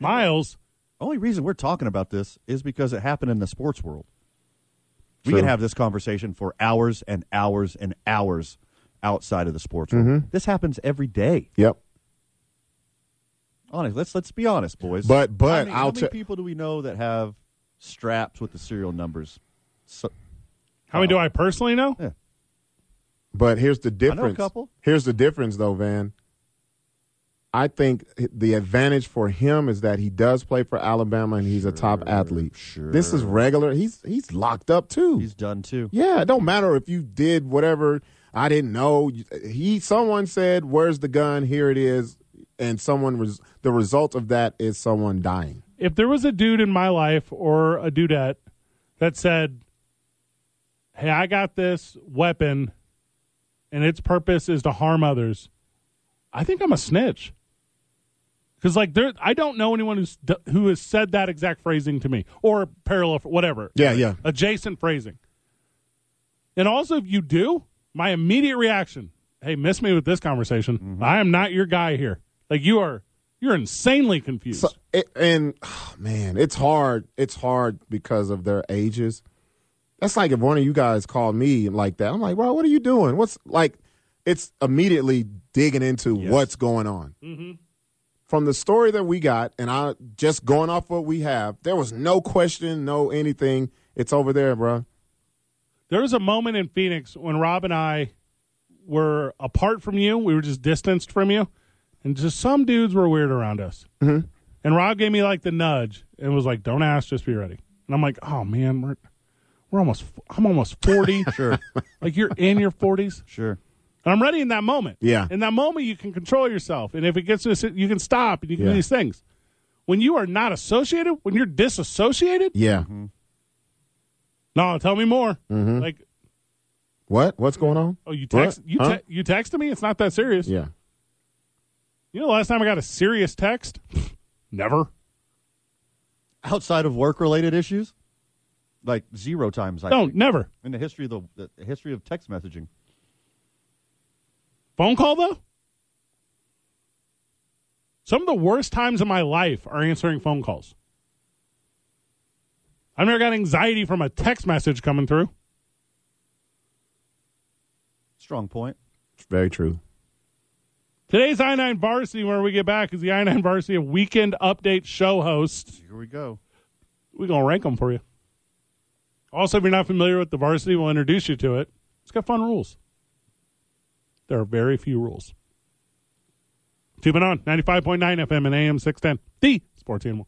Speaker 1: Miles.
Speaker 3: Only reason we're talking about this is because it happened in the sports world. We
Speaker 2: True.
Speaker 3: could have this conversation for hours and hours and hours outside of the sports
Speaker 2: Mm-hmm.
Speaker 3: world. This happens every day.
Speaker 2: Yep.
Speaker 3: Honest, let's let's be honest, boys.
Speaker 2: But but
Speaker 3: how many, how
Speaker 2: I'll
Speaker 3: many
Speaker 2: tell
Speaker 3: people do we know that have straps with the serial numbers? So,
Speaker 1: How many do I personally know?
Speaker 2: But here's the
Speaker 3: know a
Speaker 2: difference.
Speaker 3: couple.
Speaker 2: Here's the difference, though, Van. I think the advantage for him is that he does play for Alabama and he's a top athlete.
Speaker 3: sure.
Speaker 2: This is regular. He's he's locked up too.
Speaker 3: he's done too.
Speaker 2: yeah, it don't matter if you did whatever I didn't know. He someone said, "Where's the gun? Here it is." And someone was the result of that is someone dying.
Speaker 1: If there was a dude in my life or a dudette that said, "Hey, I got this weapon, and its purpose is to harm others," I think I'm a snitch. Because like there, I don't know anyone who's d- who has said that exact phrasing to me or parallel, whatever.
Speaker 2: Yeah, yeah.
Speaker 1: adjacent phrasing. And also, if you do, my immediate reaction: Hey, miss me with this conversation. I am not your guy here. Like you are, you're insanely confused.
Speaker 2: So, it, and oh, man, it's hard. It's hard because of their ages. That's like if one of you guys called me like that. I'm like, bro, what are you doing? What's like? It's immediately digging into what's going on. From the story that we got, and I just going off what we have, there was no question, no anything. It's over there, bro.
Speaker 1: there was a moment in Phoenix when Rob and I were apart from you. We were just distanced from you, and just some dudes were weird around us. Mm-hmm. And Rob gave me like the nudge and was like, "Don't ask, just be ready." And I'm like, "Oh man, we're we're almost I'm almost forty. sure, like you're in your forties.
Speaker 3: Sure.
Speaker 1: And I'm ready in that moment.
Speaker 2: Yeah.
Speaker 1: In that moment, you can control yourself. And if it gets to a, si- you can stop and you can
Speaker 2: Yeah.
Speaker 1: do these things. When you are not associated, when you're disassociated,
Speaker 2: Yeah. Mm-hmm.
Speaker 1: no, tell me more. Like,
Speaker 2: What? What's going on?
Speaker 1: oh, you text,
Speaker 2: Hmm. What?
Speaker 1: you,
Speaker 2: Huh?
Speaker 1: te- you texted me? It's not that serious.
Speaker 2: Yeah.
Speaker 1: You know, the last time I got a serious text, never.
Speaker 3: Outside of work related issues, like zero times. I
Speaker 1: No,
Speaker 3: think,
Speaker 1: never.
Speaker 3: in the history of the, the history of text messaging.
Speaker 1: Phone call, though? Some of the worst times in my life are answering phone calls. I've never got anxiety from a text message coming through.
Speaker 3: Strong point.
Speaker 2: Very true.
Speaker 1: Today's I 9 Varsity, when we get back, is the I 9 Varsity Weekend Update show host.
Speaker 3: Here we go.
Speaker 1: We're going to rank them for you. Also, if you're not familiar with the Varsity, we'll introduce you to it. It's got fun rules. There are very few rules. Tubing on 95.9 FM and AM 610, the sports animal.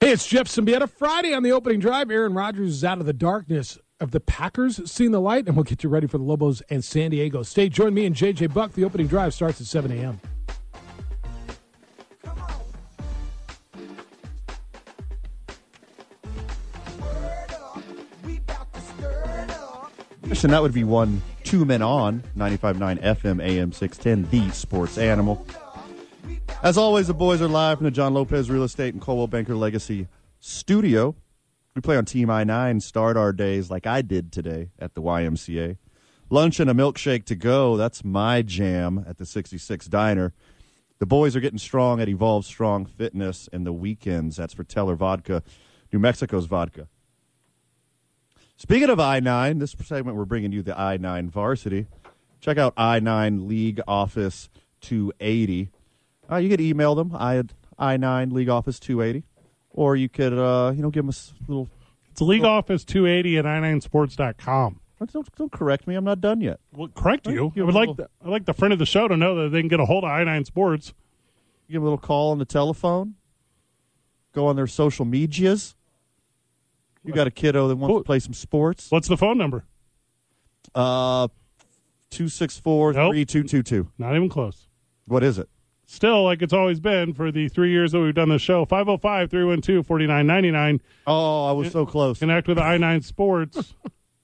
Speaker 9: Hey, it's Jeff Symbieta. Friday on the opening drive, Aaron Rodgers is out of the darkness of the Packers, seeing the light, and we'll get you ready for the Lobos and San Diego State. Join me and JJ Buck. The opening drive starts at 7 a.m.
Speaker 3: And that would be one two men on 95.9 FM AM 610, the sports animal. As always, the boys are live from the John Lopez Real Estate and Coldwell Banker Legacy Studio. We play on Team I 9, start our days like I did today at the YMCA. Lunch and a milkshake to go. That's my jam at the 66 Diner. The boys are getting strong at Evolve Strong Fitness and the weekends. That's for Teller Vodka, New Mexico's vodka. Speaking of I 9, this segment we're bringing you the I 9 varsity. Check out I 9 League Office 280. Uh, you could email them, I, I9 League Office 280, or you could, uh, you know, give them a s- little
Speaker 1: It's League Office 280 at i9sports.com.
Speaker 3: Don't, don't correct me. I'm not done yet.
Speaker 1: Well, correct you. I would like the, I'd like the friend of the show to know that they can get a hold of Inine Sports.
Speaker 3: Give a little call on the telephone. Go on their social medias. You got a kiddo that wants to play some sports.
Speaker 1: What's the phone number?
Speaker 3: Uh, 264 3222.
Speaker 1: Not even close.
Speaker 3: What is it?
Speaker 1: Still, like it's always been for the three years that we've done this show, 505 312 4999.
Speaker 3: Oh, I was so close.
Speaker 1: Connect with I9 Sports.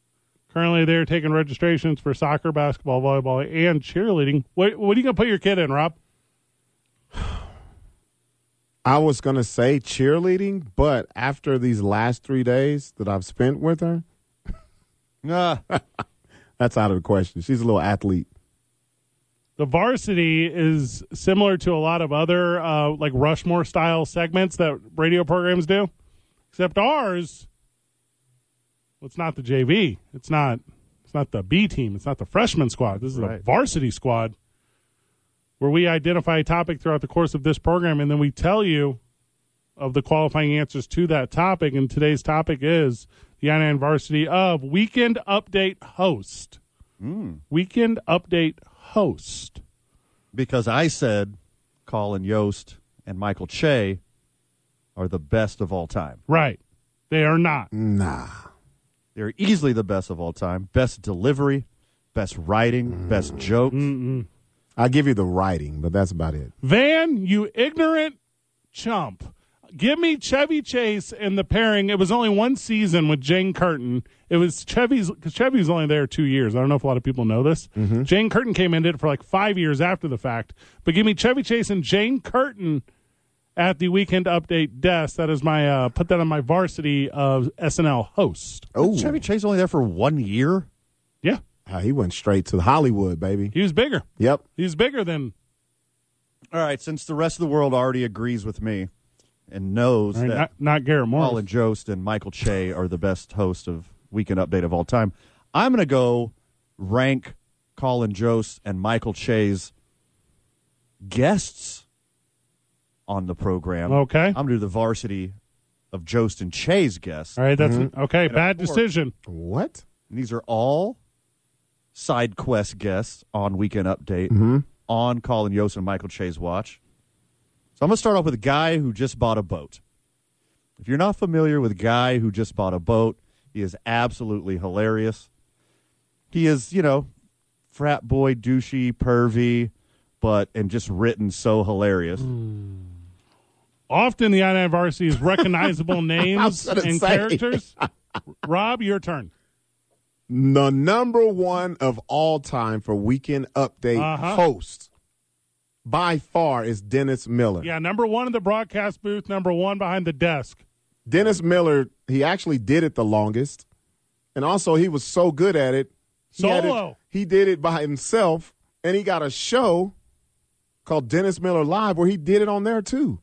Speaker 1: Currently, they're taking registrations for soccer, basketball, volleyball, and cheerleading. What, what are you going to put your kid in, Rob?
Speaker 2: I was going to say cheerleading, but after these last three days that I've spent with her,
Speaker 3: nah,
Speaker 2: that's out of the question. She's a little athlete.
Speaker 1: The varsity is similar to a lot of other uh, like Rushmore style segments that radio programs do, except ours. Well, it's not the JV. It's not. It's not the B team. It's not the freshman squad. This is the
Speaker 3: Right.
Speaker 1: varsity squad, where we identify a topic throughout the course of this program, and then we tell you of the qualifying answers to that topic. And today's topic is the I9 Varsity of Weekend Update host. Weekend Update host.
Speaker 3: Because I said Colin Yost and Michael Che are the best of all time.
Speaker 1: Right. They are not.
Speaker 2: Nah.
Speaker 3: They're easily the best of all time. Best delivery, best writing, best jokes.
Speaker 2: I give you the writing, but that's about it.
Speaker 1: Van, you ignorant chump. Give me Chevy Chase and the pairing. It was only one season with Jane Curtin. It was Chevy's because Chevy was only there two years. I don't know if a lot of people know this. Jane Curtin came in did it for like five years after the fact. But give me Chevy Chase and Jane Curtin at the weekend update desk. That is my uh, put that on my varsity of SNL host.
Speaker 2: Oh,
Speaker 3: Chevy Chase only there for one year.
Speaker 1: Yeah,
Speaker 2: Ah, he went straight to Hollywood, baby.
Speaker 1: he was bigger.
Speaker 2: Yep.
Speaker 1: He was bigger than
Speaker 3: All right, since the rest of the world already agrees with me and knows that
Speaker 1: not, not Garrett Morris.
Speaker 3: Colin Jost and Michael Che are the best host of Weekend Update of all time, I'm going to go rank Colin Jost and Michael Che's guests on the program.
Speaker 1: Okay.
Speaker 3: I'm going to do the varsity of Jost and Che's guests.
Speaker 1: All right, that's
Speaker 2: Mm-hmm.
Speaker 1: okay. Bad
Speaker 3: fourth.
Speaker 1: decision.
Speaker 2: What?
Speaker 3: And these are all side quest guests on Weekend Update on Colin Yost and Michael Che's watch. So I'm going to start off with a guy who just bought a boat. If you're not familiar with a guy who just bought a boat, he is absolutely hilarious. He is, you know, frat boy, douchey, pervy, but and just written so hilarious.
Speaker 1: Often the I9 varsity's recognizable names
Speaker 2: gonna
Speaker 1: and
Speaker 2: say.
Speaker 1: characters. Rob, your turn.
Speaker 2: The number one of all time for Weekend Update
Speaker 1: Uh-huh.
Speaker 2: host by far is Dennis Miller.
Speaker 1: Yeah, number one in the broadcast booth, number one behind the desk.
Speaker 2: Dennis Miller, he actually did it the longest. And also, he was so good at it. He, had it-
Speaker 1: Solo.
Speaker 2: he did it by himself, and he got a show called Dennis Miller Live where he did it on there too.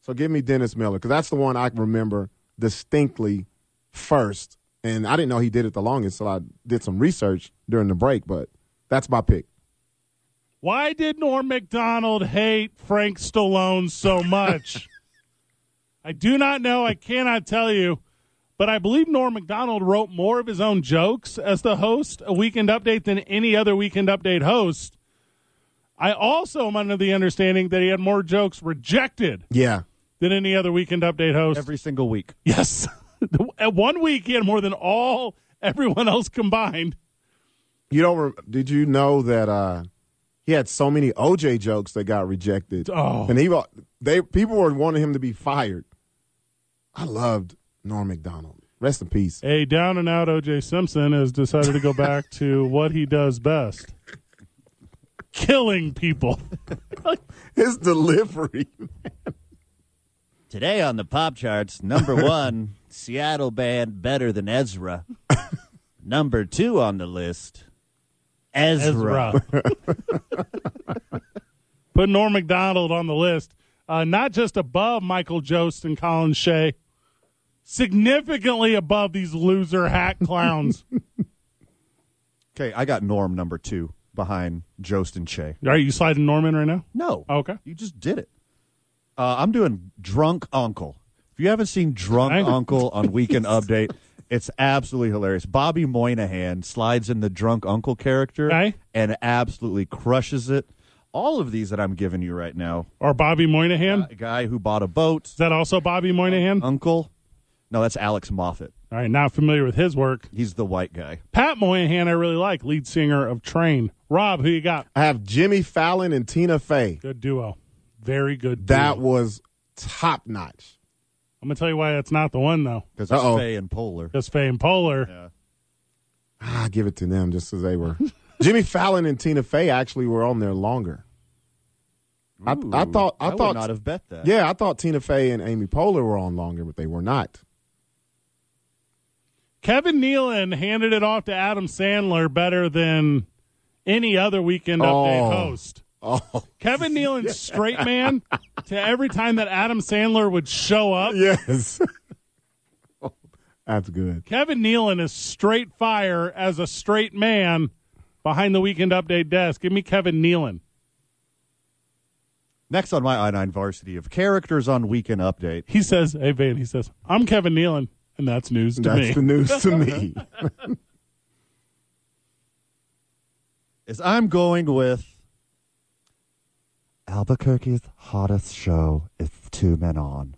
Speaker 2: So give me Dennis Miller because that's the one I can remember distinctly first. And I didn't know he did it the longest, so I did some research during the break, but that's my pick.
Speaker 1: Why did Norm MacDonald hate Frank Stallone so much? I do not know. I cannot tell you. But I believe Norm MacDonald wrote more of his own jokes as the host a Weekend Update than any other Weekend Update host. I also am under the understanding that he had more jokes rejected
Speaker 2: Yeah.
Speaker 1: than any other Weekend Update host.
Speaker 3: Every single week.
Speaker 1: Yes. The- At one week, he had more than all everyone else combined.
Speaker 2: You don't rem did you know that uh he had so many OJ jokes that got rejected.
Speaker 1: Oh.
Speaker 2: And he wa- they people were wanting him to be fired. I loved Norm McDonald. Rest in peace.
Speaker 1: A down and out OJ Simpson has decided to go back to what he does best killing people.
Speaker 2: His delivery.
Speaker 10: Today on the pop charts, number one, Seattle band Better Than Ezra. number two on the list, Ezra.
Speaker 1: Ezra. Put Norm MacDonald on the list, uh, not just above Michael Jost and Colin Shea, significantly above these loser hack clowns.
Speaker 3: Okay, I got Norm number two behind Jost and Che.
Speaker 1: Are you sliding Norm in right now?
Speaker 3: No.
Speaker 1: Okay.
Speaker 3: You just did it. Uh, I'm doing Drunk Uncle. If you haven't seen Drunk
Speaker 1: Dang.
Speaker 3: Uncle on Weekend Update, It's absolutely hilarious. Bobby Moynihan slides in the drunk uncle character
Speaker 1: Okay.
Speaker 3: and absolutely crushes it. All of these that I'm giving you right now,
Speaker 1: Or Bobby Moynihan?
Speaker 3: a guy who bought a boat,
Speaker 1: Is that also Bobby
Speaker 2: Uh-huh.
Speaker 1: Moynihan?
Speaker 3: uncle. No, that's Alex Moffat.
Speaker 1: All right, not familiar with his work.
Speaker 3: He's the white guy.
Speaker 1: Pat Moynihan, I really like, lead singer of Train. Rob, who you got?
Speaker 2: I have Jimmy Fallon and Tina Fey.
Speaker 1: Good duo. Very good duo.
Speaker 2: That was top notch.
Speaker 1: I'm going to tell you why that's not the one, though.
Speaker 3: Because
Speaker 2: Uh-oh.
Speaker 3: it's Faye and Polar.
Speaker 1: Because Faye and Polar.
Speaker 2: I Ah, give it to them just as they were. Jimmy Fallon and Tina Fey actually were on there longer. I, I thought I,
Speaker 3: would
Speaker 2: thought
Speaker 3: not have bet that.
Speaker 2: yeah I thought Tina Fey and Amy Poehler were on longer, but they were not.
Speaker 1: Kevin Nealon handed it off to Adam Sandler better than any other weekend update
Speaker 2: Oh.
Speaker 1: host. Kevin Nealon's straight man to every time that Adam Sandler would show up.
Speaker 2: Yes, that's good.
Speaker 1: Kevin Nealon is straight fire as a straight man behind the weekend update desk. Give me Kevin Nealon.
Speaker 3: Next on my I nine varsity of characters on Weekend Update.
Speaker 1: He says, Hey Van, he says, I'm Kevin Nealon, and that's news to
Speaker 2: that's
Speaker 1: me.
Speaker 2: the news to me.
Speaker 3: is I'm going with Albuquerque's hottest show is Two Men On.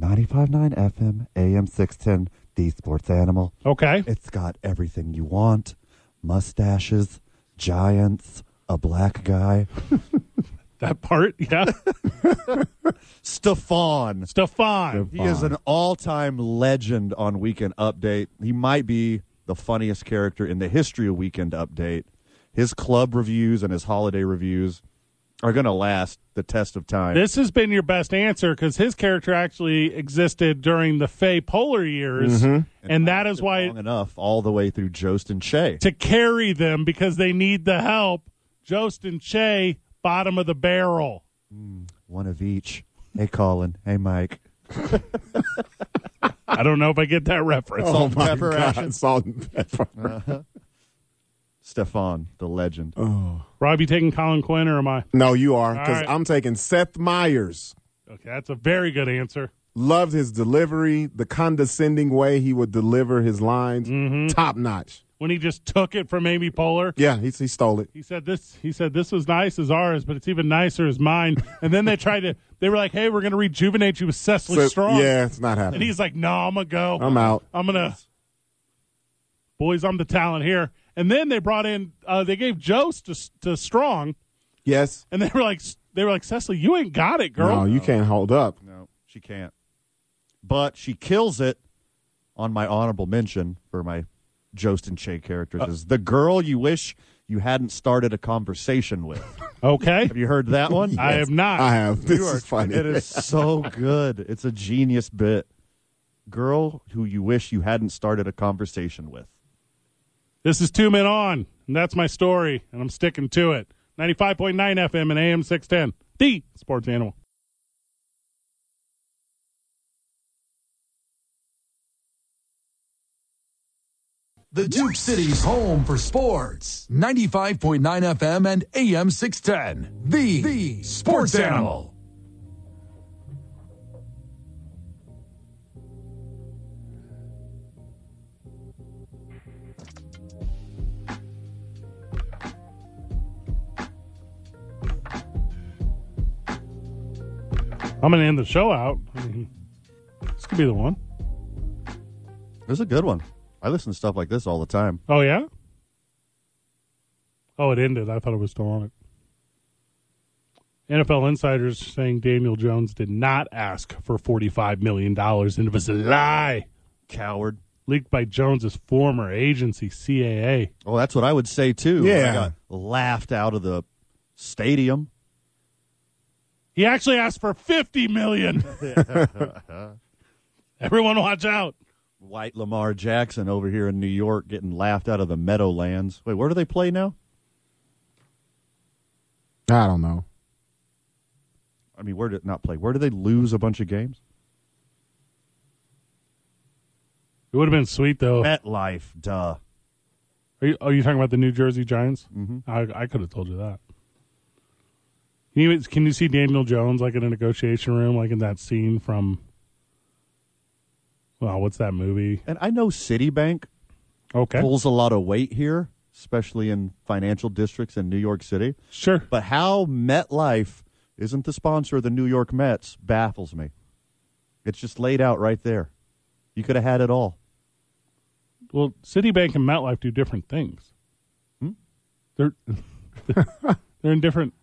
Speaker 3: 95.9 FM, AM 610, the sports animal.
Speaker 1: okay.
Speaker 3: It's got everything you want mustaches, giants, a black guy.
Speaker 1: That part, yeah.
Speaker 3: Stefan.
Speaker 1: Stefan.
Speaker 3: He is an all time legend on Weekend Update. He might be the funniest character in the history of Weekend Update. His club reviews and his holiday reviews are going to last the test of time.
Speaker 1: This has been your best answer because his character actually existed during the Fay Polar years,
Speaker 2: Mm-hmm.
Speaker 1: and that is why
Speaker 3: long enough all the way through Jost and Shea.
Speaker 1: to carry them because they need the help. Jost and Che, bottom of the barrel.
Speaker 3: One of each. Hey, Colin. Hey, Mike.
Speaker 1: I don't know if I get that reference.
Speaker 2: oh my
Speaker 3: pepper
Speaker 2: God,
Speaker 3: action.
Speaker 2: salt and pepper.
Speaker 3: Stefan, the legend.
Speaker 1: Rob, you taking Colin Quinn or am I?
Speaker 2: No, you are because
Speaker 1: right.
Speaker 2: I'm taking Seth Meyers.
Speaker 1: Okay, that's a very good answer.
Speaker 2: Loved his delivery, the condescending way he would deliver his lines,
Speaker 1: Mm-hmm.
Speaker 2: top notch.
Speaker 1: When he just took it from Amy Poehler.
Speaker 2: Yeah, he, he stole it.
Speaker 1: He said this. He said this was nice as ours, but it's even nicer as mine. And then they tried to. They were like, "Hey, we're going to rejuvenate you with Cecily
Speaker 2: So-
Speaker 1: Strong."
Speaker 2: Yeah, Um, it's not
Speaker 1: And
Speaker 2: happening.
Speaker 1: he's like, "No, I'm gonna go.
Speaker 2: I'm out.
Speaker 1: I'm gonna, boys, I'm the talent here. And then they brought in, uh, they gave Jost to, to Strong,
Speaker 2: Yes.
Speaker 1: and they were like, they were like, Cecily, you ain't got it, girl.
Speaker 2: No, you can't hold up.
Speaker 3: No, she can't. But she kills it on my honorable mention for my Jost and Che characters is the girl you wish you hadn't started a conversation with.
Speaker 1: Okay,
Speaker 3: Have you heard that one?
Speaker 1: I have not.
Speaker 2: I have. This
Speaker 3: You are-
Speaker 2: is funny.
Speaker 3: It is so good. It's a genius bit. Girl who you wish you hadn't started a conversation with.
Speaker 1: This is two men on, and that's my story, and I'm sticking to it. 95.9 FM and AM 610, the Sports Animal.
Speaker 6: The Duke City's home for sports. 95.9 FM and AM 610. The, the sports animal.
Speaker 1: I'm gonna end the show out. I mean, this could be the one.
Speaker 3: This is a good one. I listen to stuff like this all the time.
Speaker 1: Oh yeah. Oh, it ended. I thought it was still on it. NFL insiders saying Daniel Jones did not ask for forty-five million dollars, and it was a lie
Speaker 3: Coward.
Speaker 1: leaked by Jones's former agency, CAA.
Speaker 3: Oh, that's what I would say too. when
Speaker 2: Yeah.
Speaker 3: I got laughed out of the stadium.
Speaker 1: He actually asked for fifty million. Everyone, watch out!
Speaker 3: White Lamar Jackson over here in New York getting laughed out of the Meadowlands. Wait, where do they play now?
Speaker 2: I don't know.
Speaker 3: I mean, where did not play? Where do they lose a bunch of games?
Speaker 1: It would have been sweet though.
Speaker 3: Bet life, duh.
Speaker 1: Are you, are you talking about the New Jersey Giants? Mm-hmm. I, I could have told you that. Can you, can you see Daniel Jones like in a negotiation room, like in that scene from? Well, what's that movie?
Speaker 3: And I know Citibank
Speaker 1: okay.
Speaker 3: pulls a lot of weight here, especially in financial districts in New York City.
Speaker 1: Sure.
Speaker 3: But how MetLife isn't the sponsor of the New York Mets baffles me. It's just laid out right there. You could have had it all.
Speaker 1: Well, Citibank and MetLife do different things. They're they're in different.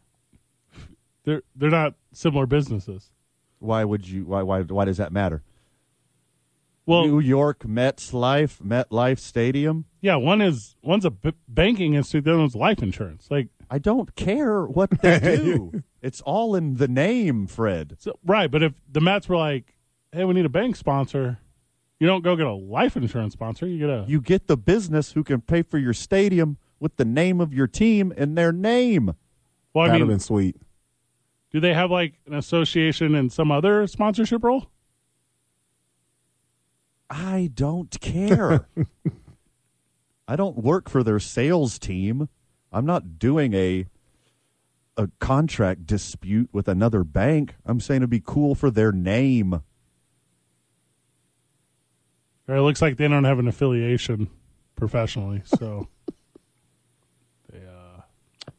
Speaker 1: They're they're not similar businesses.
Speaker 3: Why would you? Why? Why? Why does that matter?
Speaker 1: Well,
Speaker 3: New York Mets Life, MetLife Stadium.
Speaker 1: yeah, one is one's a b- banking institute, the other one's life insurance. Like,
Speaker 3: I don't care what they do. it's all in the name, Fred.
Speaker 1: so, right? But if the Mets were like, "Hey, we need a bank sponsor," you don't go get a life insurance sponsor. You get a
Speaker 3: You get the business who can pay for your stadium with the name of your team in their name.
Speaker 1: well. I
Speaker 2: That'd
Speaker 1: mean,
Speaker 2: have been sweet.
Speaker 1: do they have like an association and some other sponsorship role?
Speaker 3: I don't care. I don't work for their sales team. I'm not doing a a contract dispute with another bank. I'm saying it'd be cool for their name.
Speaker 1: Or it looks like they don't have an affiliation professionally, so they uh,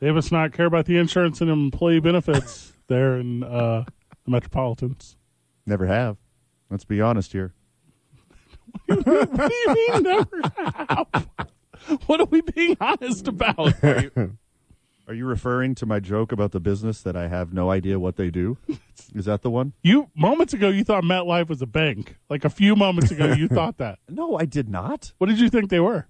Speaker 1: they must not care about the insurance and employee benefits there in uh, the metropolitans.
Speaker 3: Never have. Let's be honest here.
Speaker 1: what do you mean never have? What are we being honest about?
Speaker 3: Are you referring to my joke about the business that I have no idea what they do? Is that the one?
Speaker 1: You moments ago you thought MetLife was a bank. Like a few moments ago you thought that.
Speaker 3: No, I did not.
Speaker 1: What did you think they were?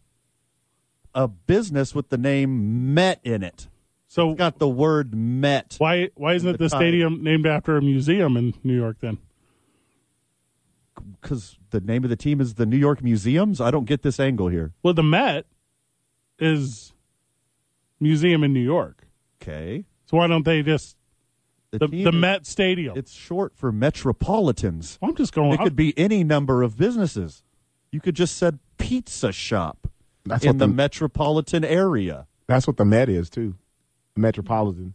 Speaker 3: A business with the name Met in it.
Speaker 1: So
Speaker 3: It's got the word Met.
Speaker 1: why why isn't
Speaker 3: the
Speaker 1: it the
Speaker 3: time.
Speaker 1: stadium named after a museum in New York then?
Speaker 3: Because the name of the team is the New York Museums. I don't get this angle here.
Speaker 1: Well, the Met is museum in New York.
Speaker 3: Okay.
Speaker 1: So why don't they just the,
Speaker 3: team
Speaker 1: the
Speaker 3: is-
Speaker 1: Met Stadium?
Speaker 3: It's short for Metropolitans.
Speaker 1: I'm just going.
Speaker 3: It could be any number of businesses. You could just said pizza shop
Speaker 2: That's
Speaker 3: in
Speaker 2: what
Speaker 3: the
Speaker 2: the-
Speaker 3: metropolitan area.
Speaker 2: That's what the Met is too. Metropolitan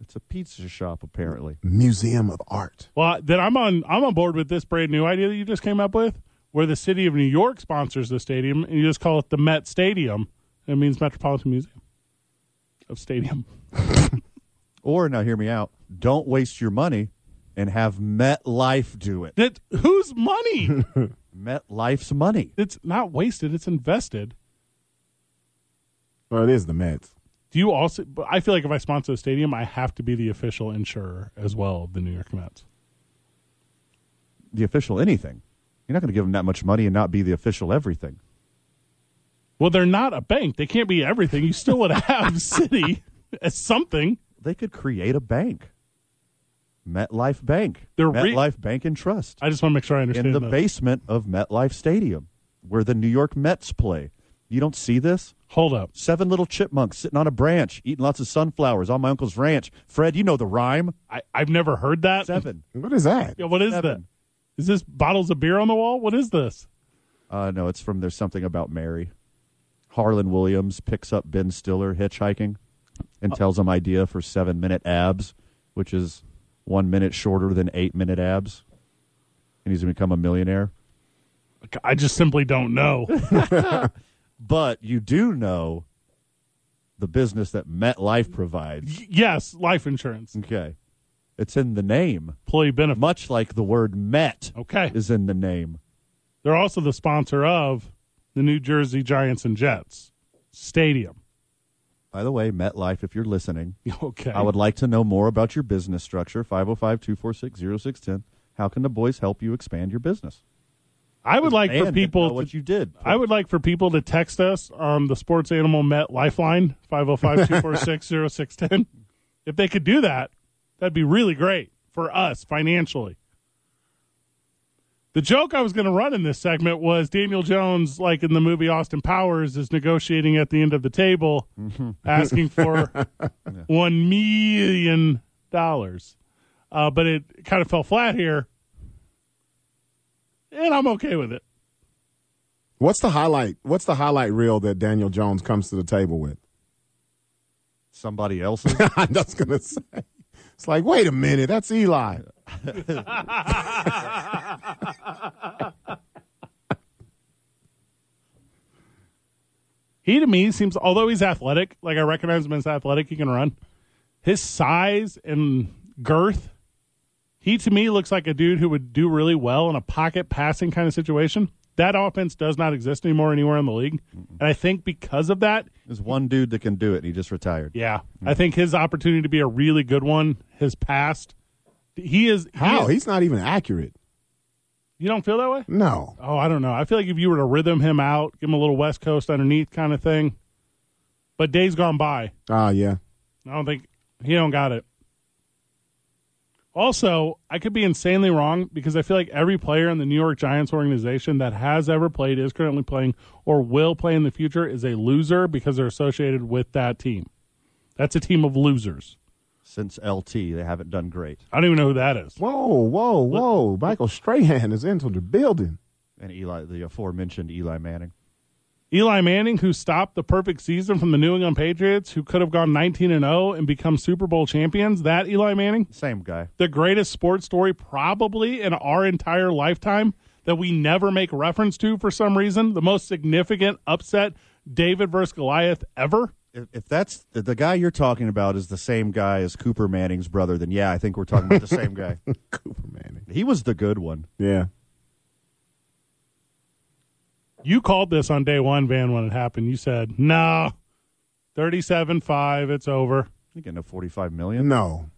Speaker 3: It's a pizza shop apparently.
Speaker 2: Museum of Art.
Speaker 1: well, then I'm on. I'm on board with this brand new idea that you just came up with, where the city of New York sponsors the stadium, and you just call it the Met Stadium. And it means Metropolitan Museum of Stadium.
Speaker 3: Or now hear me out. Don't waste your money and have MetLife do it.
Speaker 1: That whose money?
Speaker 3: MetLife's money.
Speaker 1: it's not wasted. It's invested.
Speaker 2: Well, it is the Mets.
Speaker 1: Do you also? but I feel like if I sponsor the stadium, I have to be the official insurer as well of the New York Mets.
Speaker 3: The official anything. You're not going to give them that much money and not be the official everything.
Speaker 1: Well, they're not a bank. They can't be everything. You still would have City as something.
Speaker 3: They could create a bank. MetLife Bank.
Speaker 1: They're re-
Speaker 3: MetLife Bank and Trust.
Speaker 1: I just want to make sure I
Speaker 3: in
Speaker 1: understand
Speaker 3: the
Speaker 1: this.
Speaker 3: basement of MetLife Stadium where the New York Mets play. You don't see this?
Speaker 1: Hold up.
Speaker 3: Seven little chipmunks sitting on a branch, eating lots of sunflowers on my uncle's ranch. Fred, you know the rhyme.
Speaker 1: I, I've never heard that.
Speaker 3: Seven.
Speaker 2: What is that?
Speaker 1: Yeah, what is that?
Speaker 3: Seven.
Speaker 1: Is this bottles of beer on the wall? What is this?
Speaker 3: Uh, no, it's from There's Something About Mary. Harlan Williams picks up Ben Stiller hitchhiking and tells him idea for seven minute abs, which is one minute shorter than eight minute abs. And he's going to become a millionaire.
Speaker 1: I just simply don't know.
Speaker 3: But you do know the business that MetLife provides.
Speaker 1: Y- yes, life insurance,
Speaker 3: Okay. It's in the name,
Speaker 1: employee benefit.
Speaker 3: much like the word Met
Speaker 1: Okay.
Speaker 3: is in the name.
Speaker 1: They're also the sponsor of the New Jersey Giants and Jets Stadium.
Speaker 3: By the way, MetLife, if you're listening,
Speaker 1: Okay.
Speaker 3: I would like to know more about your business structure. 505 246 0610. How can the boys help you expand your business?
Speaker 1: I would like
Speaker 3: And
Speaker 1: for
Speaker 3: know
Speaker 1: people to
Speaker 3: what you did.
Speaker 1: I would like for people to text us on the Sports Animal Met Lifeline, 505 246 0610. If they could do that, that'd be really great for us financially. The joke I was going to run in this segment was Daniel Jones, like in the movie Austin Powers, is negotiating at the end of the table, asking for $1 million. Uh, but it kind of fell flat here, and I'm okay with it.
Speaker 2: What's the highlight? What's the highlight reel that Daniel Jones comes to the table with?
Speaker 3: Somebody else's.
Speaker 2: I was gonna say. It's like, wait a minute, that's Eli.
Speaker 1: He to me seems, although he's athletic, like I recognize him as athletic, he can run. His size and girth, he to me looks like a dude who would do really well in a pocket passing kind of situation. That offense does not exist anymore anywhere in the league, and I think because of that,
Speaker 3: There's one dude that can do it, and he just retired.
Speaker 1: yeah, I think his opportunity to be a really good one has passed. He is he
Speaker 2: How?
Speaker 1: is-
Speaker 2: He's not even accurate.
Speaker 1: you don't feel that way?
Speaker 2: No.
Speaker 1: Oh, I don't know. I feel like if you were to rhythm him out, give him a little West Coast underneath kind of thing. But days gone by,
Speaker 2: Ah, yeah.
Speaker 1: I don't think he don't got it. Also, I could be insanely wrong because I feel like every player in the New York Giants organization that has ever played, is currently playing, or will play in the future is a loser because they're associated with that team. That's a team of losers.
Speaker 3: Since LT, they haven't done great.
Speaker 1: I don't even know who that is.
Speaker 2: Whoa, whoa, whoa. Michael Strahan is into the building.
Speaker 3: And Eli, the aforementioned Eli Manning.
Speaker 1: Eli Manning, who stopped the perfect season from the New England Patriots, who could have gone 19 and 0 and become Super Bowl champions, that Eli Manning,
Speaker 3: Same guy.
Speaker 1: the greatest sports story probably in our entire lifetime that we never make reference to for some reason, the most significant upset David versus Goliath ever.
Speaker 3: If, if that's the, the guy you're talking about is the same guy as Cooper Manning's brother, then yeah, I think we're talking about the same guy.
Speaker 2: Cooper Manning.
Speaker 3: He was the good one.
Speaker 2: Yeah.
Speaker 1: You called this on day one, Van, when it happened. You said, no, 37 5, it's over.
Speaker 3: He getting a 45 million.
Speaker 2: No.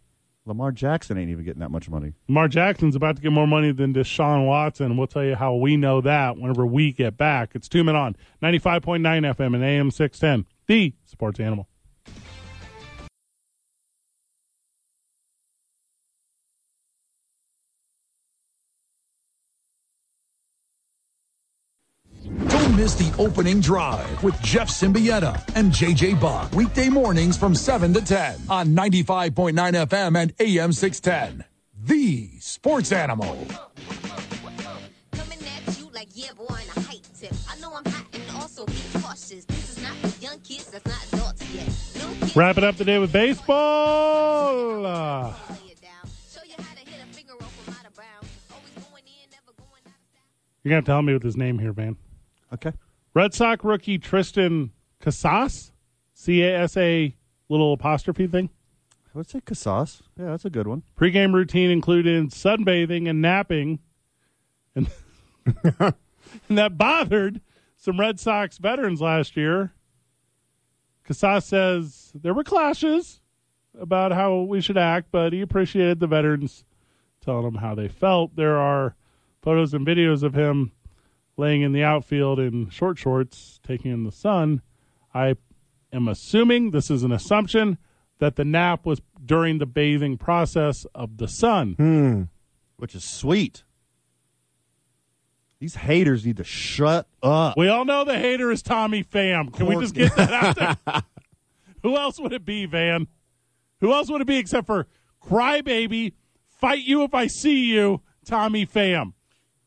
Speaker 3: Lamar Jackson ain't even getting that much money.
Speaker 1: Lamar Jackson's about to get more money than Deshaun Watson. We'll tell you how we know that whenever we get back. It's Two Men On, 95.9 FM and AM 610, the sports animal.
Speaker 6: Don't miss the opening drive with Jeff Symbieta and JJ Buck. Weekday mornings from 7 to 10 on 95.9 FM and AM 610. The sports animal.
Speaker 12: Coming at you like yeah, boy, on a height tip. I know I'm hot and also be cautious. This is not for young kids, that's not adults yet. No kids
Speaker 1: Wrapping up the day with baseball. Uh,
Speaker 12: lay it down. Show you how to hit a finger roll from out of bounds. Always going in, never going out.
Speaker 1: you're going to tell me with his name here, Van.
Speaker 3: Okay.
Speaker 1: Red Sox rookie Tristan Casas, C A S A little apostrophe thing.
Speaker 3: I would say Casas. Yeah, that's a good one.
Speaker 1: Pre-game routine included sunbathing and napping, and, and that bothered some Red Sox veterans last year. Casas says there were clashes about how we should act, but he appreciated the veterans telling him how they felt. There are photos and videos of him laying in the outfield in short shorts, taking in the sun. I am assuming this is an assumption that the nap was during the bathing process of the sun.
Speaker 3: Which is sweet. These haters need to shut up.
Speaker 1: We all know the hater is Tommy Pham. Can we just get that out there? Who else would it be, Van? Who else would it be except for Crybaby, Fight You If I See You, Tommy Pham?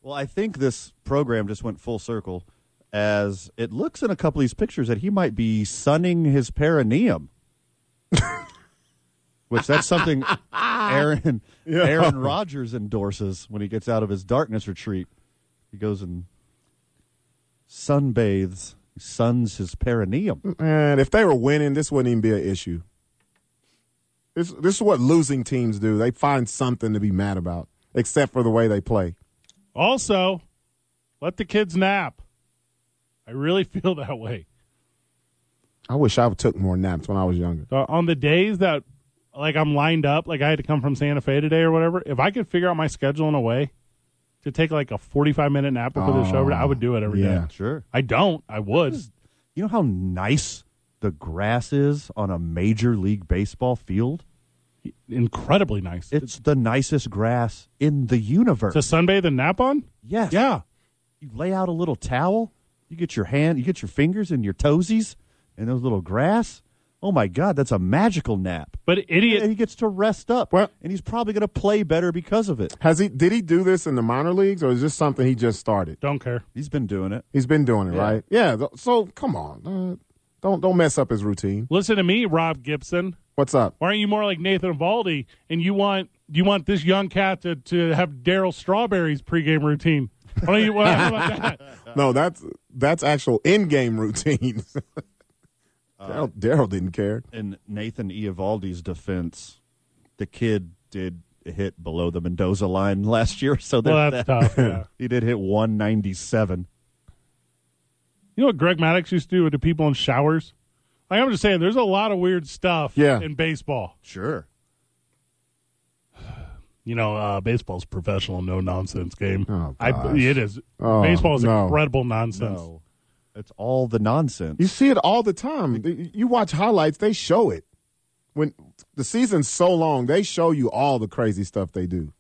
Speaker 3: Well, I think this program just went full circle as it looks in a couple of these pictures that he might be sunning his perineum. Which that's something Aaron Aaron Rodgers endorses when he gets out of his darkness retreat. He goes and sunbathes, suns his
Speaker 2: Hmm.
Speaker 3: perineum.
Speaker 2: Man, if they were winning, this wouldn't even be an issue. This this is what losing teams do. They find something to be mad about, except for the way they play.
Speaker 1: Also, let the kids nap. I really feel that way.
Speaker 2: I wish I took more naps when I was younger.
Speaker 1: Uh, on the days that like I'm lined up, like I had to come from Santa Fe today or whatever, if I could figure out my schedule in a way to take like a 45 minute nap before the show, over, I would do it every day.
Speaker 2: yeah.
Speaker 3: Sure.
Speaker 1: I don't. I would.
Speaker 3: You know how nice the grass is on a major league baseball field?
Speaker 1: Incredibly nice.
Speaker 3: It's the nicest grass in the universe.
Speaker 1: to sunbathe and nap on?
Speaker 3: Yes.
Speaker 1: Yeah.
Speaker 3: You lay out a little towel. You get your hand, you get your fingers and your toesies and those little grass. Oh my God, that's a magical nap.
Speaker 1: But
Speaker 3: And
Speaker 1: idiot,
Speaker 3: he gets to rest up,
Speaker 2: Well-
Speaker 3: and he's probably going to play better because of it.
Speaker 2: Has he? Did he do this in the minor leagues, or is this something he just started?
Speaker 1: don't care.
Speaker 3: He's been doing it.
Speaker 2: He's been doing it, right? Yeah. th- So come on, uh, don't don't mess up his routine.
Speaker 1: Listen to me, Rob Gibson.
Speaker 2: What's up?
Speaker 1: Why aren't you more like Nathan Valdi and you want you want this young cat to, to have Daryl Strawberry's pregame routine? Why don't you why, how about that?
Speaker 2: No, that's that's actual in-game routines. Daryl Daryl didn't care.
Speaker 3: In Nathan Iavaldi's defense, the kid did hit below the Mendoza line last year, so that,
Speaker 1: Well, that's
Speaker 3: that-
Speaker 1: tough, yeah.
Speaker 3: he did hit 197.
Speaker 1: You know what Greg Maddox used to do to people in showers? Like I'm just saying, there's a lot of weird stuff
Speaker 3: Yeah.
Speaker 1: in baseball.
Speaker 3: Sure.
Speaker 1: You know, uh, baseball's a professional, no nonsense game. I,
Speaker 3: gosh.
Speaker 1: it is.
Speaker 3: Oh,
Speaker 1: Baseball is
Speaker 3: no.
Speaker 1: incredible nonsense.
Speaker 3: No. It's all the nonsense.
Speaker 2: You see it all the time. You watch highlights; they show it. When the season's so long, they show you all the crazy stuff they do.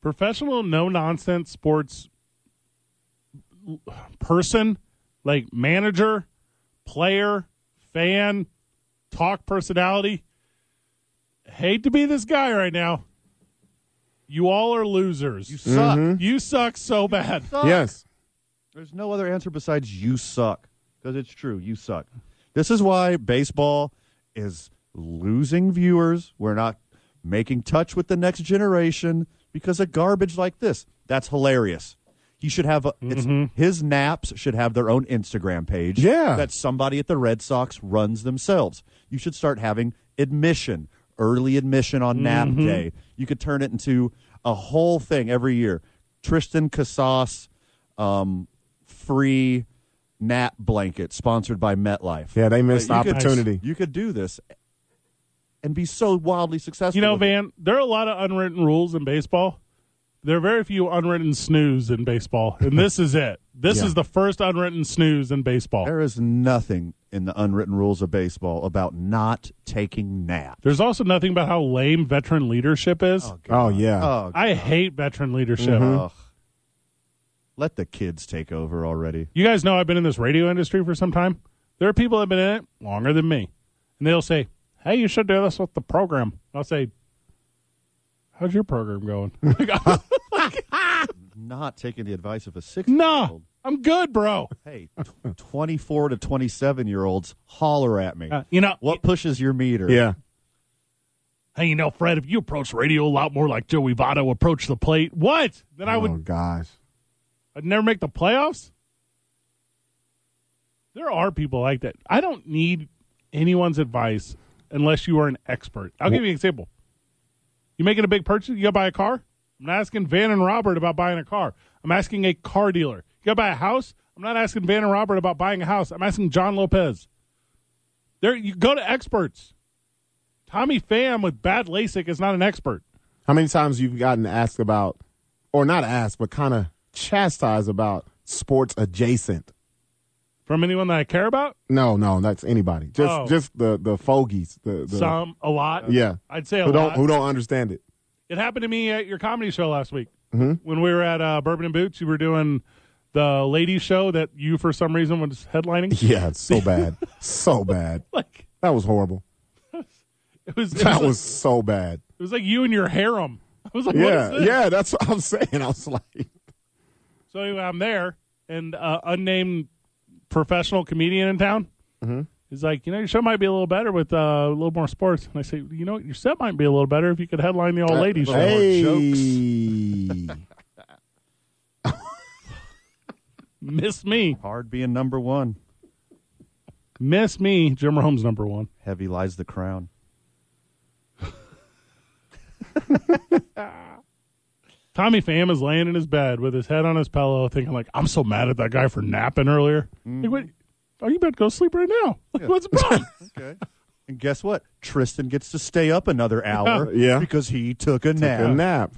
Speaker 1: Professional, no nonsense sports person, like manager, player, fan, talk personality. Hate to be this guy right now. You all are losers. You
Speaker 3: suck. Mhm.
Speaker 1: You suck so bad.
Speaker 2: Yes.
Speaker 3: There's no other answer besides you suck because it's true. You suck. This is why baseball is losing viewers. We're not making touch with the next generation because of garbage like this. That's hilarious. He should have a, it's, his naps should have their own Instagram page.
Speaker 2: Mm-hmm. Yeah.
Speaker 3: that somebody at the Red Sox runs themselves. You should start having admission, early admission on nap
Speaker 1: Mhm.
Speaker 3: day. You could turn it into a whole thing every year. Tristan Casas, um, free nap blanket sponsored by MetLife.
Speaker 2: Yeah, they missed
Speaker 3: Like, you
Speaker 2: opportunity.
Speaker 3: Could, you could do this and be so wildly successful.
Speaker 1: You know,
Speaker 3: with it.
Speaker 1: Van, there are a lot of unwritten rules in baseball. There are very few unwritten snooze in baseball, and this is it. This
Speaker 3: Yeah.
Speaker 1: is the first unwritten snooze in baseball.
Speaker 3: there is nothing in the unwritten rules of baseball about not taking naps.
Speaker 1: There's also nothing about how lame veteran leadership is.
Speaker 2: Oh yeah.
Speaker 3: Oh,
Speaker 1: I hate veteran leadership.
Speaker 3: ugh. let the kids take over already.
Speaker 1: You guys know I've been in this radio industry for some time. There are people that have been in it longer than me, and they'll say, "Hey, you should do this with the program." And I'll say, "How's your program going?"
Speaker 3: Not taking the advice of a six.
Speaker 1: nah, I'm good, bro.
Speaker 3: Hey, tw- 24 to 27 year olds, holler at me.
Speaker 1: Uh, you know,
Speaker 3: what pushes your meter?
Speaker 2: Yeah.
Speaker 1: Hey, you know, Fred, if you approach radio a lot more like Joey Votto approached the plate, what? Then I
Speaker 2: Oh
Speaker 1: would
Speaker 2: gosh.
Speaker 1: I'd never make the playoffs. There are people like that. I don't need anyone's advice unless you are an expert. I'll give you an example. You making a big purchase, you go buy a car? I'm not asking Van and Robert about buying a car. I'm asking a car dealer. You go buy a house? I'm not asking Van and Robert about buying a house. I'm asking John Lopez. There you go to experts. Tommy Pham with bad LASIK is not an expert.
Speaker 2: How many times you've gotten asked about, or not asked, but kind of chastised about sports adjacent?
Speaker 1: From anyone that I care about?
Speaker 2: No, no, that's anybody. Just
Speaker 1: Oh.
Speaker 2: just the the fogies. The, the
Speaker 1: Some a lot.
Speaker 2: Yeah.
Speaker 1: I'd say a
Speaker 2: who
Speaker 1: lot.
Speaker 2: don't who don't understand it.
Speaker 1: It happened to me at your comedy show last week
Speaker 2: Mm-hmm.
Speaker 1: when we were at uh, Bourbon and Boots. You were doing the ladies show that you, for some reason, was headlining.
Speaker 2: Yeah, it's so bad, so bad.
Speaker 1: Like
Speaker 2: That was horrible.
Speaker 1: it was, it was,
Speaker 2: That
Speaker 1: like,
Speaker 2: was so bad.
Speaker 1: it was like you and your harem. I was like, what
Speaker 2: Yeah,
Speaker 1: is this?
Speaker 2: yeah. That's what I'm saying. I was like,
Speaker 1: So anyway, I'm there, and uh, unnamed professional comedian in town.
Speaker 2: Mm-hmm.
Speaker 1: He's like, you know, your show might be a little better with uh, a little more sports. And I say, you know, what? your set might be a little better if you could headline the all
Speaker 2: Uh,
Speaker 1: ladies show.
Speaker 2: hey,
Speaker 1: Miss me,
Speaker 3: Hard being number one.
Speaker 1: miss me. Jim Rome's number one.
Speaker 3: Heavy lies the crown.
Speaker 1: Tommy Pham is laying in his bed with his head on his pillow, thinking like, "I'm so mad at that guy for napping earlier." Like, what? Oh, you better go sleep right now. Like, What's the problem?
Speaker 3: Okay. and guess what? Tristan gets to stay up another hour
Speaker 2: Yeah.
Speaker 3: because he took a nap.
Speaker 2: a nap.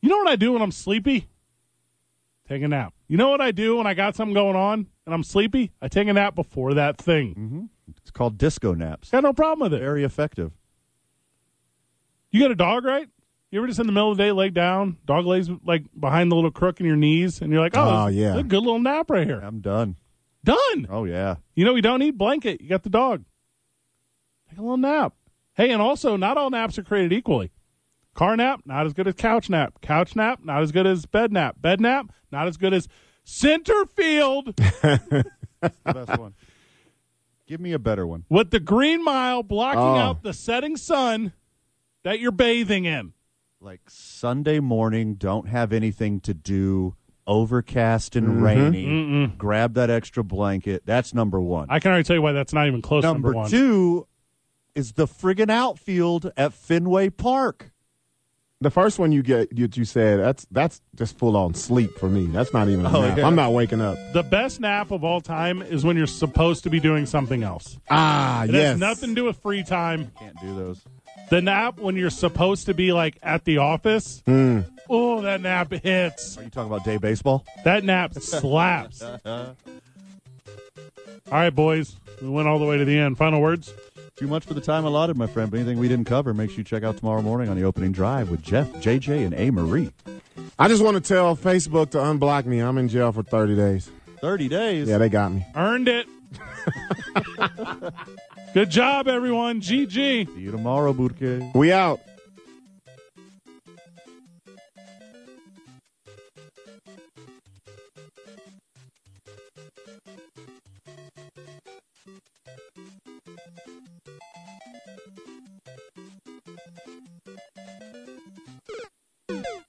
Speaker 1: you know what I do when I'm sleepy? Take a nap. You know what I do when I got something going on and I'm sleepy? I take a nap before that thing.
Speaker 3: It's called disco naps.
Speaker 1: Got no problem with it.
Speaker 3: Very effective.
Speaker 1: You got a dog, right? You ever just in the middle of the day lay down, dog lays like behind the little crook in your knees, and you're like, "Oh,
Speaker 2: Oh,
Speaker 1: this-
Speaker 2: yeah.
Speaker 1: this is a good little nap right here."
Speaker 3: I'm done.
Speaker 1: Done.
Speaker 3: Oh, yeah.
Speaker 1: You know, we don't need blanket. You got the dog. Take a little nap. Hey, and also, not all naps are created equally. Car nap, not as good as couch nap. Couch nap, not as good as bed nap. Bed nap, not as good as center field
Speaker 3: Best one. Give me a better one.
Speaker 1: with the green mile blocking
Speaker 2: Oh.
Speaker 1: out the setting sun that you're bathing in.
Speaker 3: Like Sunday morning, don't have anything to do. overcast and
Speaker 1: Mhm.
Speaker 3: rainy. Grab that extra blanket. That's number one.
Speaker 1: I can already tell you why that's not even close. Number,
Speaker 3: number
Speaker 1: one.
Speaker 3: two is the friggin' outfield at Fenway Park.
Speaker 2: The first one you get you, you said that's that's just full on sleep for me. That's not even. A
Speaker 1: Oh,
Speaker 2: nap.
Speaker 1: yeah.
Speaker 2: I'm not waking up.
Speaker 1: The best nap of all time is when you're supposed to be doing something else.
Speaker 2: Ah,
Speaker 1: it
Speaker 2: yes.
Speaker 1: has nothing to do with free time.
Speaker 3: Can't do those.
Speaker 1: The nap when you're supposed to be like at the office. Oh, that nap hits.
Speaker 3: Are you talking about day baseball?
Speaker 1: That nap slaps. All right, boys. We went all the way to the end. Final words.
Speaker 3: Too much for the time allotted, my friend. But anything we didn't cover, make sure you check out tomorrow morning on the opening drive with Jeff, JJ, and A. Marie.
Speaker 2: I just want to tell Facebook to unblock me. I'm in jail for 30 days.
Speaker 3: 30 days?
Speaker 2: Yeah, they got me.
Speaker 1: Earned it. Good job, everyone. GG.
Speaker 3: See you tomorrow, Burke.
Speaker 2: We out.
Speaker 12: Thank you.